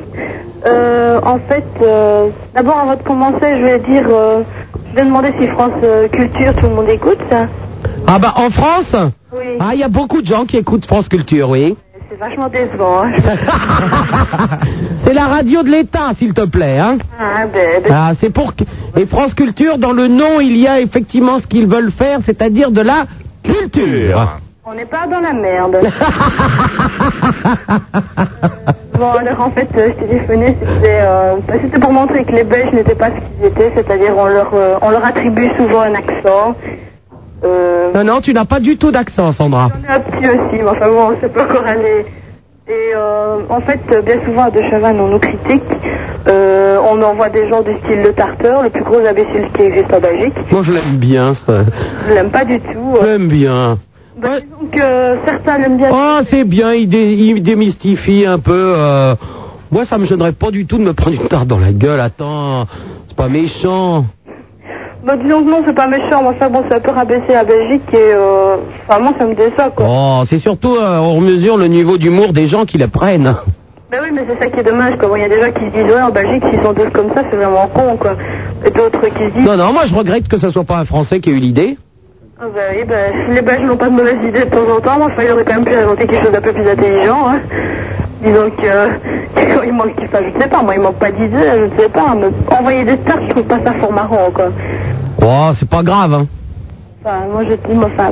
S15: Euh, en fait, euh, d'abord avant de commencer, je vais dire, euh, je vais demander si France euh, Culture, tout le monde écoute ça.
S3: Ah bah en France Ah, il y a beaucoup de gens qui écoutent France Culture, oui.
S15: C'est vachement décevant. hein.
S3: (laughs) C'est la radio de l'État, s'il te plaît, hein.
S15: Ah, ben, ben,
S3: Ah, c'est pour que- et France Culture dans le nom il y a effectivement ce qu'ils veulent faire, c'est-à-dire de la culture.
S15: on n'est pas dans la merde. Euh, bon, alors en fait, euh, je téléphonais, c'était euh, bah, c'était pour montrer que les Belges n'étaient pas ce qu'ils étaient, c'est-à-dire on leur euh, on leur attribue souvent un accent. Euh.
S3: Non non, tu n'as pas du tout d'accent, Sandra.
S15: Un petit aussi, mais enfin bon, c'est pas encore aller. Et euh, en fait, euh, bien souvent à De Chavannes, on nous critique. Euh, on envoie des gens du style le Tarteur, le plus gros imbécile qui existe en Belgique.
S3: Moi je l'aime bien ça.
S15: Je l'aime pas du tout.
S3: Je l'aime bien.
S15: Donc euh, certains l'aiment bien.
S3: Ah, c'est bien, il, dé- il démystifie un peu. euh, Moi, ça me gênerait pas du tout de me prendre une tarte dans la gueule. Attends, c'est pas méchant.
S15: Bah, disons que non, c'est pas méchant. Mais enfin bon, ça peut rabaisser la Belgique et euh, enfin moi ça me déçoit. quoi.
S3: Oh, c'est surtout, euh, on mesure le niveau d'humour des gens qui la prennent.
S15: Ben oui, mais c'est ça qui est dommage. quoi. Bon, Il y a des gens qui se disent ouais en Belgique s'ils sont douces comme ça, c'est vraiment con quoi. Et d'autres qui se disent
S3: Non, non, moi je regrette que ce soit pas un Français qui ait eu l'idée.
S15: Ah bah oui, bah, les Belges n'ont pas de mauvaises idées de temps en temps, mais enfin, ils auraient quand même pu inventer quelque chose d'un peu plus intelligent. Hein. Disons que, (laughs) euh, il manque, enfin, je sais pas, moi, il manque pas d'idées, je ne sais pas, mais envoyer des stars, je trouve pas ça fort marrant, quoi.
S3: Oh, c'est pas grave.
S15: (laughs)
S3: Hein.
S15: Enfin, moi, je dis, moi, enfin,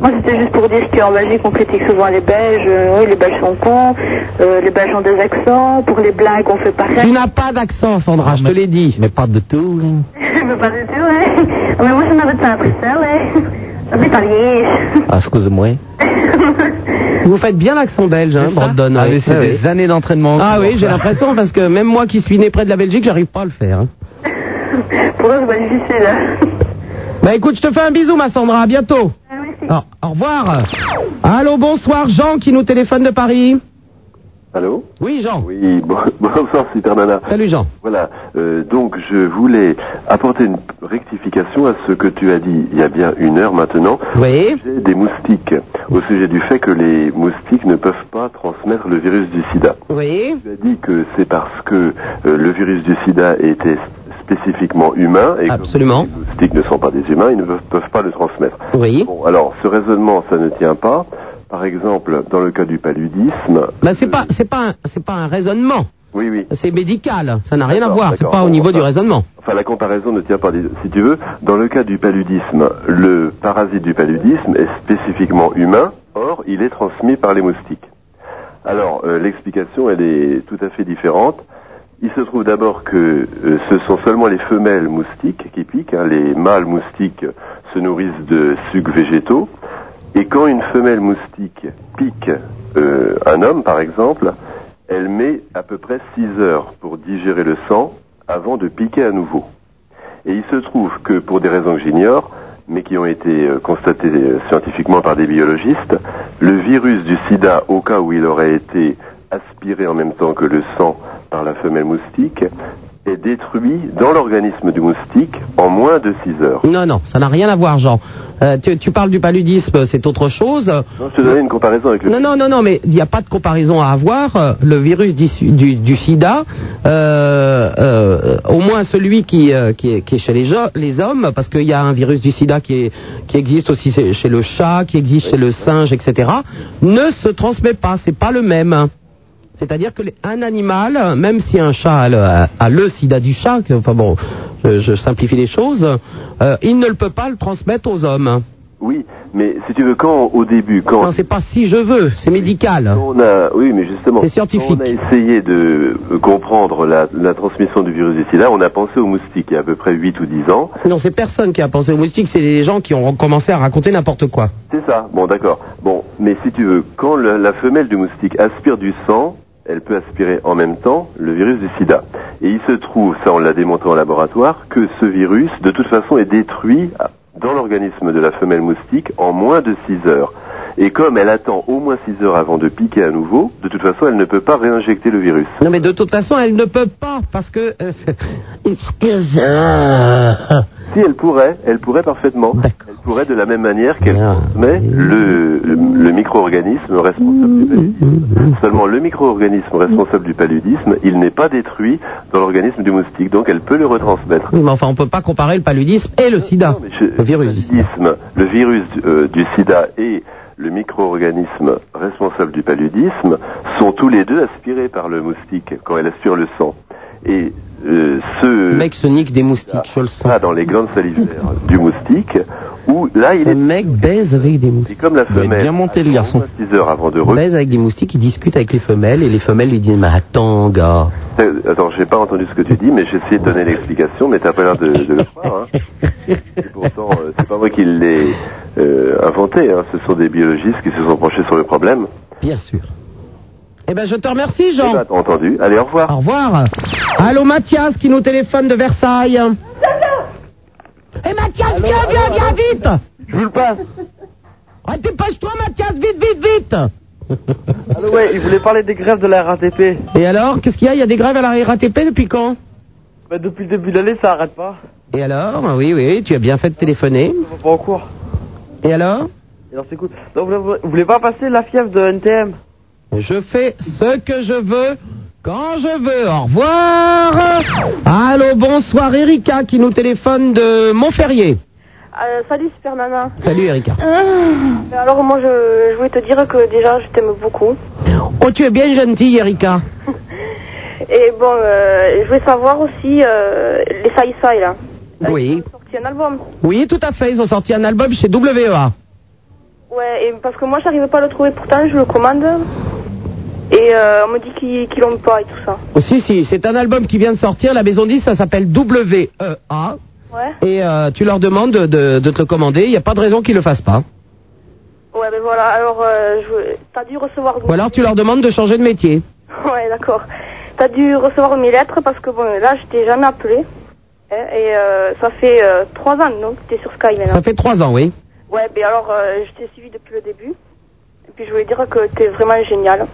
S15: moi, c'était juste pour dire qu'en Belgique, on critique souvent les Belges, euh, oui, les Belges sont cons, euh, les Belges ont des accents, pour les blagues, on fait pareil.
S3: Tu n'as pas d'accent, Sandra, je te l'ai dit. Mais pas de tout.
S15: mais pas du tout, hein. Mais moi, j'en avais ça à Bruxelles, hein. J'habite à Liège.
S1: Ah, Excuse-moi.
S3: (laughs) Vous faites bien l'accent belge, hein, Brandon.
S1: Ah,
S3: oui.
S1: mais c'est
S3: Ah, oui.
S1: des années d'entraînement.
S3: Ah oui, j'ai l'impression parce que même moi qui suis né près de la Belgique, j'arrive pas à le faire. hein.
S15: (laughs) Pour eux, c'est pas difficile, hein.
S3: Bah écoute, je te fais un bisou, ma Sandra, à bientôt. Alors, au revoir. Allô, bonsoir, Jean qui nous téléphone de Paris.
S25: Allô
S3: Oui, Jean.
S25: Oui, (laughs) bon- bonsoir, Super Nana.
S3: Salut, Jean.
S25: Voilà, euh, donc je voulais apporter une rectification à ce que tu as dit il y a bien une heure maintenant
S3: Oui.
S25: sujet des moustiques, au sujet du fait que les moustiques ne peuvent pas transmettre le virus du sida.
S3: Oui.
S25: Tu as dit que c'est parce que euh, le virus du sida était spécifiquement humain et
S3: Absolument.
S25: que les moustiques ne sont pas des humains, ils ne peuvent, peuvent pas le transmettre.
S3: Oui.
S25: Bon, alors ce raisonnement, ça ne tient pas. Par exemple, dans le cas du paludisme,
S3: Bah c'est pas, c'est pas, un- c'est pas un raisonnement.
S25: oui, oui.
S3: C'est médical. Ça n'a rien à
S25: D'accord,
S3: voir. C'est
S25: d'accord.
S3: pas au
S25: Bon,
S3: niveau du
S25: enfin,
S3: raisonnement.
S25: Enfin, la comparaison ne tient pas. Dis- Si tu veux, dans le cas du paludisme, le parasite du paludisme est spécifiquement humain. Or, il est transmis par les moustiques. Alors, euh, l'explication, elle est tout à fait différente. Il se trouve d'abord que euh, ce sont seulement les femelles moustiques qui piquent. hein. Les mâles moustiques se nourrissent de sucs végétaux. Et quand une femelle moustique pique euh, un homme, par exemple, elle met à peu près 6 heures pour digérer le sang avant de piquer à nouveau. Et il se trouve que, pour des raisons que j'ignore, mais qui ont été euh, constatés euh, scientifiquement par des biologistes, le virus du sida, au cas où il aurait été aspiré en même temps que le sang par la femelle moustique, est détruit dans l'organisme du moustique en moins de 6 heures.
S3: Non, non, ça n'a rien à voir, Jean. Euh, tu, tu parles du paludisme, c'est autre chose.
S25: Je te donnais une comparaison avec le...
S3: Non, non, non, non, mais il n'y a pas de comparaison à avoir. Euh, Le virus d'issu- du, du sida, euh, euh, au moins celui qui, euh, qui, est, qui est chez les, gens- les hommes, parce qu'il y a un virus du sida qui, est- qui existe aussi chez chez le chat, qui existe chez le singe, etc., ne se transmet pas, c'est pas le même. C'est-à-dire que les- un animal, même si un chat a le, a le sida du chat, que- enfin bon, je, je simplifie les choses, euh, il ne le peut pas le transmettre aux hommes.
S25: Oui, mais si tu veux, quand au début, quand...
S3: Non, c'est pas si je veux, c'est médical.
S25: On a, oui, mais justement,
S3: C'est scientifique.
S25: quand on a essayé de euh, comprendre la, la transmission du virus du sida, on a pensé aux moustiques il y a à peu près 8 ou 10 ans.
S3: Non, c'est personne qui a pensé aux moustiques, c'est les gens qui ont commencé à raconter n'importe quoi.
S25: C'est ça, bon d'accord. Bon, mais si tu veux, quand le- la femelle du moustique aspire du sang, elle peut aspirer en même temps le virus du sida. Et il se trouve, ça on l'a démontré en laboratoire, que ce virus, de toute façon, est détruit dans l'organisme de la femelle moustique en moins de 6 heures. Et comme elle attend au moins 6 heures avant de piquer à nouveau, de toute façon, elle ne peut pas réinjecter le virus.
S3: Non, mais de toute façon, elle ne peut pas, parce que... euh, (laughs) Excuse...
S25: Si elle pourrait, elle pourrait parfaitement. Elle pourrait de la même manière qu'elle transmet le, le, le micro-organisme responsable du paludisme. Seulement le micro-organisme responsable du paludisme, il n'est pas détruit dans l'organisme du moustique, donc elle peut le retransmettre.
S3: Oui, mais enfin, on peut pas comparer le paludisme et le sida.
S25: Le virus, le virus euh, du sida et le micro-organisme responsable du paludisme sont tous les deux aspirés par le moustique quand elle aspire le sang. Et euh, ce...
S3: mec se nique des moustiques, je le sens.
S25: dans les glandes salivaires du moustique, où là il est...
S3: mec baise avec des moustiques.
S25: comme la femelle...
S3: bien monté, le
S25: attend
S3: garçon.
S25: 6 heures avant de
S3: Il baise avec des moustiques, il discute avec les femelles, et les femelles lui disent, mais attends, gars...
S25: Euh, Attends, j'ai pas entendu ce que tu dis, mais j'ai essayé de donner l'explication, mais t'as pas l'air de, de le croire. Hein. Et pourtant, euh, c'est pas moi qui l'ai euh, inventé. Hein. Ce sont des biologistes qui se sont penchés sur le problème.
S3: (laughs) Bien sûr. Eh ben, je te remercie, Jean.
S25: T'as entendu Allez, au revoir.
S3: Au revoir. Allô, Mathias, qui nous téléphone de Versailles. (laughs) Eh, Mathias, viens, viens, viens, vite
S26: Je vous le passe.
S3: Ah, dépêche-toi, Mathias, vite, vite, vite
S7: Allô, ouais, il voulait parler des grèves de la RATP.
S3: Et alors, qu'est-ce qu'il y a Il y a des grèves à la RATP depuis quand
S7: Bah, depuis le début de l'année, ça arrête pas.
S3: Et alors Oui, oui, tu as bien fait de téléphoner.
S7: On va pas en cours.
S3: Et alors
S7: Et Alors, c'est cool. Donc, vous vous voulez pas passer la fièvre de NTM
S3: Je fais ce que je veux, quand je veux. Au revoir Allô, bonsoir, Erika, qui nous téléphone de Montferrier.
S15: Euh, salut Super Nana.
S3: Salut, Erika.
S15: Mais Alors moi je, je voulais te dire que déjà je t'aime beaucoup.
S3: Oh, tu es bien gentille, Erika.
S15: Et bon, euh, je voulais savoir aussi euh, les Saïsaï là.
S3: Oui.
S15: C'est un album.
S3: Oui, tout à fait, ils ont sorti un album chez E WEA.
S15: Ouais, et parce que moi j'arrivais pas à le trouver pourtant je le commande. Et euh, on me dit qu'ils qu'ils l'ont pas et tout ça.
S3: Oh, si, si, c'est un album qui vient de sortir, la maison 10, ça s'appelle WEA. Et euh, tu leur demandes de, de- de te le commander, il n'y a pas de raison qu'ils le fassent pas.
S15: Ouais, ben voilà, alors euh, je- t'as dû recevoir.
S3: Ou alors tu leur demandes de changer de métier.
S15: (laughs) Ouais, d'accord. T'as dû recevoir mes lettres parce que bon, là je t'ai jamais appelé. Hein, Et euh, ça fait euh, trois ans donc que t'es sur Sky maintenant.
S3: Ça fait trois ans, oui.
S15: Ouais, mais alors, euh, je t'ai suivi depuis le début. Et puis, je voulais dire que t'es vraiment génial.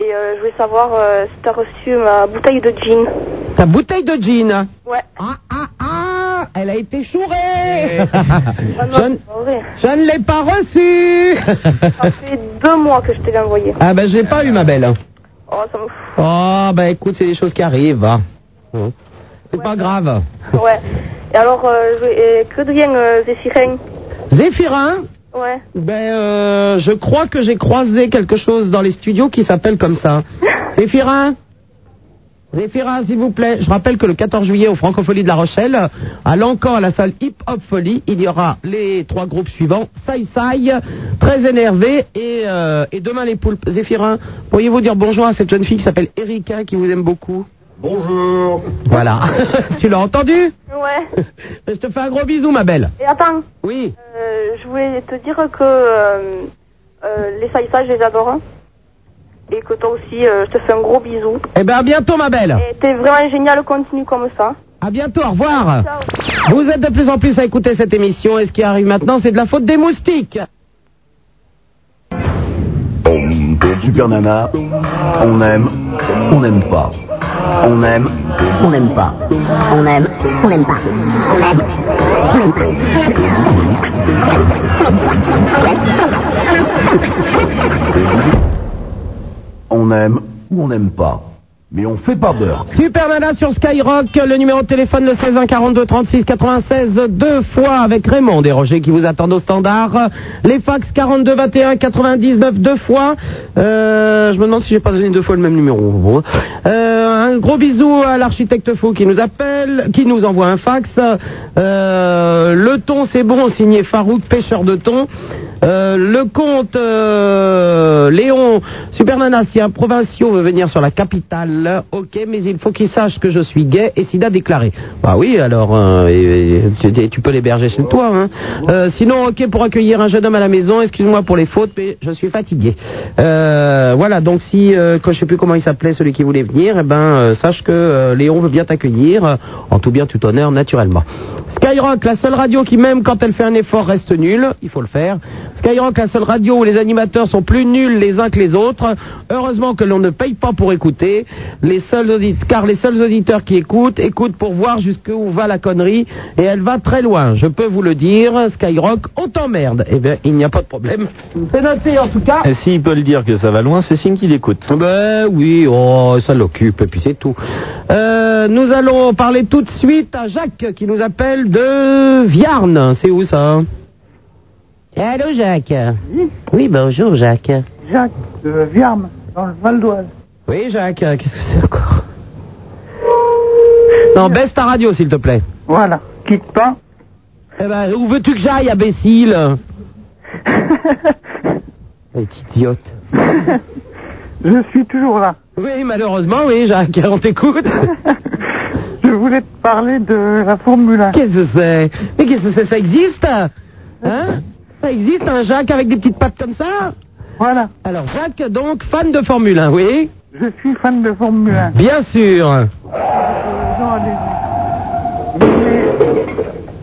S15: Et euh, je voulais savoir euh, si t'as reçu ma bouteille de gin.
S3: Ta bouteille de gin.
S15: Ouais.
S3: Ah, ah, ah Elle a été (laughs) chourée Je ne- Je ne l'ai pas reçue
S15: Ça fait deux mois que je te l'ai envoyé.
S3: Ah ben je l'ai pas eu ma belle.
S15: Oh, ça me
S3: Oh ben écoute, c'est des choses qui arrivent. hein. C'est pas grave.
S15: fout. Ouais. Et alors, euh, je voulais- et que devient euh, Zéphirin
S3: Zéphirin
S15: Ouais.
S3: Ben, euh, je crois que j'ai croisé quelque chose dans les studios qui s'appelle comme
S15: (laughs)
S3: ça. Zéphirin Zéphirin, s'il vous plaît. Je rappelle que le 14 juillet, au Francophonie de La Rochelle, à l'encan à la salle Hip Hop Folie, il y aura les trois groupes suivants. Sai Sai, très énervé, et, euh, et demain les poulpes. Zéphirin, pourriez-vous dire bonjour à cette jeune fille qui s'appelle Erika, qui vous aime beaucoup
S27: Bonjour.
S3: Voilà. (laughs) tu l'as entendu
S15: Ouais.
S3: Je te fais un gros bisou, ma belle.
S15: Et attends.
S3: Oui.
S15: Euh, je voulais te dire que euh, euh, les Saïsa, je les adore. hein. Et que toi aussi, euh, je te fais un gros bisou.
S3: Eh ben, à bientôt, ma belle.
S15: Et t'es vraiment génial, continue comme ça.
S3: À bientôt, au revoir. Vous êtes de plus en plus à écouter cette émission et ce qui arrive maintenant, c'est de la faute des moustiques.
S1: Super Nana, on aime, on n'aime pas. On aime, on n'aime pas.
S28: On aime, on n'aime pas. On aime, on n'aime pas.
S1: On aime ou on n'aime pas. Mais on fait pas beurre.
S3: Super Nana sur Skyrock, le numéro de téléphone le 16 1 42 36 96 deux fois avec Raymond et Roger qui vous attendent au standard. Les fax 42 21 99 deux fois. Euh, je me demande si j'ai pas donné deux fois le même numéro. Bon. Euh, un gros bisou à l'architecte Fou qui nous appelle, qui nous envoie un fax. Euh, le ton c'est bon, signé Farouk, pêcheur de thon. Euh, le comte euh, Léon, Super Nana, si un provinciaux veut venir sur la capitale, ok, mais il faut qu'il sache que je suis gay et sida déclaré. Bah oui, alors euh, et- et tu, et tu peux l'héberger chez toi. Hein. Euh, sinon, ok, pour accueillir un jeune homme à la maison, excuse-moi pour les fautes, mais je suis fatigué. Euh, voilà, donc si, euh, quand je sais plus comment il s'appelait, celui qui voulait venir, eh ben, euh, sache que euh, Léon veut bien t'accueillir, euh, en tout bien, tout honneur, naturellement. Skyrock, la seule radio qui, même quand elle fait un effort, reste nulle, il faut le faire. Skyrock, la seule radio où les animateurs sont plus nuls les uns que les autres. Heureusement que l'on ne paye pas pour écouter, les seuls audit- car les seuls auditeurs qui écoutent, écoutent pour voir jusqu'où va la connerie, et elle va très loin. Je peux vous le dire, Skyrock, on t'emmerde. Eh bien, il n'y a pas de problème. C'est noté en tout cas.
S7: Et s'il peut le dire que ça va loin, c'est signe qu'il écoute.
S12: Eh
S3: Ben oui, oh, ça l'occupe, et puis c'est tout. Euh, nous allons parler tout de suite à Jacques qui nous appelle de Viarne. C'est où ça Allô Jacques Oui, bah. bonjour Jacques.
S2: Jacques de Viarme, dans le Val d'Oise.
S3: Oui Jacques, euh, qu'est-ce que c'est encore Non, baisse ta radio s'il te plaît.
S2: Voilà, quitte pas.
S3: Eh ben, où veux-tu que j'aille,
S2: (laughs)
S3: imbécile Elle est idiote.
S2: (laughs) Je suis toujours là.
S3: Oui, malheureusement, oui, Jacques, on t'écoute.
S2: (laughs) Je voulais te parler de la Formule 1.
S3: Qu'est-ce que c'est Mais qu'est-ce que c'est Ça existe Hein Ça existe, un Jacques avec des petites pattes comme ça
S2: Voilà.
S3: Alors, Jacques, donc, fan de Formule 1, oui
S2: Je suis fan de Formule 1.
S3: Bien sûr
S2: Non, allez.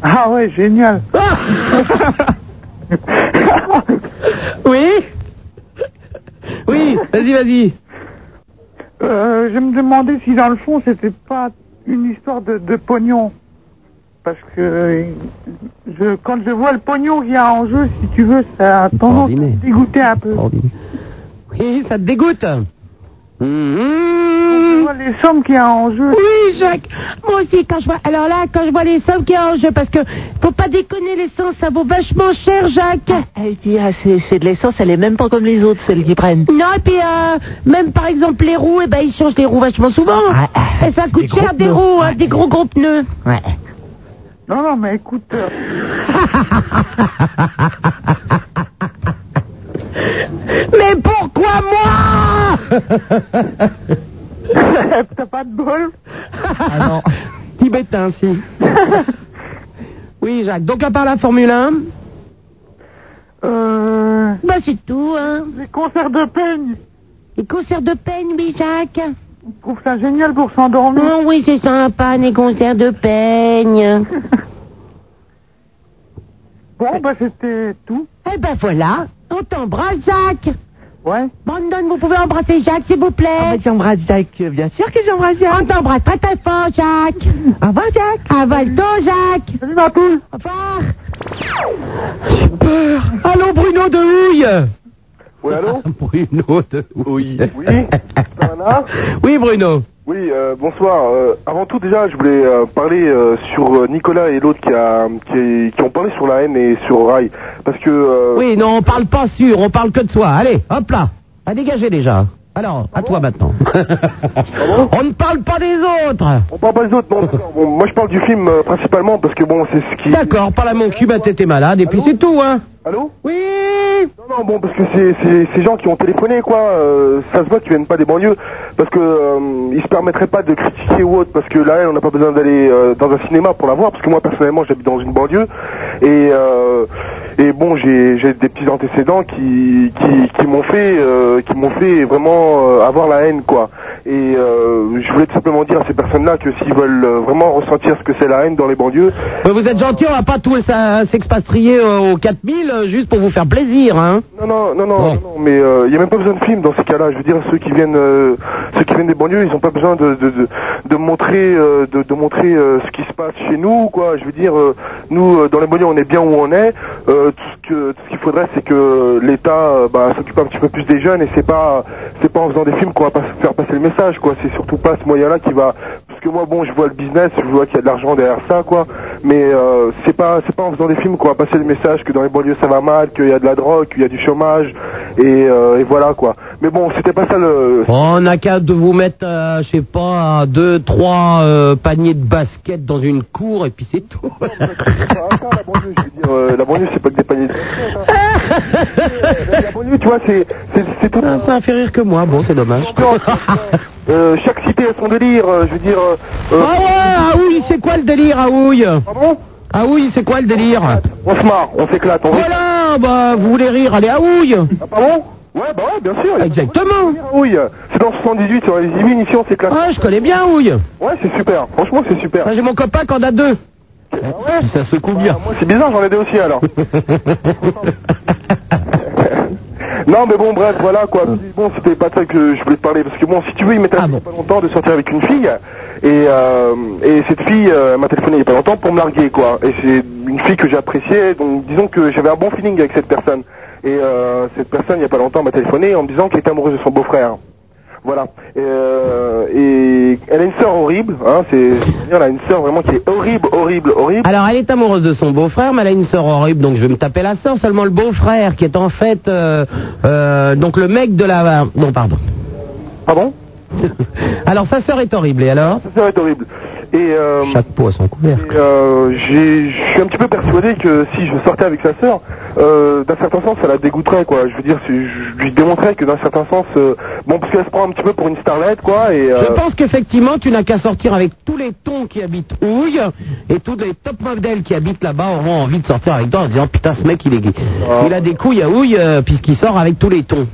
S2: Ah ouais, génial.
S3: (laughs) oui Oui, vas-y, vas-y.
S2: Euh, je me demandais si dans le fond c'était pas une histoire de, de pognon. Parce que euh, je, quand je vois le pognon qu'il y a en jeu, si tu veux, ça a tendance à me dégoûter un peu.
S3: Oui, ça te dégoûte.
S2: Je vois les sommes qu'il y a en jeu.
S28: Oui, Jacques. Moi aussi, quand je vois. Alors là, quand je vois les sommes qu'il y a en jeu, parce que faut pas déconner, l'essence, ça vaut vachement cher, Jacques.
S29: Elle dit, ah, c'est c'est de l'essence, elle est même pas comme les autres, celles qui prennent.
S28: Non, et puis, euh, même par exemple, les roues, eh ben, ils changent les roues vachement souvent. et ça coûte cher, des roues, hein, des gros gros pneus.
S29: Ouais.
S2: Non, non, mais écoute. euh,
S28: (laughs) Mais pourquoi moi
S2: (laughs) T'as pas de bol
S3: Ah non. Tibétain, hein,
S2: (laughs)
S3: si. oui, Jacques, donc à part la Formule 1
S2: Euh...
S28: Bah, c'est tout, hein.
S2: Les concerts de peigne.
S28: Les concerts de peigne, oui, Jacques.
S2: Je trouve ça génial pour s'endormir.
S28: Oh oui, c'est sympa, les concerts de peigne.
S2: (laughs) Bon, bah, c'était tout.
S28: Eh ben, voilà. On t'embrasse, Jacques.
S2: Ouais.
S28: Brandon, vous pouvez embrasser Jacques, s'il vous plaît. Ah,
S29: j'embrasse Jacques, bien sûr que j'embrasse Jacques.
S28: On t'embrasse très très fort, Jacques.
S29: Au revoir, Jacques.
S28: Avale-toi, Jacques.
S2: Salut, ma poule.
S28: Au revoir.
S3: Peur. Allô, Bruno de
S4: (laughs)
S3: Houille (laughs)
S12: Oui, allô
S3: Bruno de Houille.
S12: Oui, Super Nana
S3: Oui, Bruno.
S12: Oui, euh, bonsoir. Euh, avant tout, déjà, je voulais euh, parler euh, sur euh, Nicolas et l'autre qui, a- qui, qui ont parlé sur la haine et sur Rail. Parce que... euh,
S3: Oui, non, on parle pas sûr, on parle que de soi. Allez, hop là. À dégager déjà. Alors, à toi maintenant.
S12: (laughs)
S3: on ne parle pas des autres.
S12: On parle pas des autres,
S3: (laughs)
S12: non, d'accord. Bon, moi, je parle du film euh, principalement parce que, bon, c'est ce qui...
S3: D'accord, parle à mon cul, bah t'étais malade, et puis c'est tout, hein.
S12: Allô
S3: Oui
S12: Non, non, bon, parce que c'est- c'est ces gens qui ont téléphoné, quoi. euh, ça se voit qu'ils viennent pas des banlieues. Parce que euh, ils se permettraient pas de critiquer ou autre. Parce que là, on n'a pas besoin d'aller euh, dans un cinéma pour la voir. Parce que moi, personnellement, j'habite dans une banlieue. Et euh, Et bon, j'ai j'ai des petits antécédents qui qui, qui m'ont fait euh, qui m'ont fait vraiment euh, avoir la haine quoi. Et euh, je voulais tout simplement dire à ces personnes-là que s'ils veulent euh, vraiment ressentir ce que c'est la haine dans les banlieues,
S3: Euh, Vous êtes gentil, on va pas tous euh, s'expatrier euh, aux 4000 euh, juste pour vous faire plaisir, hein
S12: Non, non, non, non, non, non, mais il n'y a même pas besoin de film dans ces cas-là. Je veux dire, ceux qui viennent, euh, ceux qui viennent des banlieues, ils n'ont pas besoin de, de, de, de montrer, euh, de, de montrer euh, ce qui se passe chez nous, quoi. Je veux dire, euh, nous, euh, dans les banlieues, on est bien où on est. Euh, tout ce que- tout ce qu'il faudrait, c'est que l'État euh, bah, s'occupe un petit peu plus des jeunes et c'est pas, c'est pas en faisant des films qu'on va pas faire passer le message, quoi. C'est surtout pas ce moyen-là qui va, parce que moi, bon, je vois le business, je vois qu'il y a de l'argent derrière ça, quoi. Mais euh, c'est pas, c'est pas en faisant des films qu'on va passer le message que dans les banlieues ça va mal, qu'il y a de la drogue, qu'il y a du chômage, et, euh, et voilà, quoi. Mais bon, c'était pas ça le.
S3: On n'a qu'à de vous mettre, euh, je sais pas, deux, trois euh, paniers de basket dans une cour et puis c'est tout. (laughs)
S12: je veux dire, euh, la banlieue, c'est pas que des
S3: (laughs)
S12: paniers de La banlieue, tu vois, c'est, c'est, c'est tout.
S3: Ah,
S12: Oh,
S3: ça a fait rire que moi, bon, c'est dommage.
S12: Euh, chaque cité a son délire, euh, je veux dire. euh, euh,
S3: Ah ouais, Aouille, c'est quoi le délire, ah Aouille
S12: Pardon
S3: Aouille, c'est quoi le délire
S12: On se marre, on s'éclate, on
S3: Voilà, bah, vous voulez rire, allez, Aouille
S12: Ah, pardon Ouais, bah ouais, bien sûr.
S3: Exactement.
S12: Oui, c'est dans 78, sur les Yvelines, ici, on s'éclate.
S3: Ouais, je connais bien Aouille.
S12: Ouais, c'est super, franchement, c'est super.
S3: J'ai mon copain qui en a deux.
S12: Ça secoue bien. moi, c'est bizarre, j'en ai deux aussi
S7: (laughs)
S12: alors. non, mais bon, bref, voilà quoi. Puis, Bon, c'était pas de ça que je voulais te parler parce que bon, si tu veux, il m'est arrivé il y a pas longtemps de sortir avec une fille et, euh, et cette fille euh, m'a téléphoné il y a pas longtemps pour me larguer quoi. Et c'est une fille que j'appréciais, donc disons que j'avais un bon feeling avec cette personne. Et euh, cette personne, il y a pas longtemps, m'a téléphoné en me disant qu'elle était amoureuse de son beau-frère. Voilà. Et, euh, et elle a une sœur horrible, hein, c'est, elle a une sœur vraiment qui est horrible, horrible, horrible.
S3: Alors, elle est amoureuse de son beau-frère, mais elle a une sœur horrible, donc je vais me taper la sœur, seulement le beau-frère, qui est en fait, euh, euh, donc le mec de la... Non, pardon.
S12: Pardon
S3: (laughs) Alors, sa sœur est horrible, et alors
S12: Ça va être horrible. Et, euh,
S3: Chaque peau à son couvert.
S12: et, euh, j'ai- je suis un petit peu persuadé que si je sortais avec sa sœur, euh, d'un certain sens, ça la dégoûterait, quoi. Je veux dire, c'est- je lui démontrais que d'un certain sens, euh, bon, parce qu'elle se prend un petit peu pour une starlette, quoi. Et, euh,
S3: Je pense qu'effectivement, tu n'as qu'à sortir avec tous les tons qui habitent Houille et tous les top modèles qui habitent là-bas auront envie de sortir avec toi en disant putain ce mec il est gay. Il a des couilles à Houille euh, puisqu'il sort avec tous les tons.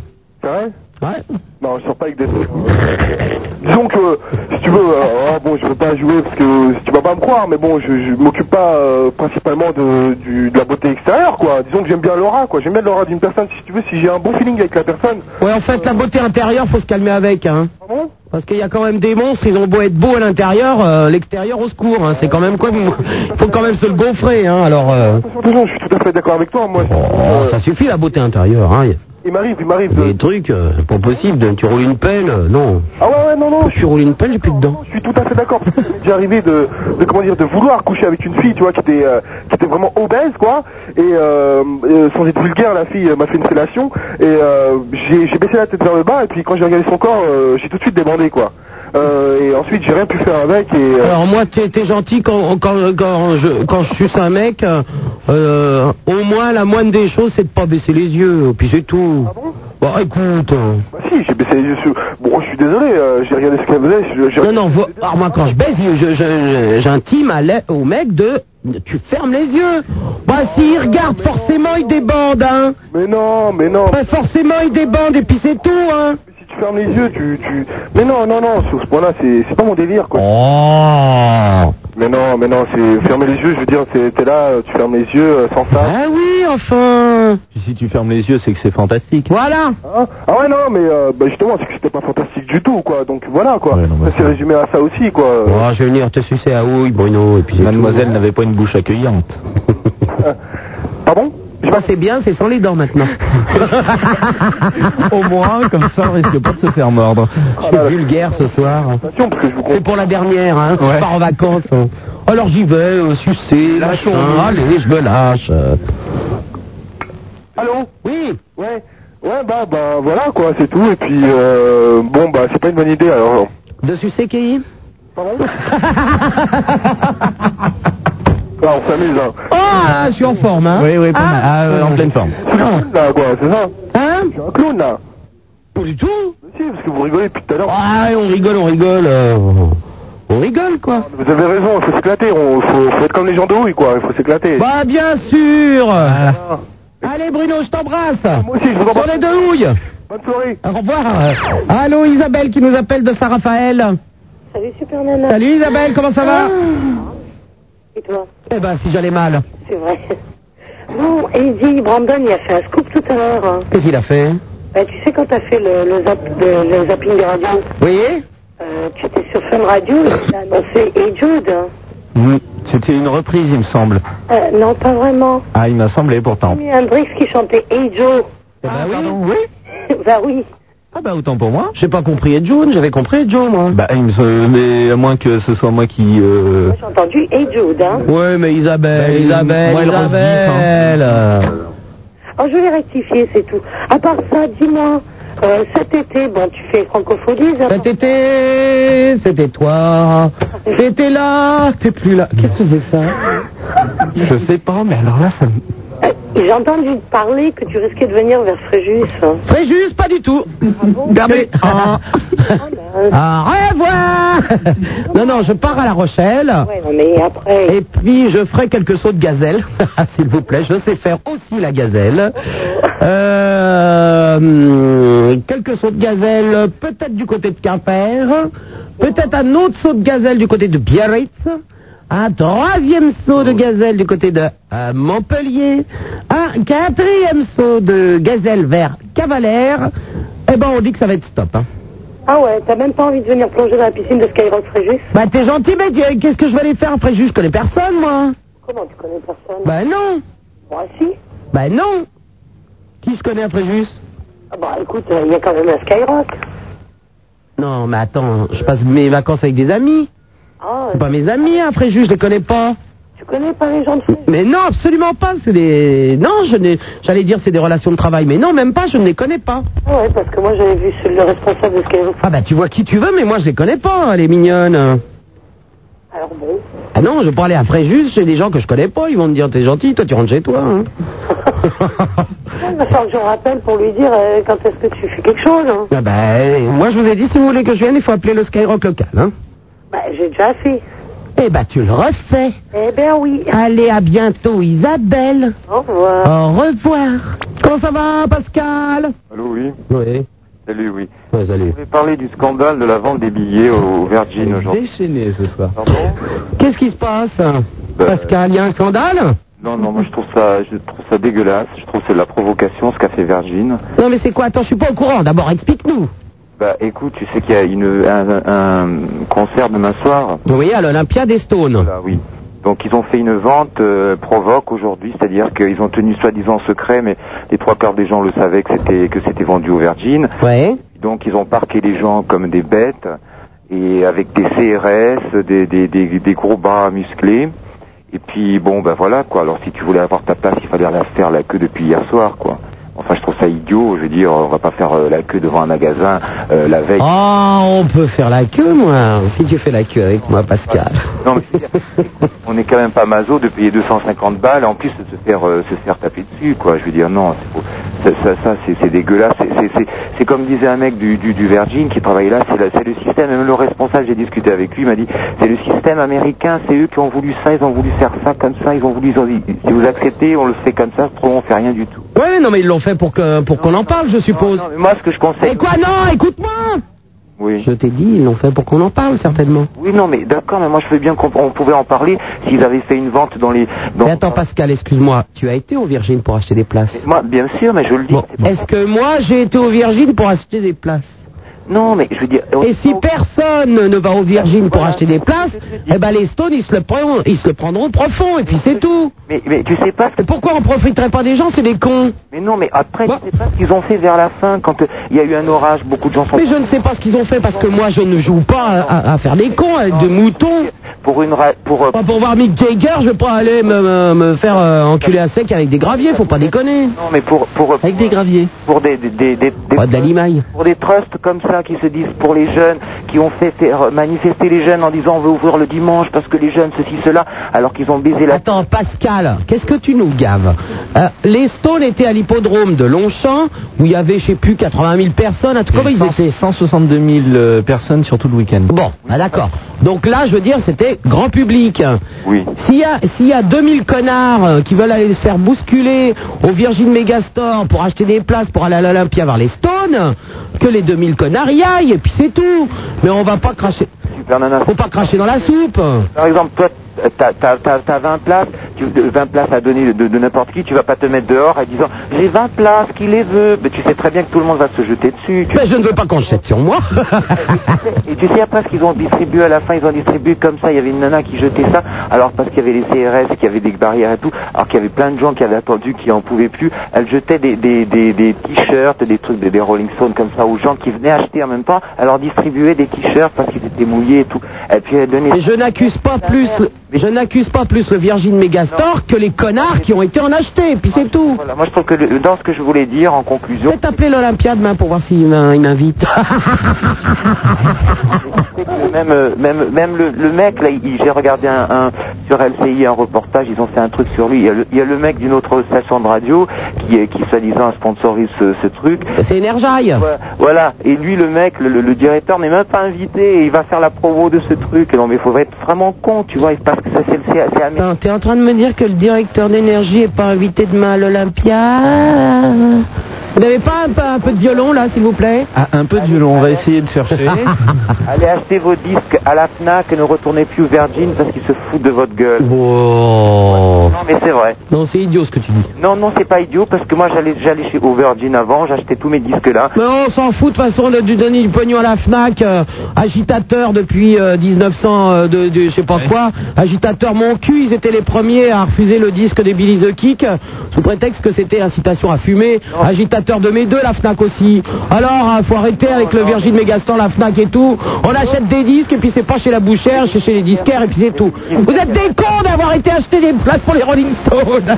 S12: C'est vrai
S3: Ouais.
S12: Non, je sors pas avec des hein. Disons que, si tu veux, euh, oh, bon, je veux pas jouer parce que si tu vas pas me croire, mais bon, je, je m'occupe pas euh, principalement de, du- de la beauté extérieure, quoi. Disons que j'aime bien l'aura, quoi. J'aime bien l'aura d'une personne, si tu veux, si j'ai un bon feeling avec la personne.
S3: Ouais, en fait, la beauté intérieure, faut se calmer avec, hein.
S12: Ah
S3: Parce qu'il y a quand même des monstres, ils ont beau être beaux à l'intérieur, euh, l'extérieur au secours, hein. C'est quand même quoi, il faut quand même se le gonfler, hein. Alors, euh,
S12: je suis tout à fait d'accord avec toi, moi. euh,
S3: oh, ça suffit la beauté intérieure, hein.
S12: Il m'arrive, il m'arrive
S3: de. Des trucs, euh, c'est pas possible, de- tu roules une pelle, euh, non.
S12: Ah ouais, ouais, non, non.
S3: Tu roules une pelle, j'ai plus de dents.
S12: Je suis tout à fait Ah, d'accord. parce que ça m'est déjà arrivé de, de comment dire, de vouloir coucher avec une fille, tu vois, qui était, euh, qui était vraiment obèse, quoi. Et euh, euh, sans être vulgaire, la fille euh, m'a fait une fellation et euh, j'ai j'ai baissé la tête vers le bas et puis quand j'ai regardé son corps, euh, j'ai tout de suite débandé, quoi. Euh, et ensuite, j'ai rien pu faire avec et euh,
S3: Alors moi, t'es t'es gentil quand, quand, quand, je, quand je suce un mec. euh, euh, au moins, la moindre des choses, c'est de pas baisser les yeux. Puis c'est tout.
S12: Ah
S3: bon, écoute. euh,
S12: bah si, j'ai baissé les yeux. sur- Bon, je suis désolé, euh, j'ai regardé ce qu'elle faisait. je- j'ai-
S3: Non, non, vo- alors moi, quand je baise, je- je- je- j'intime à la- au mec de... Tu fermes les yeux Bah si, il regarde, forcément, il débande, hein
S12: Mais non, mais non
S3: Bah forcément, il débande, et puis c'est tout, hein
S12: Si tu fermes les yeux, tu, tu... Mais non, non, non, sur ce point-là, c'est c'est pas mon délire, quoi.
S3: Oh.
S12: Mais non, mais non, c'est fermer les yeux, je veux dire, c'est- t'es là, euh, tu fermes les yeux euh, sans ça.
S3: Ah oui, enfin
S4: Si tu fermes les yeux, c'est que c'est fantastique.
S3: Voilà
S12: Hein ah ouais, non, mais euh, bah, justement, c'est que c'était pas fantastique du tout, quoi. Donc voilà, quoi. ça s'est résumé à ça aussi, quoi.
S3: Oh, je vais venir te sucer à houille, Bruno, et puis
S4: Mademoiselle n'avait pas une bouche
S3: (laughs)
S4: accueillante.
S12: Pardon
S3: Je c'est bien, c'est sans les dents, (laughs) maintenant.
S4: Au moins, comme ça, on risque pas de se faire mordre.
S3: C'est vulgaire ce soir. C'est pour la dernière, hein. Je pars en vacances. hein. Alors j'y vais, euh, sucer, lâchons. Allez, je me lâche. euh.
S12: Allô
S3: Oui
S12: Ouais, ouais, bah, bah, voilà, quoi, c'est tout. Et puis, euh, bon, bah, c'est pas une bonne idée, alors.
S3: De sucer qui
S12: Pardon Là, on s'amuse, hein.
S3: (laughs) Ah, je suis en forme, hein.
S4: Oui, oui, pas mal. Ah, euh, en pleine forme.
S12: Je suis un clown, là, quoi, c'est ça
S3: Hein
S12: Je suis un clown, là.
S3: Pas du tout
S12: Si, parce que vous rigolez depuis tout à l'heure.
S3: Ah, on rigole, on rigole. euh, On on rigole, quoi.
S12: Vous avez raison, il faut s'éclater, on faut, faut être comme les gens de houille, quoi, il faut s'éclater.
S3: Bah, bien sûr Allez, Bruno, je t'embrasse Moi aussi, je vous embrasse Sur les deux houilles Bonne soirée Au revoir Allô, Isabelle qui nous appelle de Saint-Raphaël.
S6: Salut Super Nana.
S3: Salut, Isabelle, comment ça va
S6: Et toi
S3: Eh ben, si j'allais mal.
S6: C'est vrai. (laughs) Non, Eddie Brandon, il a fait un scoop tout à l'heure. hein.
S3: Qu'est-ce qu'il a fait
S6: Bah, tu sais quand t'as fait le, le zap- de- le zapping de radio
S3: Oui
S6: euh, Tu étais sur Fun Radio et t'as annoncé Hey Jude.
S18: Oui, c'était une reprise, il me semble.
S6: Euh, non, pas vraiment.
S18: Ah, il m'a semblé pourtant.
S6: Jimi Hendrix qui chantait Hey Joe.
S3: Eh ben
S18: Ah, oui.
S6: (laughs)
S18: oui
S6: Bah oui.
S18: Ah bah autant pour moi.
S3: J'ai pas compris Ed June, j'avais compris Ed June, moi.
S18: Bah, il me semble- mais à moins que ce soit moi qui... euh,
S6: J'ai entendu Hey Jude. Hein.
S3: Ouais, mais Isabelle,
S18: Ben,
S3: Isabelle,
S18: moi, elle rose
S3: Isabelle
S2: hein.
S6: Oh, je vais rectifier, c'est tout. À part ça, dis-moi, euh, cet été, bon, tu fais francophonie, Ah. ça
S3: Cet été, c'était toi. T'étais là, t'es plus là. Qu'est-ce que c'est que ça
S18: Je sais pas, mais alors là, ça me...
S6: Euh, J'ai entendu parler que tu risquais de venir vers Fréjus. hein.
S3: Fréjus, pas du tout. Ah. Ah, au revoir (laughs) Non, non, je pars à La Rochelle. Et puis, je ferai quelques sauts de gazelle, (laughs) s'il vous plaît. Je sais faire aussi la gazelle. Euh, hum, quelques sauts de gazelle, peut-être du côté de Quimper. Peut-être un autre saut de gazelle du côté de Biarritz. Un troisième saut de gazelle du côté de euh, Montpellier. Un quatrième saut de gazelle vers Cavalère. Eh ben, on dit que ça va être stop. hein.
S6: Ah ouais, t'as même pas envie de venir plonger dans la piscine de Skyrock Fréjus
S3: Bah t'es gentil, mais dis- qu'est-ce que je vais aller faire après Je connais personne, moi.
S6: Comment tu connais personne
S3: Bah non.
S6: Moi si.
S3: Bah non. Qui je connais après juste
S6: Ah bah écoute, euh, il y a quand même un Skyrock.
S3: Non, mais attends, je passe mes vacances avec des amis.
S6: Ah,
S3: C'est pas mes amis hein, après juste, je les connais pas.
S6: tu connais pas les gens de Fréjus
S3: Mais non, absolument pas. C'est des. Non, je n'ai. J'allais dire c'est des relations de travail, mais non, même pas. Je ne les connais pas.
S6: Ah ouais, parce que moi j'avais vu celui- le responsable de Skyrock.
S3: Ah bah tu vois qui tu veux, mais moi je les connais pas. Elle est mignonne.
S6: Alors bon,
S3: Ah non, je parlais après juste chez des gens que je connais pas. Ils vont me dire t'es gentil, toi tu rentres chez toi. hein.
S6: il va falloir que je rappelle pour lui dire euh, quand est-ce que tu fais quelque chose. hein.
S3: Ah bah, moi je vous ai dit si vous voulez que je vienne, il faut appeler le Skyrock local. Hein.
S6: Bah j'ai déjà fait.
S3: Eh ben, tu le refais.
S6: Eh ben oui.
S3: Allez, à bientôt, Isabelle.
S6: Au revoir.
S3: Au revoir. Comment ça va, Pascal
S16: Allô, oui
S3: Oui.
S16: Salut, oui.
S3: salut.
S16: Je vais parler du scandale de la vente des billets au Virgin aujourd'hui.
S18: Déchaîné ce soir.
S16: Pardon
S3: Qu'est-ce qui se passe Pascal, il y a un scandale
S16: Non, non, moi je trouve ça, je trouve ça dégueulasse. Je trouve que c'est de la provocation ce qu'a fait Virgin.
S3: Non, mais c'est quoi Attends, je suis pas au courant. D'abord, explique-nous.
S16: Bah écoute, tu sais qu'il y a une, un, un concert demain soir.
S3: Oui, à l'Olympia des Stones.
S16: Voilà, oui. Donc ils ont fait une vente euh, provoque aujourd'hui, c'est-à-dire qu'ils ont tenu soi-disant secret, mais les trois quarts des gens le savaient que c'était que c'était vendu au Virgin.
S3: Ouais.
S16: Donc ils ont parqué les gens comme des bêtes et avec des CRS, des, des, des, des gros bras musclés. Et puis bon ben voilà quoi. Alors si tu voulais avoir ta place, il fallait la faire la queue depuis hier soir quoi. Enfin je trouve ça idiot. Je veux dire, on va pas faire euh, la queue devant un magasin euh, la veille.
S3: Oh, on peut faire la queue, moi. Si tu fais la queue avec moi, Pascal.
S16: Non, mais je veux dire, on est quand même pas maso de payer 250 balles en plus de se faire euh, se faire taper dessus quoi. Je veux dire non, c'est faux. ça ça, ça, c'est c'est dégueulasse. C'est- C'est c'est c'est comme disait un mec du du, du Virgin qui travaille là, c'est la- c'est le système. Même le responsable, j'ai discuté avec lui, il m'a dit c'est le système américain, c'est eux qui ont voulu ça, ils ont voulu faire ça comme ça, ils ont voulu ils ont dit, si vous acceptez, on le fait comme ça, sinon on fait rien du tout.
S3: (laughs) Ouais, non, mais ils l'ont fait pour que pour qu'on en parle, je suppose.
S16: mais moi, ce que je conseille.
S3: Et quoi Non, écoute-moi.
S16: Oui.
S3: Je t'ai dit, ils l'ont fait pour qu'on en parle, certainement.
S16: Oui non mais d'accord, mais moi je veux bien qu'on on pouvait en parler s'ils avaient fait une vente dans les dans
S3: Mais attends, Pascal, excuse-moi, tu as été au Virgin pour acheter des places.
S16: moi bien sûr, mais je le dis. c'est pas-
S3: Est-ce que moi, j'ai été au Virgin pour acheter des places
S16: Non, mais je veux dire.
S3: Et si personne ne va au Virgin pour acheter des places, eh ben les Stones, ils se le prendront, ils se le prendront profond, et puis c'est tout.
S16: Mais, tu sais pas.
S3: Et pourquoi on profiterait pas des gens C'est des cons.
S16: Mais non, mais après, tu sais pas ce qu'ils ont fait vers la fin quand euh, il y a eu un orage, beaucoup de gens sont.
S3: Mais je ne sais pas ce qu'ils ont fait parce que moi, je ne joue pas à, à- à faire des cons, à être de moutons.
S16: Pour une ra- pour. euh,
S3: Pas pour voir Mick Jagger, je vais pas aller me, me- me faire euh, enculer à sec avec des graviers, faut pas déconner.
S16: Non, mais pour pour. Avec
S3: des graviers.
S16: Pour des des des, des- des-
S3: Pas de la limaille.
S16: pour des trusts comme ça qui se disent pour les jeunes, qui ont fait faire euh, manifester les jeunes en disant on veut ouvrir le dimanche parce que les jeunes ceci cela, alors qu'ils ont baisé la.
S3: Attends, Pascal, qu'est-ce que tu nous gaves Euh, Les Stones étaient à l'hippodrome de Longchamp, où il y avait, je sais plus, 80 000 personnes. Comment ils étaient
S18: 162 000 euh, personnes sur tout le week-end.
S3: Bon, Ah, d'accord. Donc là, je veux dire, c'était grand public.
S16: Oui.
S3: S'il y a, s'il y a 2000 connards euh, qui veulent aller se faire bousculer au Virgin Megastore pour acheter des places pour aller à l'Olympia voir les Stones, que les 2000 connards y aillent, et puis c'est tout. Mais on va pas cracher. Faut pas cracher dans la soupe.
S16: Par exemple, toi, t'as as, 20 places, tu, de- 20 places à donner de, de n'importe qui, tu vas pas te mettre dehors en disant j'ai 20 places, qui les veut Mais tu sais très bien que tout le monde va se jeter dessus.
S3: Mais je ne veux pas qu'on se jette sur moi. (laughs)
S16: Et tu sais après ce qu'ils ont distribué à la fin, ils ont distribué comme ça, il y avait une nana qui jetait ça, alors parce qu'il y avait les CRS, qu'il y avait des barrières et tout, alors qu'il y avait plein de gens qui avaient attendu, qui en pouvaient plus, elle jetait des, des, des, des t-shirts, des trucs, des, des Rolling Stones comme ça aux gens qui venaient acheter en même temps, elle leur distribuait des t-shirts parce qu'ils étaient mouillés et tout, et puis elle donnait...
S3: Mais je n'accuse pas plus, le- je n'accuse pas plus le Virgin Megastore que les connards qui ont été en acheter, puis c'est tout.
S16: Voilà, moi je trouve que le- dans ce que je voulais dire en conclusion,
S3: Peut-être appeler l'Olympia demain pour voir s'il m'in- il m'invite. (laughs)
S16: c'est que même, euh, même, même le, le mec, là, il- j'ai regardé un, un- sur LCI un reportage, ils ont fait un truc sur lui. Il y a le, il y a le mec d'une autre station de radio qui, est- qui soi-disant sponsorise ce, ce truc.
S3: C'est Energy.
S16: Voilà, et lui, le mec, le, le- le directeur n'est même pas invité et il va faire la promo de ce truc. Non, mais il faut être vraiment con, tu vois, parce que ça, c'est le CA c'est américain.
S3: Attends, t'es en train de me dire que le directeur d'énergie est pas invité demain à l'Olympia Vous n'avez pas un peu, un peu de violon là, s'il vous plaît
S4: Ah, un peu de violon, on va essayer de
S3: (laughs)
S4: chercher.
S16: Allez acheter vos disques à la FNAC et ne retournez plus au Virgin parce qu'ils se foutent de votre gueule. Non, mais c'est vrai.
S3: Non, c'est idiot ce que tu dis.
S16: Non, non, c'est pas idiot parce que moi j'allais j'allais chez Overgin avant, j'achetais tous mes disques là.
S3: Mais on s'en fout de toute façon de, de donner du pognon à la FNAC, euh, agitateur depuis euh, 1900, euh, de, de- je sais pas quoi, agitateur mon cul, ils étaient les premiers à refuser le disque des Billy the Kick, euh, sous prétexte que c'était incitation à fumer, agitateur de mes deux, la FNAC aussi. Alors, hein, faut arrêter avec le Virgin Megastore, la FNAC et tout, on achète des disques et puis c'est pas chez la bouchère, c'est chez les disquaires et puis c'est tout. Vous êtes des cons d'avoir été acheter des places pour les Rolling Stones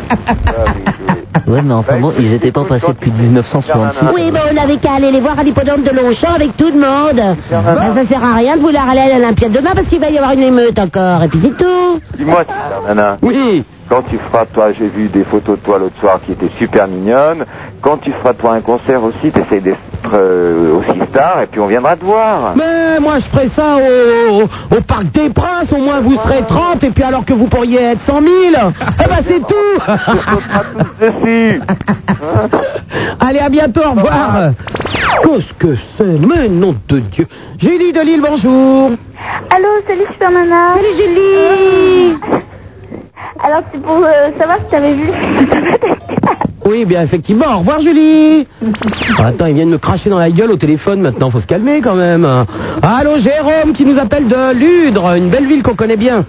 S9: Ouais, mais enfin bon, ils étaient pas passés depuis 1966.
S3: (laughs)
S2: Oui, mais on avait qu'à aller les voir à l'hippodrome de Longchamp avec tout le monde.
S3: Ah
S2: Ben, ça sert à rien de vouloir aller à l'Olympiade demain parce qu'il va y avoir une émeute encore. Et puis c'est tout.
S16: Dis-moi, Super Nana.
S3: Oui.
S16: Quand tu feras, toi, j'ai vu des photos de toi l'autre soir qui étaient super mignonnes. Quand tu feras, toi, un concert aussi, t'essayes d'être euh, aussi star et puis on viendra te voir.
S3: Mais moi je ferais ça au, au- au Parc des Princes, au moins vous serez 30 et puis alors que vous pourriez être 100 000, eh ben c'est tout (laughs) Allez à bientôt, au revoir Qu'est-ce que c'est Mais nom de Dieu Julie de Lille, bonjour
S15: Allô, salut Super Nana. Salut Julie. Alors, c'est pour euh, savoir si
S2: (laughs)
S15: t'avais vu.
S3: Oui, bien effectivement, au revoir
S16: (laughs)
S3: Julie Ah, Attends, ils viennent me cracher dans la gueule au téléphone maintenant, faut se calmer quand même Allô Jérôme qui nous appelle de Ludre, une belle ville qu'on connaît bien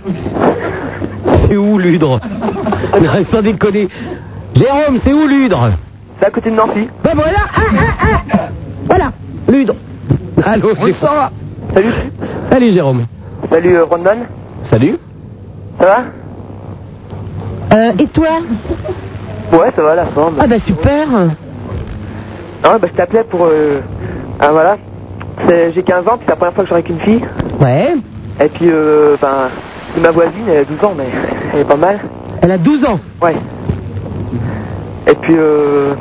S3: C'est où Ludre (laughs) Non, sans déconner Jérôme, c'est où Ludre
S16: C'est à côté de Nancy.
S3: Ben voilà ah, ah, ah. Voilà, Ludre Allô Jérôme
S16: Salut
S3: Salut Jérôme
S16: Salut euh, Rondon,
S3: Salut
S16: ça va
S2: Euh, et toi
S16: Ouais, ça va la forme.
S2: Ah bah super
S16: Ah, bah je t'appelais pour... euh, Ah voilà, C'est- j'ai 15 ans, puis c'est la première fois que je avec une fille.
S3: Ouais
S16: Et puis, euh, ben, c'est ma voisine, elle a 12 ans, mais elle est pas mal.
S3: Elle a 12 ans
S16: Ouais. Et puis, euh,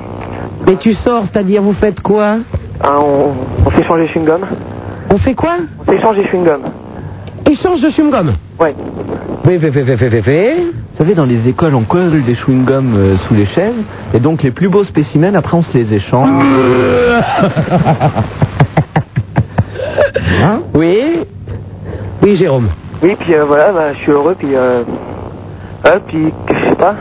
S3: Mais tu sors, c'est-à-dire vous faites quoi
S16: hein, on, on s'est changé chewing-gum.
S3: On fait quoi
S16: On s'est changé chewing-gum.
S3: Échange de chewing-gum
S16: Ouais.
S3: Oui, oui, oui, oui, oui, oui, oui.
S18: Vous savez, dans les écoles, on colle des chewing-gums euh, sous les chaises, et donc les plus beaux spécimens, après, on se les échange.
S3: Euh. (laughs) Hein? Oui Oui, Jérôme.
S16: Oui, puis euh, voilà, ben, je suis heureux, puis... Euh, euh, puis, je sais pas.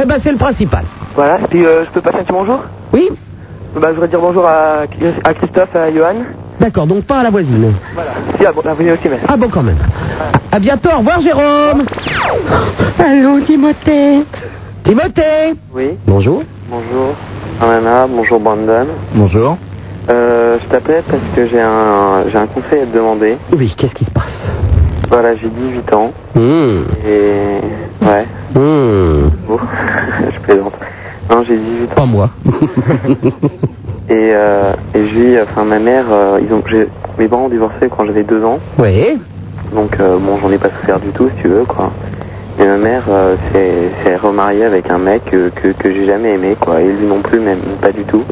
S3: Eh ben, c'est le principal.
S16: Voilà, puis euh, je peux passer un petit bonjour
S3: Oui
S16: Bah, je voudrais dire bonjour à, Chris- à Christophe, à Johan.
S3: D'accord, donc pas à la voisine.
S16: Voilà. Si, à, à vous aussi, mais...
S3: Ah bon, quand même. À bientôt, au revoir, Jérôme Allô, Timothée Timothée
S13: Oui,
S3: Bonjour.
S13: bonjour Anna, bonjour Brandon.
S18: Bonjour.
S13: Euh, je t'appelais parce que j'ai un, j'ai un conseil à te demander.
S3: Oui, qu'est-ce qui se passe
S13: Voilà, j'ai 18 ans
S3: Hum,
S13: et... Ouais,
S3: hum.
S13: bon, (laughs) je plaisante. Non, j'ai 18
S3: Pas moi.
S13: (laughs) et, euh, et je vis... Enfin, ma mère, euh, ils ont, j'ai- mes parents ont divorcé quand j'avais 2 ans.
S3: oui. (laughs)
S13: Donc, euh, bon, j'en ai pas souffert du tout, si tu veux, quoi. Mais ma mère euh, s'est s'est remariée avec un mec que, que, que j'ai jamais aimé, quoi. Et lui non plus, même pas du tout.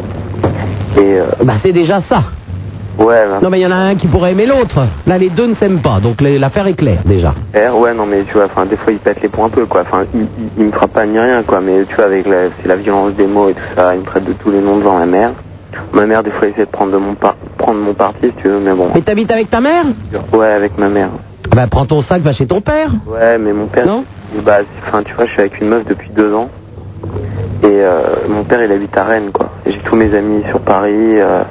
S13: Et... euh,
S3: Bah, c'est déjà ça.
S13: Ouais, ben,
S3: Non, mais il y en a un qui pourrait aimer l'autre. Là, les deux ne s'aiment pas, donc les- l'affaire est claire déjà.
S13: R, ouais, non, mais tu vois, enfin, des fois, il pète les points un peu, quoi. Enfin, il, il- il me frappe pas ni rien, quoi. Mais tu vois, avec la, c'est la violence des mots et tout ça, il me traite de tous les noms devant ma mère. Ma mère, des fois, essaie de prendre, de mon, par- prendre mon parti, si tu veux, mais bon.
S3: Mais t'habites avec ta mère
S13: Ouais, avec ma mère.
S3: Ah Bah, prends ton sac, va chez ton père.
S13: Ouais, mais mon père. il- Bah, c'est- enfin, tu vois, je suis avec une meuf depuis deux ans. Et euh, mon père, il habite à Rennes, quoi. Et J'ai tous mes amis sur Paris. euh,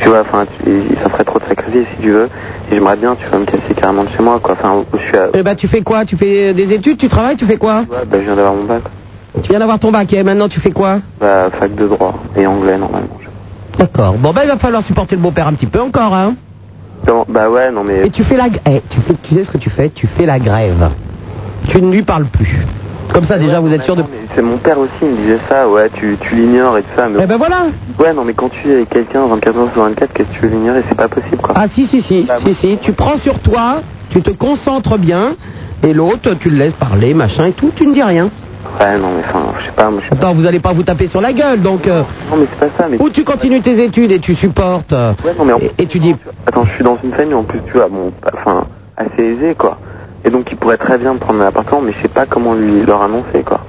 S13: tu vois, enfin, tu- il- ça ferait trop de sacrifices, si tu veux. Et j'aimerais bien, tu vois, me casser carrément de chez moi, quoi. Enfin, je suis à.
S3: Eh bah, tu fais quoi Tu fais des études Tu travailles Tu fais quoi
S13: Ouais, bah, je viens d'avoir mon bac.
S3: Tu viens d'avoir ton bac et maintenant tu fais quoi
S13: Bah, fac de droit et anglais, normalement.
S3: D'accord. Bon, bah, il va falloir supporter le beau-père un petit peu encore, hein.
S13: Non, bah ouais, non mais...
S3: Et tu fais la grève. tu, fais- tu sais ce que tu fais Tu fais la grève. Tu ne lui parles plus. Comme ça, déjà, vous êtes sûr de.
S13: C'est mon père aussi, il me disait ça, ouais, tu, tu l'ignores et tout ça, mais...
S3: Eh ben voilà
S13: Ouais, non mais quand tu es avec quelqu'un 24 heures sur 24, qu'est-ce que tu veux l'ignorer C'est pas possible, quoi.
S3: Ah, si, si, si. si, si. Tu prends sur toi, tu te concentres bien, et l'autre, tu le laisses parler, machin et tout, tu ne dis rien.
S13: Ouais, non mais enfin, je sais pas, moi je...
S3: Attends, vous allez pas vous taper sur la gueule, donc. euh,
S13: Non mais c'est pas ça, mais...
S3: Ou tu continues tes études et tu supportes. euh,
S13: Ouais, non mais... en-
S3: Et tu dis.
S13: Attends, je suis dans une famille en plus, tu vois, bon, pas- enfin, assez aisée, quoi. Et donc il pourrait très bien me prendre un appartement, mais je sais pas comment lui leur annoncer, quoi.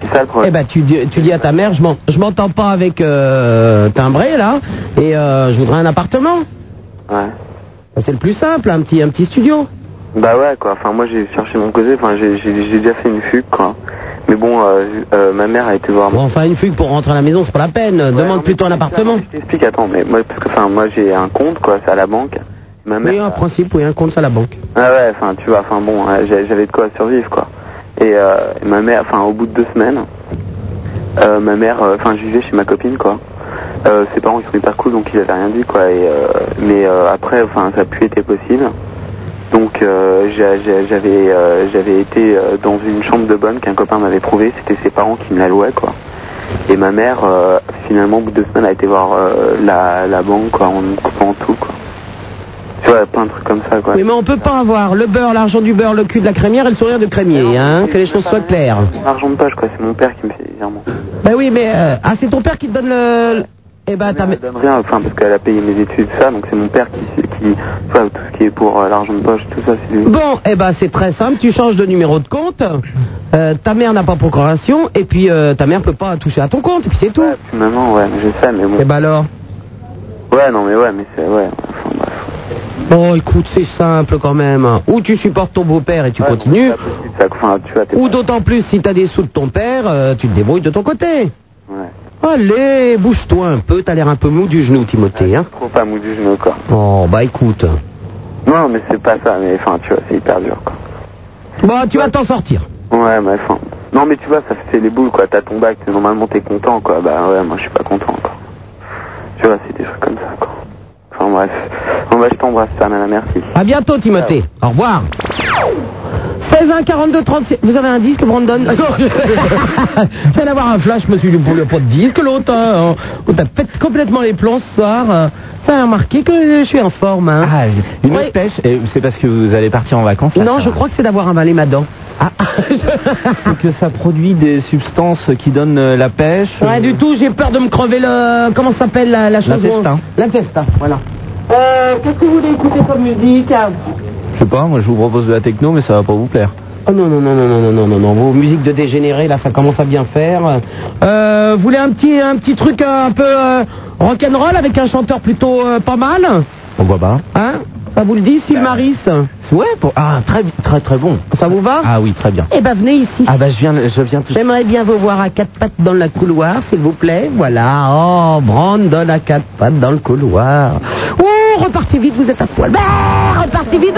S13: C'est ça le
S3: Eh
S13: problème.
S3: ben, tu dis, tu dis à ta mère, je m'en- je m'entends pas avec euh, Timbré, là, et euh, je voudrais un appartement.
S13: Ouais.
S3: Ben, C'est le plus simple, un petit, un petit studio.
S13: Bah ouais quoi, enfin moi j'ai cherché mon côté, enfin j'ai j'ai- j'ai déjà fait une fugue quoi. Mais bon, euh, euh, ma mère a été voir
S3: Bon, enfin, une fugue pour rentrer à la maison, c'est pas la peine. Demande plutôt un appartement.
S13: Je t'explique, attends, mais moi, parce que, enfin, moi j'ai un compte quoi, c'est à la banque. Ma mère, euh,
S3: Oui, en principe, oui, un compte à la banque.
S13: ah ouais, enfin tu vois, enfin bon, euh, j'ai- j'avais de quoi survivre quoi. Et euh, ma mère, enfin au bout de deux semaines, euh, ma mère, euh, enfin je vivais chez ma copine quoi. Euh, ses parents ils sont hyper cool donc ils avaient rien dit quoi. Et, euh, mais euh, après, enfin ça a plus été possible. Donc euh, j'a- j'a- j'avais euh, j'avais été euh, dans une chambre de bonne qu'un copain m'avait trouvé, c'était ses parents qui me la louaient quoi. Et ma mère, euh, finalement, au bout de deux semaines, a été voir euh, la, la banque quoi, en me coupant tout quoi. Tu vois, plein de trucs comme ça quoi.
S3: Oui, mais on peut pas avoir le beurre, l'argent du beurre, le cul de la crémière et le sourire de crémier, hein, que les choses soient claires.
S13: Mon argent de poche, quoi, c'est mon père qui me fait des virements.
S3: Ben oui, mais euh, ah, c'est ton père qui te donne le. le- Eh ben, ta mère.
S13: Je donne rien, enfin, parce qu'elle a payé mes études, ça, donc c'est mon père qui, qui. Enfin, tout ce qui est pour euh, l'argent de poche, tout ça, c'est lui.
S3: Bon, eh ben, c'est très simple. Tu changes de numéro de compte. euh, ta mère n'a pas procuration et puis euh, ta mère peut pas toucher à ton compte. Et puis c'est tout.
S13: Puis Maman, ouais, mais je sais, mais bon.
S3: Eh ben alors.
S13: Ouais, non, mais ouais, mais c'est. Ouais.
S3: Oh, écoute, c'est simple quand même. Ou tu supportes ton beau-père et tu continues.
S13: Ça, enfin, tu vois, t'es.
S3: Ou d'autant plus si t'as des sous de ton père, euh, tu te débrouilles de ton côté.
S13: Ouais.
S3: Allez, bouge-toi un peu, t'as l'air un peu mou du genou, Timothée. Hein
S13: Trop pas mou du genou, quoi.
S3: oh, bah écoute.
S13: Non, mais c'est pas ça, mais enfin, tu vois, c'est hyper dur, quoi.
S3: Bon, tu vas t'en sortir.
S13: Ouais, mais enfin. Non, mais tu vois, ça fait les boules, quoi. T'as ton bac, t'es- normalement, t'es content, quoi. Bah ouais, moi, je suis pas content, quoi. Tu vois, c'est des trucs comme ça, quoi. Enfin, bref. Bon, bah, je t'embrasse, Fernanda, merci.
S3: À bientôt, Timothée. Au revoir. 16 1 42 36. Vous avez un disque, Brandon Ah non, je je viens d'avoir un flash, je me suis dit, pour le pot de disque, l'autre, hein, on t'a pète complètement les plombs ce soir. euh. T'as remarqué que je suis en forme. Hein.
S4: Une autre pêche, et c'est parce que vous allez partir en vacances là,
S3: non,
S9: (laughs)
S3: je
S4: Sarah.
S3: crois que c'est d'avoir avalé ma dent.
S9: Ah,
S4: C'est que ça produit des substances qui donnent euh, la pêche.
S3: Ouais, du tout, j'ai peur de me crever le. Comment ça s'appelle la, la chose
S4: L'intestin.
S3: où on- L'intestin, voilà. Euh, Qu'est-ce que vous voulez écouter comme musique hein
S4: Je sais pas, moi je vous propose de la techno, mais ça va pas vous plaire.
S3: Oh non, non, non, non, non, non, non, non, non, vos musiques de dégénérés, là, ça commence à bien faire. Euh, vous voulez un petit, un petit truc euh, un peu euh, rock'n'roll avec un chanteur plutôt euh, pas mal
S4: On voit pas. Ben,
S3: Hein Ça vous le dit, Sylmaris
S4: Ouais, pour... ah, très, très, très bon.
S3: Ça vous va
S4: Ah oui, très bien.
S3: Eh ben, venez ici.
S4: Ah bah je viens, je viens tout
S3: J'aimerais bien vous voir à quatre pattes dans le couloir, s'il vous plaît. Voilà. Oh, Brandon à quatre pattes dans le couloir. Oh, repartez vite, vous êtes à poil. Bah, repartez vite.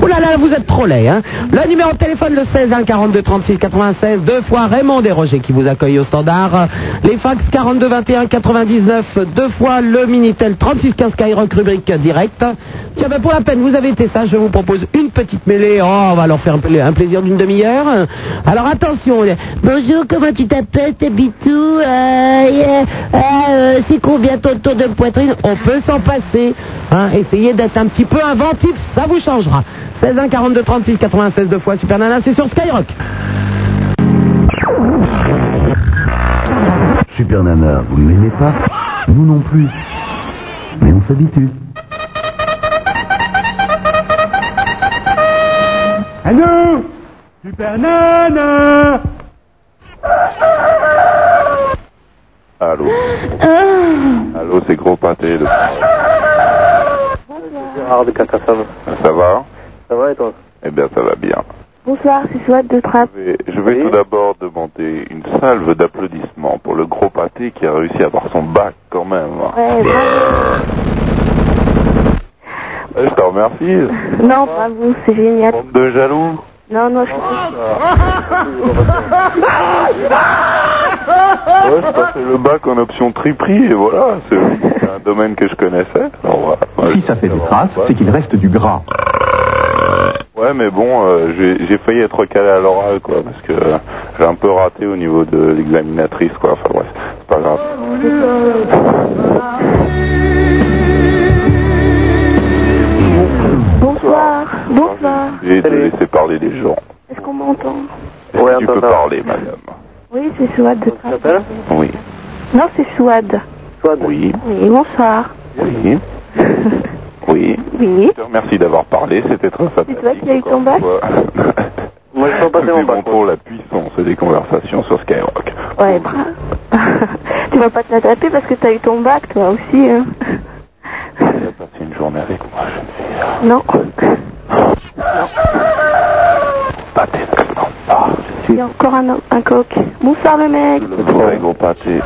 S3: Oh là là, vous êtes trop laid. Hein. Le numéro de téléphone, le 16 1 42 36 96. Deux fois Raymond Desrochers qui vous accueille au standard. Les fax 42 21 99. Deux fois le Minitel 36 15 Skyrock rubrique euh, direct. Tiens, ben pour la peine, vous avez été ça. Je vous propose une petite mêlée. Oh, on va leur faire un pla- un plaisir d'une demi-heure. Alors attention.
S2: Bonjour, comment tu t'appelles, t'es Bitou euh, yeah, euh, C'est combien ton taux de poitrine
S3: on peut s'en passer. hein. Essayez d'être un petit peu inventif, ça vous changera. 16 1 42 36 96 deux fois Super Nana, c'est sur Skyrock.
S1: Super Nana, vous ne l'aimez pas Nous non plus. Mais on s'habitue.
S19: Allô Super Nana
S30: Allô Allô, c'est gros pâté. le-
S13: Gérard de Cacassav.
S30: Ça va
S13: Ça va et toi
S30: Eh bien, ça va bien.
S15: Bonsoir, c'est Swat de Trappe.
S30: Et je vais tout d'abord demander une salve d'applaudissements pour le gros pâté qui a réussi à avoir son bac quand même.
S15: Ouais, bravo.
S30: Eh, Je te remercie.
S15: Non, bravo, c'est génial.
S30: Bande de jaloux.
S15: Non,
S16: Oh,
S15: non, je (laughs)
S30: Ouais, je passais le bac en option tripri et voilà,
S13: (laughs)
S30: c'est c'est un domaine que je connaissais.
S4: Si ça fait des traces, c'est qu'il reste du gras.
S30: Ouais, mais bon, euh, j'ai j'ai failli être calé à l'oral, quoi, parce que euh, j'ai un peu raté au niveau de l'examinatrice, quoi. Enfin bref, c'est pas grave.
S15: Bonsoir, bonsoir.
S30: J'ai de laisser parler les gens.
S15: Est-ce qu'on m'entend
S30: Est-ce que tu peux parler, madame
S15: Oui, c'est Swad de Trappe.
S30: Oui.
S15: Non, c'est Swad.
S30: Oui.
S15: Oui, bonsoir.
S30: Oui. Oui.
S15: Oui.
S30: Je te remercie d'avoir parlé, c'était très
S15: C'est
S30: sympathique.
S15: toi qui as eu ton bac
S30: Quoi. Moi, je sens passer mon bac. pour la puissance des conversations sur Skyrock.
S15: Ouais, bra- (laughs) tu vas pas te l'attraper parce que t'as eu ton bac, toi aussi. Hein.
S30: Tu as passé une journée avec moi, jeune fille.
S15: Non.
S30: Pâté, non, pas.
S15: Il y a encore un, homme- Ah, un coq. Bonsoir le mec.
S30: Le vrai gros pâté.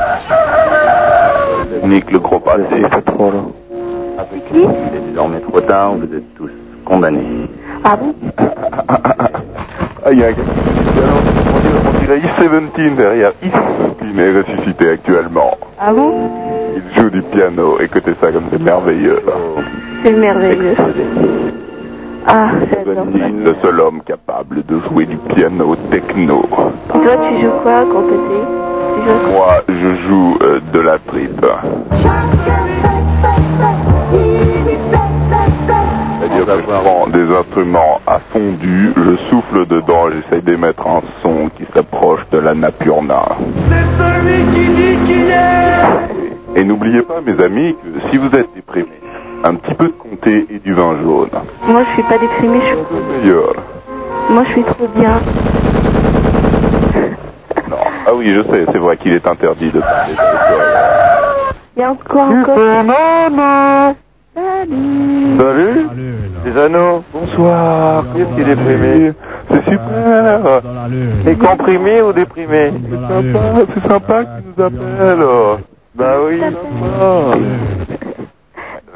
S30: Nique le gros pâté.
S24: Avec qui Il est désormais trop tard, vous êtes tous condamnés.
S15: Ah bon
S30: Ah, il y a un gars qui dit, ah non, on dit- on dit la E17 derrière. E17 est ressuscité actuellement.
S15: Ah bon
S30: Il joue du piano, écoutez ça comme c'est merveilleux.
S15: C'est merveilleux. Ah, j'adore.
S30: Le seul homme capable de jouer du piano techno.
S15: Et toi, tu joues quoi quand t'étais
S30: Moi, je joue euh, de la tripe. C'est-à-dire que je prends des instruments à fondu, je souffle dedans et j'essaye d'émettre un son qui s'approche de la napurna. Et n'oubliez pas, mes amis, que si vous êtes déprimé, un petit peu de comté et du vin jaune,
S15: Moi, je suis pas déprimée. Je... suis-
S30: c'est meilleur.
S15: Moi, je suis trop bien. (laughs)
S30: Non. Ah oui, je sais, c'est vrai qu'il est interdit de parler d'alcool.
S15: Il y a encore un coq.
S24: maman
S15: Salut.
S24: Salut Les anneaux Bonsoir Qu'est-ce qu'il est déprimé C'est super T'es comprimé ou déprimé C'est sympa, c'est sympa que tu nous appelles Bah oui, sympa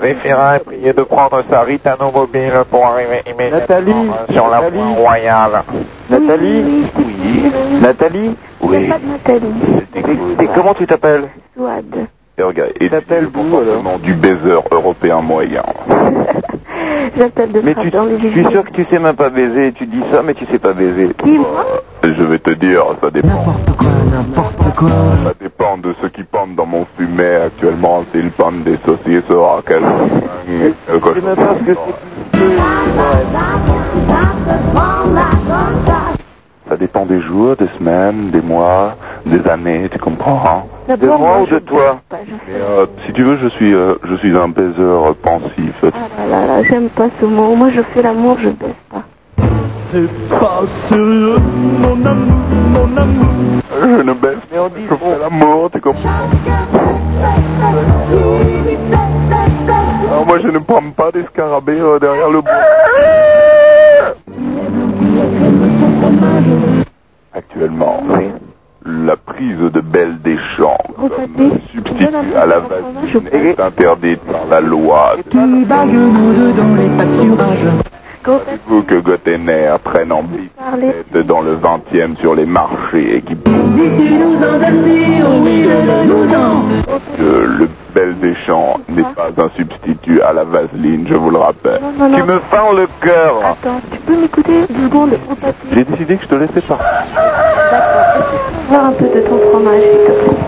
S31: Zéphira est priée de prendre sa Ritano mobile pour arriver immédiatement
S24: Nathalie
S31: sur la voie royale.
S24: Nathalie Oui Nathalie
S15: Oui Pas de Nathalie.
S24: Et comment tu t'appelles
S15: Swad.
S30: Et regarde, et le comportement du baiser européen moyen.
S15: J'appelle de Trappe dans les
S24: Je suis sûr que tu sais même pas baiser, tu dis ça mais tu sais pas baiser.
S15: Qui, moi
S30: Je vais te dire, ça dépend. N'importe quoi, n'importe quoi. Ça dépend de ceux qui pendent dans mon fumet actuellement, s'ils pendent des saucisses au rock, quelque chose. Quelque chose. Ça dépend des jours, des semaines, des mois, des années, tu comprends hein
S24: De moi ou de toi
S30: Mais, euh, Si tu veux, je suis, euh, je suis un baiser euh, pensif.
S15: Ah là là, j'aime pas ce mot. Moi, je fais l'amour, je baisse pas.
S24: pas sérieux, mon amour, mon amour.
S30: Je ne baisse pas, je fais l'amour, tu comprends Alors Ah, moi, je ne prends pas des scarabées euh, derrière le bois. Actuellement, la prise de Belle des Champs
S15: Gros pâté.
S30: à la vaseline est interdite par la loi.
S15: Tu bats genoux dans les pâturages. Gros pâté.
S30: Vous que Gotener traîne en bicyclette dans le 20e sur les marchés et qui que le bel des champs n'est pas un substitut à la vaseline, je vous le rappelle.
S15: non, non.
S30: Tu me fends le cœur.
S15: Attends, tu peux m'écouter deux secondes Gros pâté.
S30: J'ai décidé que je te laissais partir.
S15: Voir un peu de ton fromage, s'il te plaît.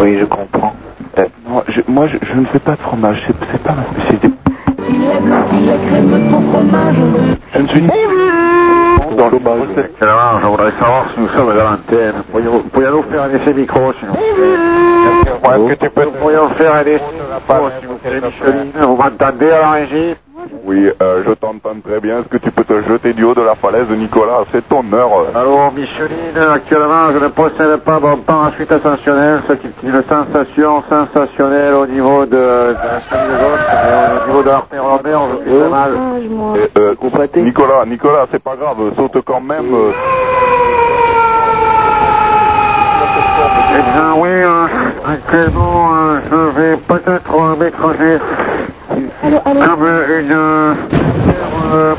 S24: Oui, je comprends. Euh, non, je- moi, je, je ne fais pas de fromage. C'est c'est pas ma spécialité.
S30: Je ne suis
S24: dans le Alors, je voudrais savoir si nous sommes à l'antenne. Pourriez-vous pourriez nous faire un essai micro, s'il
S15: Eh
S24: vous plaît Est-ce que tu peux- Nous pourrions faire un essai micro, s'il vous plaît, Micheline. Vous m'entendez à la régie
S30: Oui, euh, je t'entends très bien. Est-ce que tu peux te jeter du haut de la falaise, Nicolas C'est ton heure.
S2: Alors, Micheline, actuellement, je ne possède pas mon parachute ascensionnel, ce qui est une sensation sensationnelle au niveau de, de la cheville gauche et euh, au niveau de l'artère lombaire, je suis très mal.
S30: Et, euh, Nicolas, Nicolas, c'est pas grave, saute quand même. euh.
S2: Eh bien, oui, euh, actuellement, euh, je vais peut-être euh, m'écraser comme euh, une... euh, euh,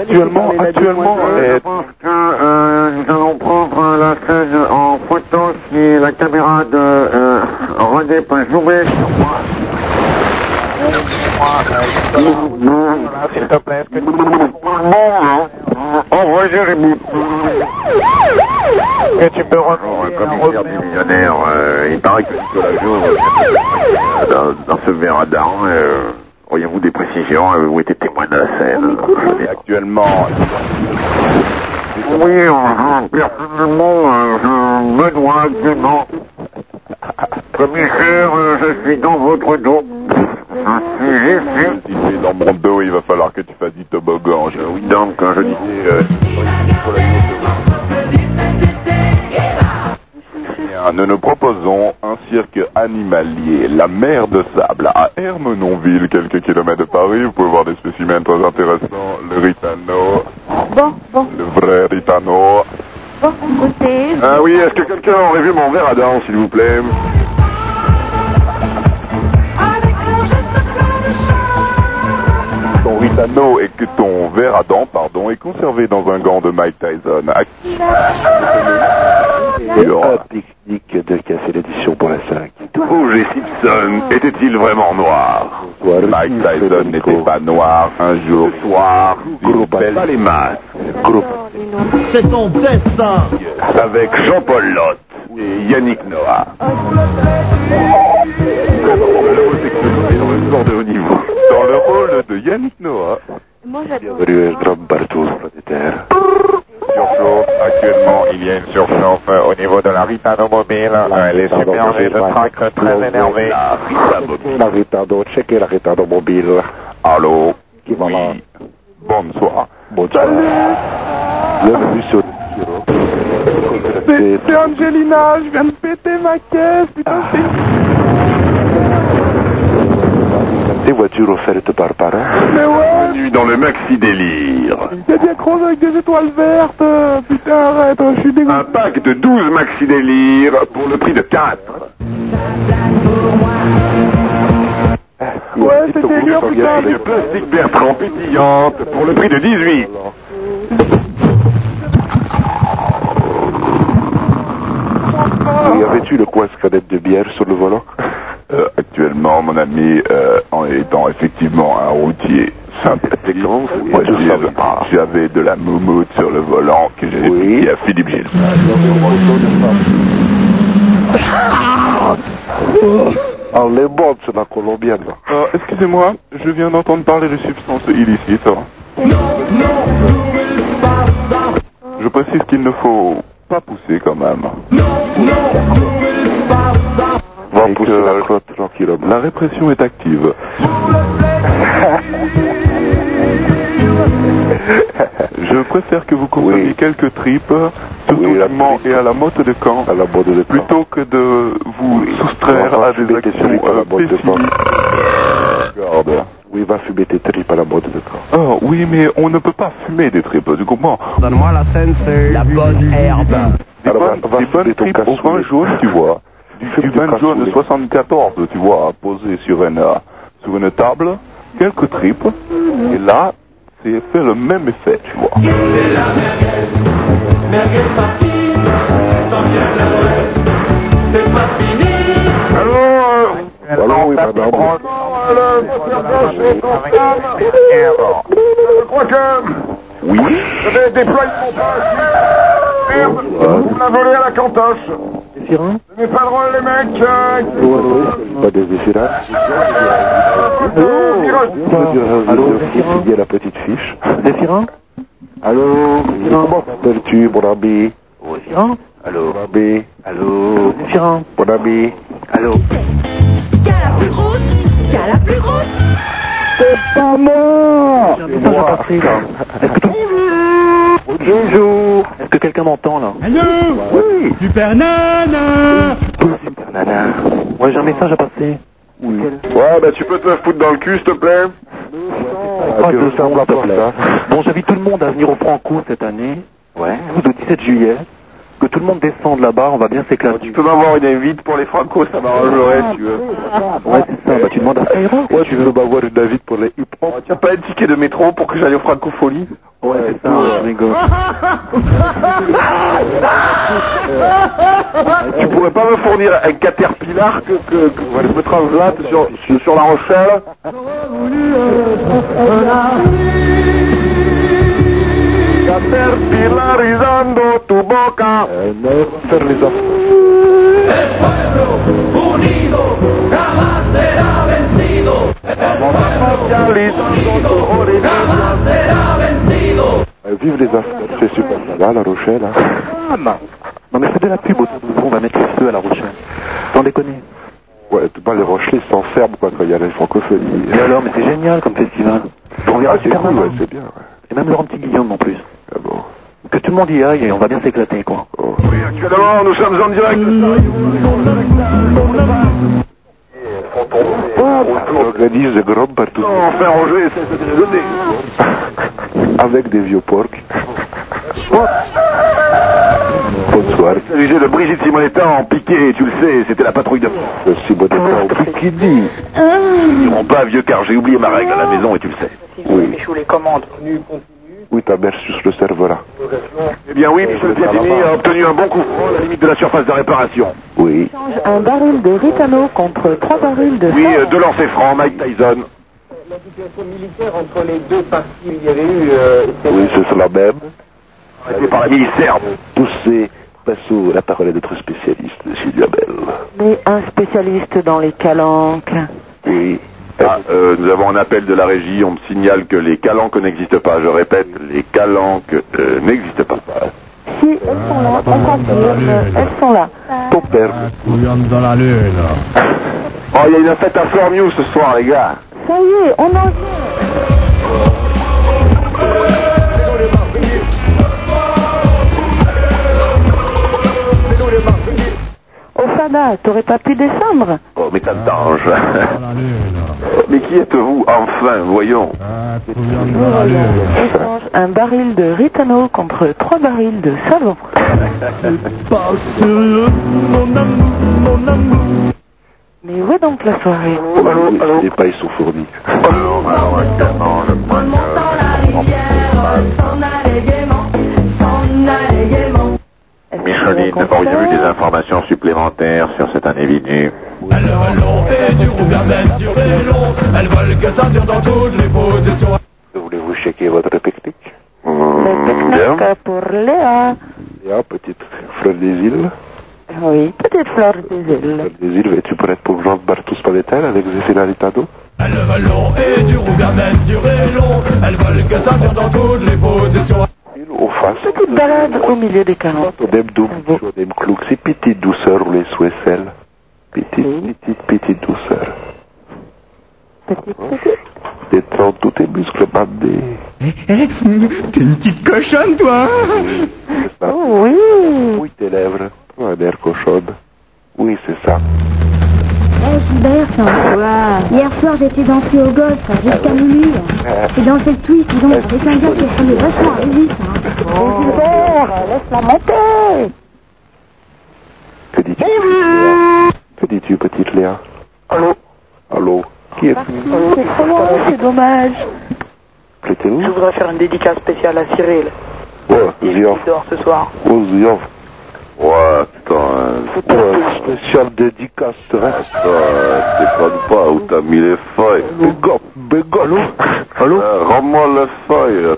S30: Actuellement, actuellement,
S2: je pense que euh, nous allons prendre euh, la scène en photo si la caméra de euh, René peut zoomer sur moi. S'il te plaît, est-ce que tu hein. Envoyez les
S30: Que tu peux revenir commissaire du millionnaire, euh, il paraît que Nicolas Jo, euh, dans, dans ce verre à daron, euh, auriez-vous des précisions Avez-vous été témoin de la scène Et Actuellement,
S2: Oui, euh, personnellement, euh, je me dois gaiement. Commissaire, euh, je suis dans votre dos. Je suis ici.
S30: Ah, si tu es dans mon dos, il va falloir que tu fasses du toboggan. Je- oui, donc, quand je disais... euh, Nicolas Jo, bien, Nous nous proposons un cirque animalier, la mer de sable, à Hermenonville, quelques kilomètres de Paris. Vous pouvez voir des spécimens très intéressants, le ritano,
S32: Bon, bon,
S30: le vrai ritano,
S32: bon, écoutez.
S30: Ah oui, est-ce que quelqu'un aurait vu mon verre à dents, s'il vous plaît Ton ritano et que ton verre à dents, pardon, est conservé dans un gant de Mike Tyson. Un pique-nique de café d'édition pour la Oh. 5. Rouge et Simpson était-il vraiment noir Mike Tyson n'était pas noir un jour. Ce soir, il pas les masses.
S24: C'est ton destin.
S30: Avec Jean-Paul Lotte et Yannick Noah. Dans le sport de haut niveau. Dans le rôle de Yannick Noah. Bienvenue à Drop partout sur la terre.
S33: Surchauffe, actuellement, il y a une surchauffe euh, au niveau de la Ritano mobile. Euh, elle est submergée de trac très énervé.
S30: La Ritano, checker la Ritano mobile. Allô Qui va Bonsoir. Bonsoir. Bienvenue sur
S24: C'est c'est Angelina, je viens de péter ma caisse, putain, c'est...
S30: des voitures offertes par Paris.
S24: Mais ouais,
S30: Bienvenue dans le maxi délire.
S24: c'est bien creusé avec des étoiles vertes, euh, putain,
S34: hein,
S24: arrête, je suis dégoûté.
S30: Un pack de 12 maxi délire pour le prix de 4.
S24: Ouais, c'était dur, putain.
S30: De plastique Bertrand pétillante pour le prix de 18.
S34: Et avais-tu le coin cadette de bière sur le volant
S30: (laughs) Euh, actuellement, mon ami, euh, en étant effectivement un routier sympathique, j'avais-
S34: Ah.
S30: j'avais de la moumoute sur le volant que j'ai oui. à Philippe Gilles. (laughs)
S34: Ah, les bords, c'est la colombienne, là.
S30: Euh, Excusez-moi, je viens d'entendre parler de substances illicites. Je précise qu'il ne faut pas pousser quand même. Va pousser la crotte tranquillement. La répression est (laughs) active. Je préfère que vous consommiez quelques tripes, surtout au piment et à la motte de camp, plutôt que de vous soustraire à des actions euh, pessimistes. Regarde.
S34: Oui, va fumer tes tripes à la mode de corps.
S30: Oh, oui, mais on ne peut pas fumer des tripes, tu comprends
S35: Donne-moi la scène, c'est la bonne herbe.
S30: Des bonnes, des bonnes tripes au vin jaune, tu vois. Du, du vin jaune de 74, tu vois, posé sur une, euh, sur une table, quelques tripes, et là, c'est fait le même effet, tu vois.
S2: euh,
S24: Allô, oui, madame. Je crois que...
S2: euh,
S30: Oui
S24: Je vais déployer mon parachute. Merde, on l'a volé à la cantoche. Mais pas drôle, les mecs. euh,
S34: Pas des déchirades. Ah, Allô, signer la petite fiche. Défirin Allô, comment t'appelles-tu, mon ami Défirin Allô, mon ami Allô, Défirin Mon ami Allô
S32: Qu'à la plus grosse, qu'à la plus grosse.
S24: C'est pas moi C'est moi.
S7: Bonjour Est-ce que quelqu'un m'entend là
S24: Allô Oui Super Nana
S7: Nana. Ouais, j'ai un message à passer.
S24: Ouais, bah tu peux te la foutre dans le cul, s'il te plaît
S7: Ah, deux secondes, s'il te plaît. hein. Bon, j'invite tout le monde à venir au Franco cette année. Ouais. Au 17 juillet. Que tout le monde descende là-bas, on va bien s'éclater.
S34: Tu peux m'avoir une invite pour les Franco, ça m'arrangerait, tu veux.
S7: Ouais, c'est ça. Bah, tu demandes à Skyrock.
S34: Ouais, tu veux m'avoir une invite pour les hip hop. Tu as pas un ticket de métro pour que j'aille aux Francopholies
S7: Ouais, c'est ça, je rigole.
S34: Tu pourrais pas me fournir un caterpillar que, que, que- ouais, je me translate sur, sur, sur la Rochelle
S24: Caterpillarizando tu boca
S34: Faire les enfants. Euh, vive les affaires, c'est super là, la Rochelle. Hein.
S7: Non, mais c'est de la pub autour de nous, on va mettre le feu à la Rochelle. T'en déconnes
S34: Ouais, tout le monde, les Rochelais s'enferment quoi quand il y a les francophonies.
S7: Et alors, mais c'est génial comme festival.
S34: Ah, c'est cool, ouais, c'est bien.
S7: Et même Laurent Petit Guillaume en plus. Que tout le monde y aille et on va bien s'éclater quoi.
S24: Actuellement, nous sommes en direct
S34: On organise des grottes partout.
S24: Enfin, Roger, c'est c'est désolé
S34: Avec des vieux porcs. Bonsoir.
S24: J'ai le Brigitte Simonetta en piqué, tu le sais, c'était la patrouille de...
S34: Simonetta en piqué, dit.
S24: Ils diront pas vieux car j'ai oublié ma règle à la maison et tu le sais.
S34: Oui. Oui, ta mère sur le cerveau là.
S24: Eh bien oui, Michel Platini a obtenu un bon coup franc à la limite de la surface de réparation.
S34: Oui.
S24: Un baril de Ritano contre trois barils de... Oui, euh, deux lancers francs, Mike Tyson.
S36: Entre les deux parties, il y avait eu. euh,
S34: Oui, c'est cela même.
S36: Hein
S24: Arrêté par la milice serbe.
S34: Tous ces passons la parole à notre spécialiste, Sylvia Bell.
S2: Mais un spécialiste dans les calanques.
S34: Oui.
S30: Ah, euh, nous avons un appel de la régie. On me signale que les calanques n'existent pas. Je répète, les calanques euh, n'existent pas.
S2: Si, elles sont là, on confirme, elles sont là.
S34: Ton père.
S37: dans la lune.
S36: (laughs)
S34: Oh, il y a une fête à Flormiou ce soir, les gars.
S2: Ça y est, on en Au Fada, t'aurais pas pu descendre
S30: Oh, mais
S34: Ah,
S30: t'as le temps, je- (laughs) Oh, mais qui êtes-vous enfin, voyons
S2: Échange un baril de Ritano contre trois barils de savon. Mais où est donc la soirée
S34: Les pailles sont fournies. Ah,
S30: Micheline, auriez-vous des informations supplémentaires sur cet individu
S34: Voulez-vous checker votre pique-nique
S2: Knack pour Léa. Ah
S34: Léa, petite fleur des îles.
S2: Oui, petite fleur des îles.
S34: Des îles, es-tu prête pour Jean Bartus Pavetel avec Zéphila Ritano Au face.
S2: Petite balade au milieu des canons.
S34: On aime donc, on aime clou, c'est petite douceur ou les souhaits Petite, petite, petite douceur.
S2: Petite,
S34: Détends tous tes muscles bandés.
S24: Eh, (laughs) T'es une petite cochonne, toi
S2: Oh Oui.
S34: Oui, tes lèvres. Prends un air cochonne. Oui, c'est ça.
S38: Hey, Eh, Gilbert, c'est un- Hier soir, j'étais dansé au golf hein, jusqu'à minuit. hein. J'ai dansé le twist, dis donc, avec un gars qui ressemblait vachement à Elvis. Hein.
S2: Oh.
S38: euh,
S2: Gilbert, laisse-la monter
S34: Que dis-tu, petite Léa Que dis-tu, petite Léa Allô Allô Qui est
S2: C'est trop loin, c'est dommage.
S34: Prêtez-vous
S2: Je voudrais faire une dédicace spéciale à Cyril.
S34: Ouais, Zioff.
S2: dort ce soir.
S34: Oh, Zioff.
S30: Ouais, putain.
S34: Ouais, spécial dédicace. hein.
S30: Ah, déconne pas, où t'as mis les feuilles
S34: Bégop, bégop. Allô Allô
S30: Euh, Rends-moi la feuille, là.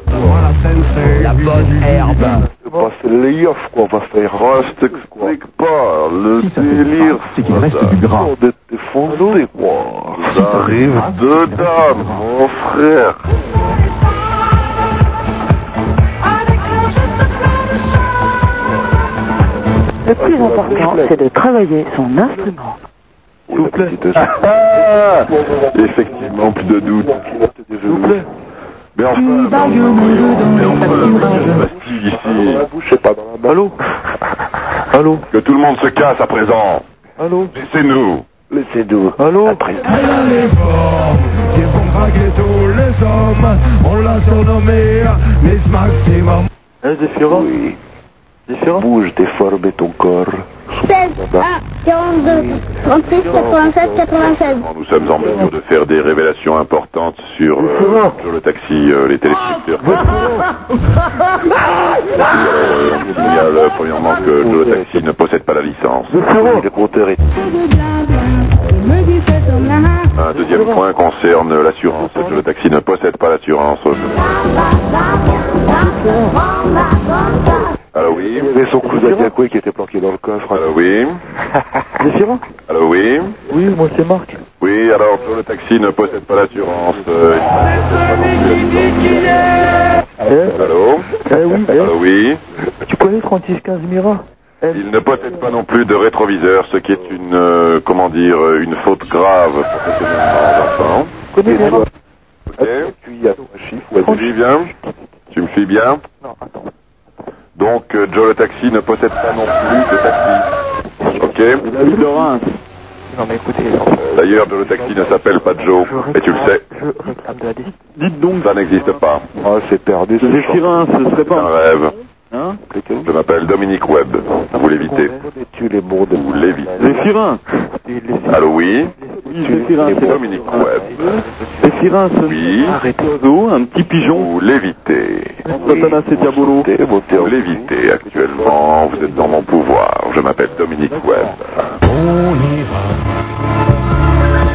S37: La bonne herbe.
S34: Bah, c'est les yoffs qu'on va faire.
S30: Moi, je t'explique pas, le délire, c'est qu'il reste du
S34: gras. On est défoncé, quoi.
S30: J'arrive deux dames, mon frère.
S2: Le plus important, c'est de travailler son instrument.
S34: Oui, la petite chose. Effectivement, plus de doute. Des genoux. Mais enfin, bon, mais enfin, on Bastille ici. Allô Allô Que tout le monde se casse à présent. Allô Laissez-nous. Laissez-nous. Allô
S5: Elle a les formes qui font craquer tous les hommes. On l'a
S24: euh,
S5: surnommée Miss Maximum.
S16: Hein, Zéphirin Oui. Bouge, déforme ton corps.
S21: 16, 1, 42, 36, 96, 96.
S34: Nous sommes en mesure de faire des révélations importantes sur, euh, sur le taxi, euh, les téléspectateurs. Il signale euh, premièrement que le taxi ne possède pas la licence. Le compteur est... Un deuxième point concerne l'assurance. Le taxi ne possède pas l'assurance. Alors oui.
S16: Il y avait Ah. son cousin Gakoué qui était planqué dans le coffre.
S34: Allô,
S16: (laughs)
S34: oui.
S16: Zéphirin
S34: Allô, oui.
S16: Oui, moi c'est Marc.
S34: Oui, alors sur le taxi ne possède pas l'assurance. Euh, Allô
S16: Eh oui,
S34: Allô, oui.
S16: tu connais 3615 Mira
S34: Il ne possède pas non plus de rétroviseur, ce qui est une, euh, comment dire, une faute grave professionnellement
S16: Tu connais Mira
S34: d'enfant. Ok
S16: Puis il y a un chiffre.
S34: Tu me suis bien Tu me suis bien
S16: Non, attends.
S34: Donc, euh, Joe le taxi ne possède pas non plus de taxi. Ok
S16: La ville de Reims. Non mais écoutez,
S34: D'ailleurs, Joe le taxi ne s'appelle pas Joe, et tu le sais.
S16: je réclame de la décision.
S34: Dites donc. Ça n'existe pas.
S16: Oh, c'est perdu. Zéphirin, ce serait
S34: C'est un rêve.
S16: Hein
S34: Je m'appelle Dominique Webb. Vous l'évitez.
S16: Tu Ah, les bourdes.
S34: Vous l'évitez.
S16: Zéphirin
S34: Allô, oui
S16: Oui, Zéphirin, c'est
S34: Dominique Webb.
S16: Zéphirin, ce
S34: Oui.
S16: Arrêtez au zoo, un petit pigeon.
S34: Vous l'évitez.
S16: Satanas et Diabolo.
S34: Vous l'évitez actuellement. Vous êtes dans mon pouvoir. Je m'appelle Dominique Webb.
S5: On ira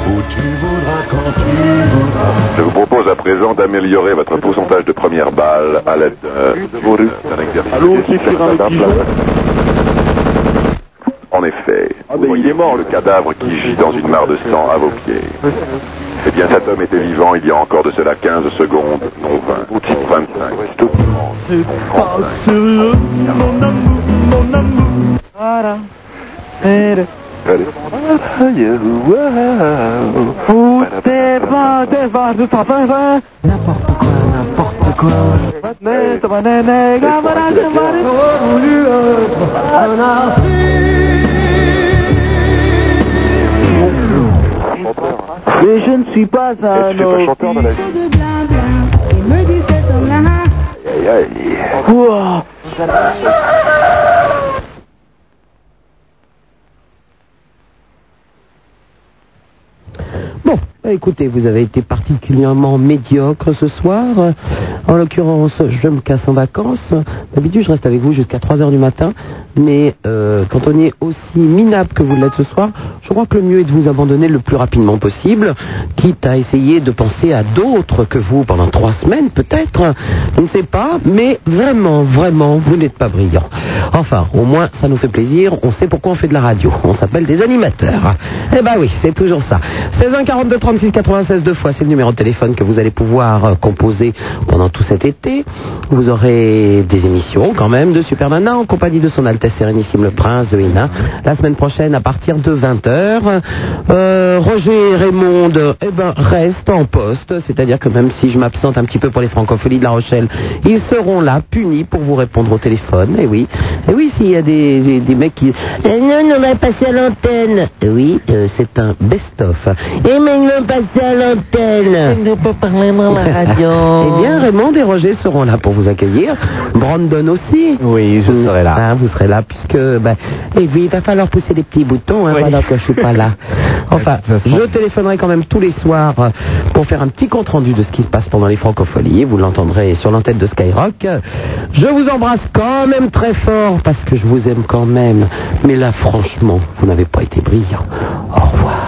S5: où tu voudras quand tu voudras.
S34: Je vous propose à présent d'améliorer votre pourcentage de première balle à l'aide euh, d'une- d'un exercice.
S16: Allô, Zéphirin, le pigeon
S34: En effet, vous voyez Ah, il est mort, le cadavre qui gît dans une mare de sang à vos pieds. Eh bien, cet homme était vivant il y a encore de cela 15 secondes, non 20, non 25.
S5: C'est pas sérieux, mon amour, mon amour.
S16: Voilà. Et le-
S34: Allez.
S16: Où t'es vingt, t'es vingt, deux cent vingt, vingt. N'importe quoi, n'importe quoi. Maintenant, t'as ma néné, gamara, t'as ma néné.
S5: Un
S16: Mais je ne suis pas un
S34: Aïe, aïe.
S16: Quoi
S3: Bon, bah, écoutez, vous avez été particulièrement médiocre ce soir. Euh, En l'occurrence, je me casse en vacances. D'habitude, je reste avec vous jusqu'à 3 heures du matin. Mais euh, quand on est aussi minable que vous l'êtes ce soir, je crois que le mieux est de vous abandonner le plus rapidement possible, quitte à essayer de penser à d'autres que vous pendant trois semaines, peut-être. Je ne sais pas, mais vraiment, vraiment, vous n'êtes pas brillant. Enfin, au moins, ça nous fait plaisir. On sait pourquoi on fait de la radio. On s'appelle des animateurs. Eh ben oui, c'est toujours ça. 16 1 42 36 96 deux fois, c'est le numéro de téléphone que vous allez pouvoir euh, composer pendant tout cet été. Vous aurez des émissions quand même de Super Nana en compagnie de son Altesse Sérénissime le Prince de Hénin. La semaine prochaine à partir de 20h. Euh, Roger Raymond, euh, eh ben, reste en poste, c'est-à-dire que même si je m'absente un petit peu pour les francophonies de La Rochelle, ils seront là, punis pour vous répondre au téléphone. Et oui, et oui, s'il y a des, des- des mecs qui...
S2: Euh, non, on va passer à l'antenne.
S3: Eh Oui, euh, c'est un best-of.
S2: Et mais ils vont passer à l'antenne.
S9: ne peut parler dans la
S3: Eh
S9: radio.
S3: bien, Raymond et Roger seront là pour vous accueillir. Brandon aussi.
S18: Oui, je serai là.
S3: Ah, vous serez là puisque, ben, et puis, il va falloir pousser des petits boutons hein, pendant que je suis
S18: (laughs)
S3: pas là. Enfin, je téléphonerai quand même tous les soirs euh, pour faire un petit compte rendu de ce qui se passe pendant les francopholies. Vous l'entendrez sur l'antenne de Skyrock. Je vous embrasse quand même très fort parce que je vous aime quand même. Mais là, franchement, vous n'avez pas été brillant. Au revoir.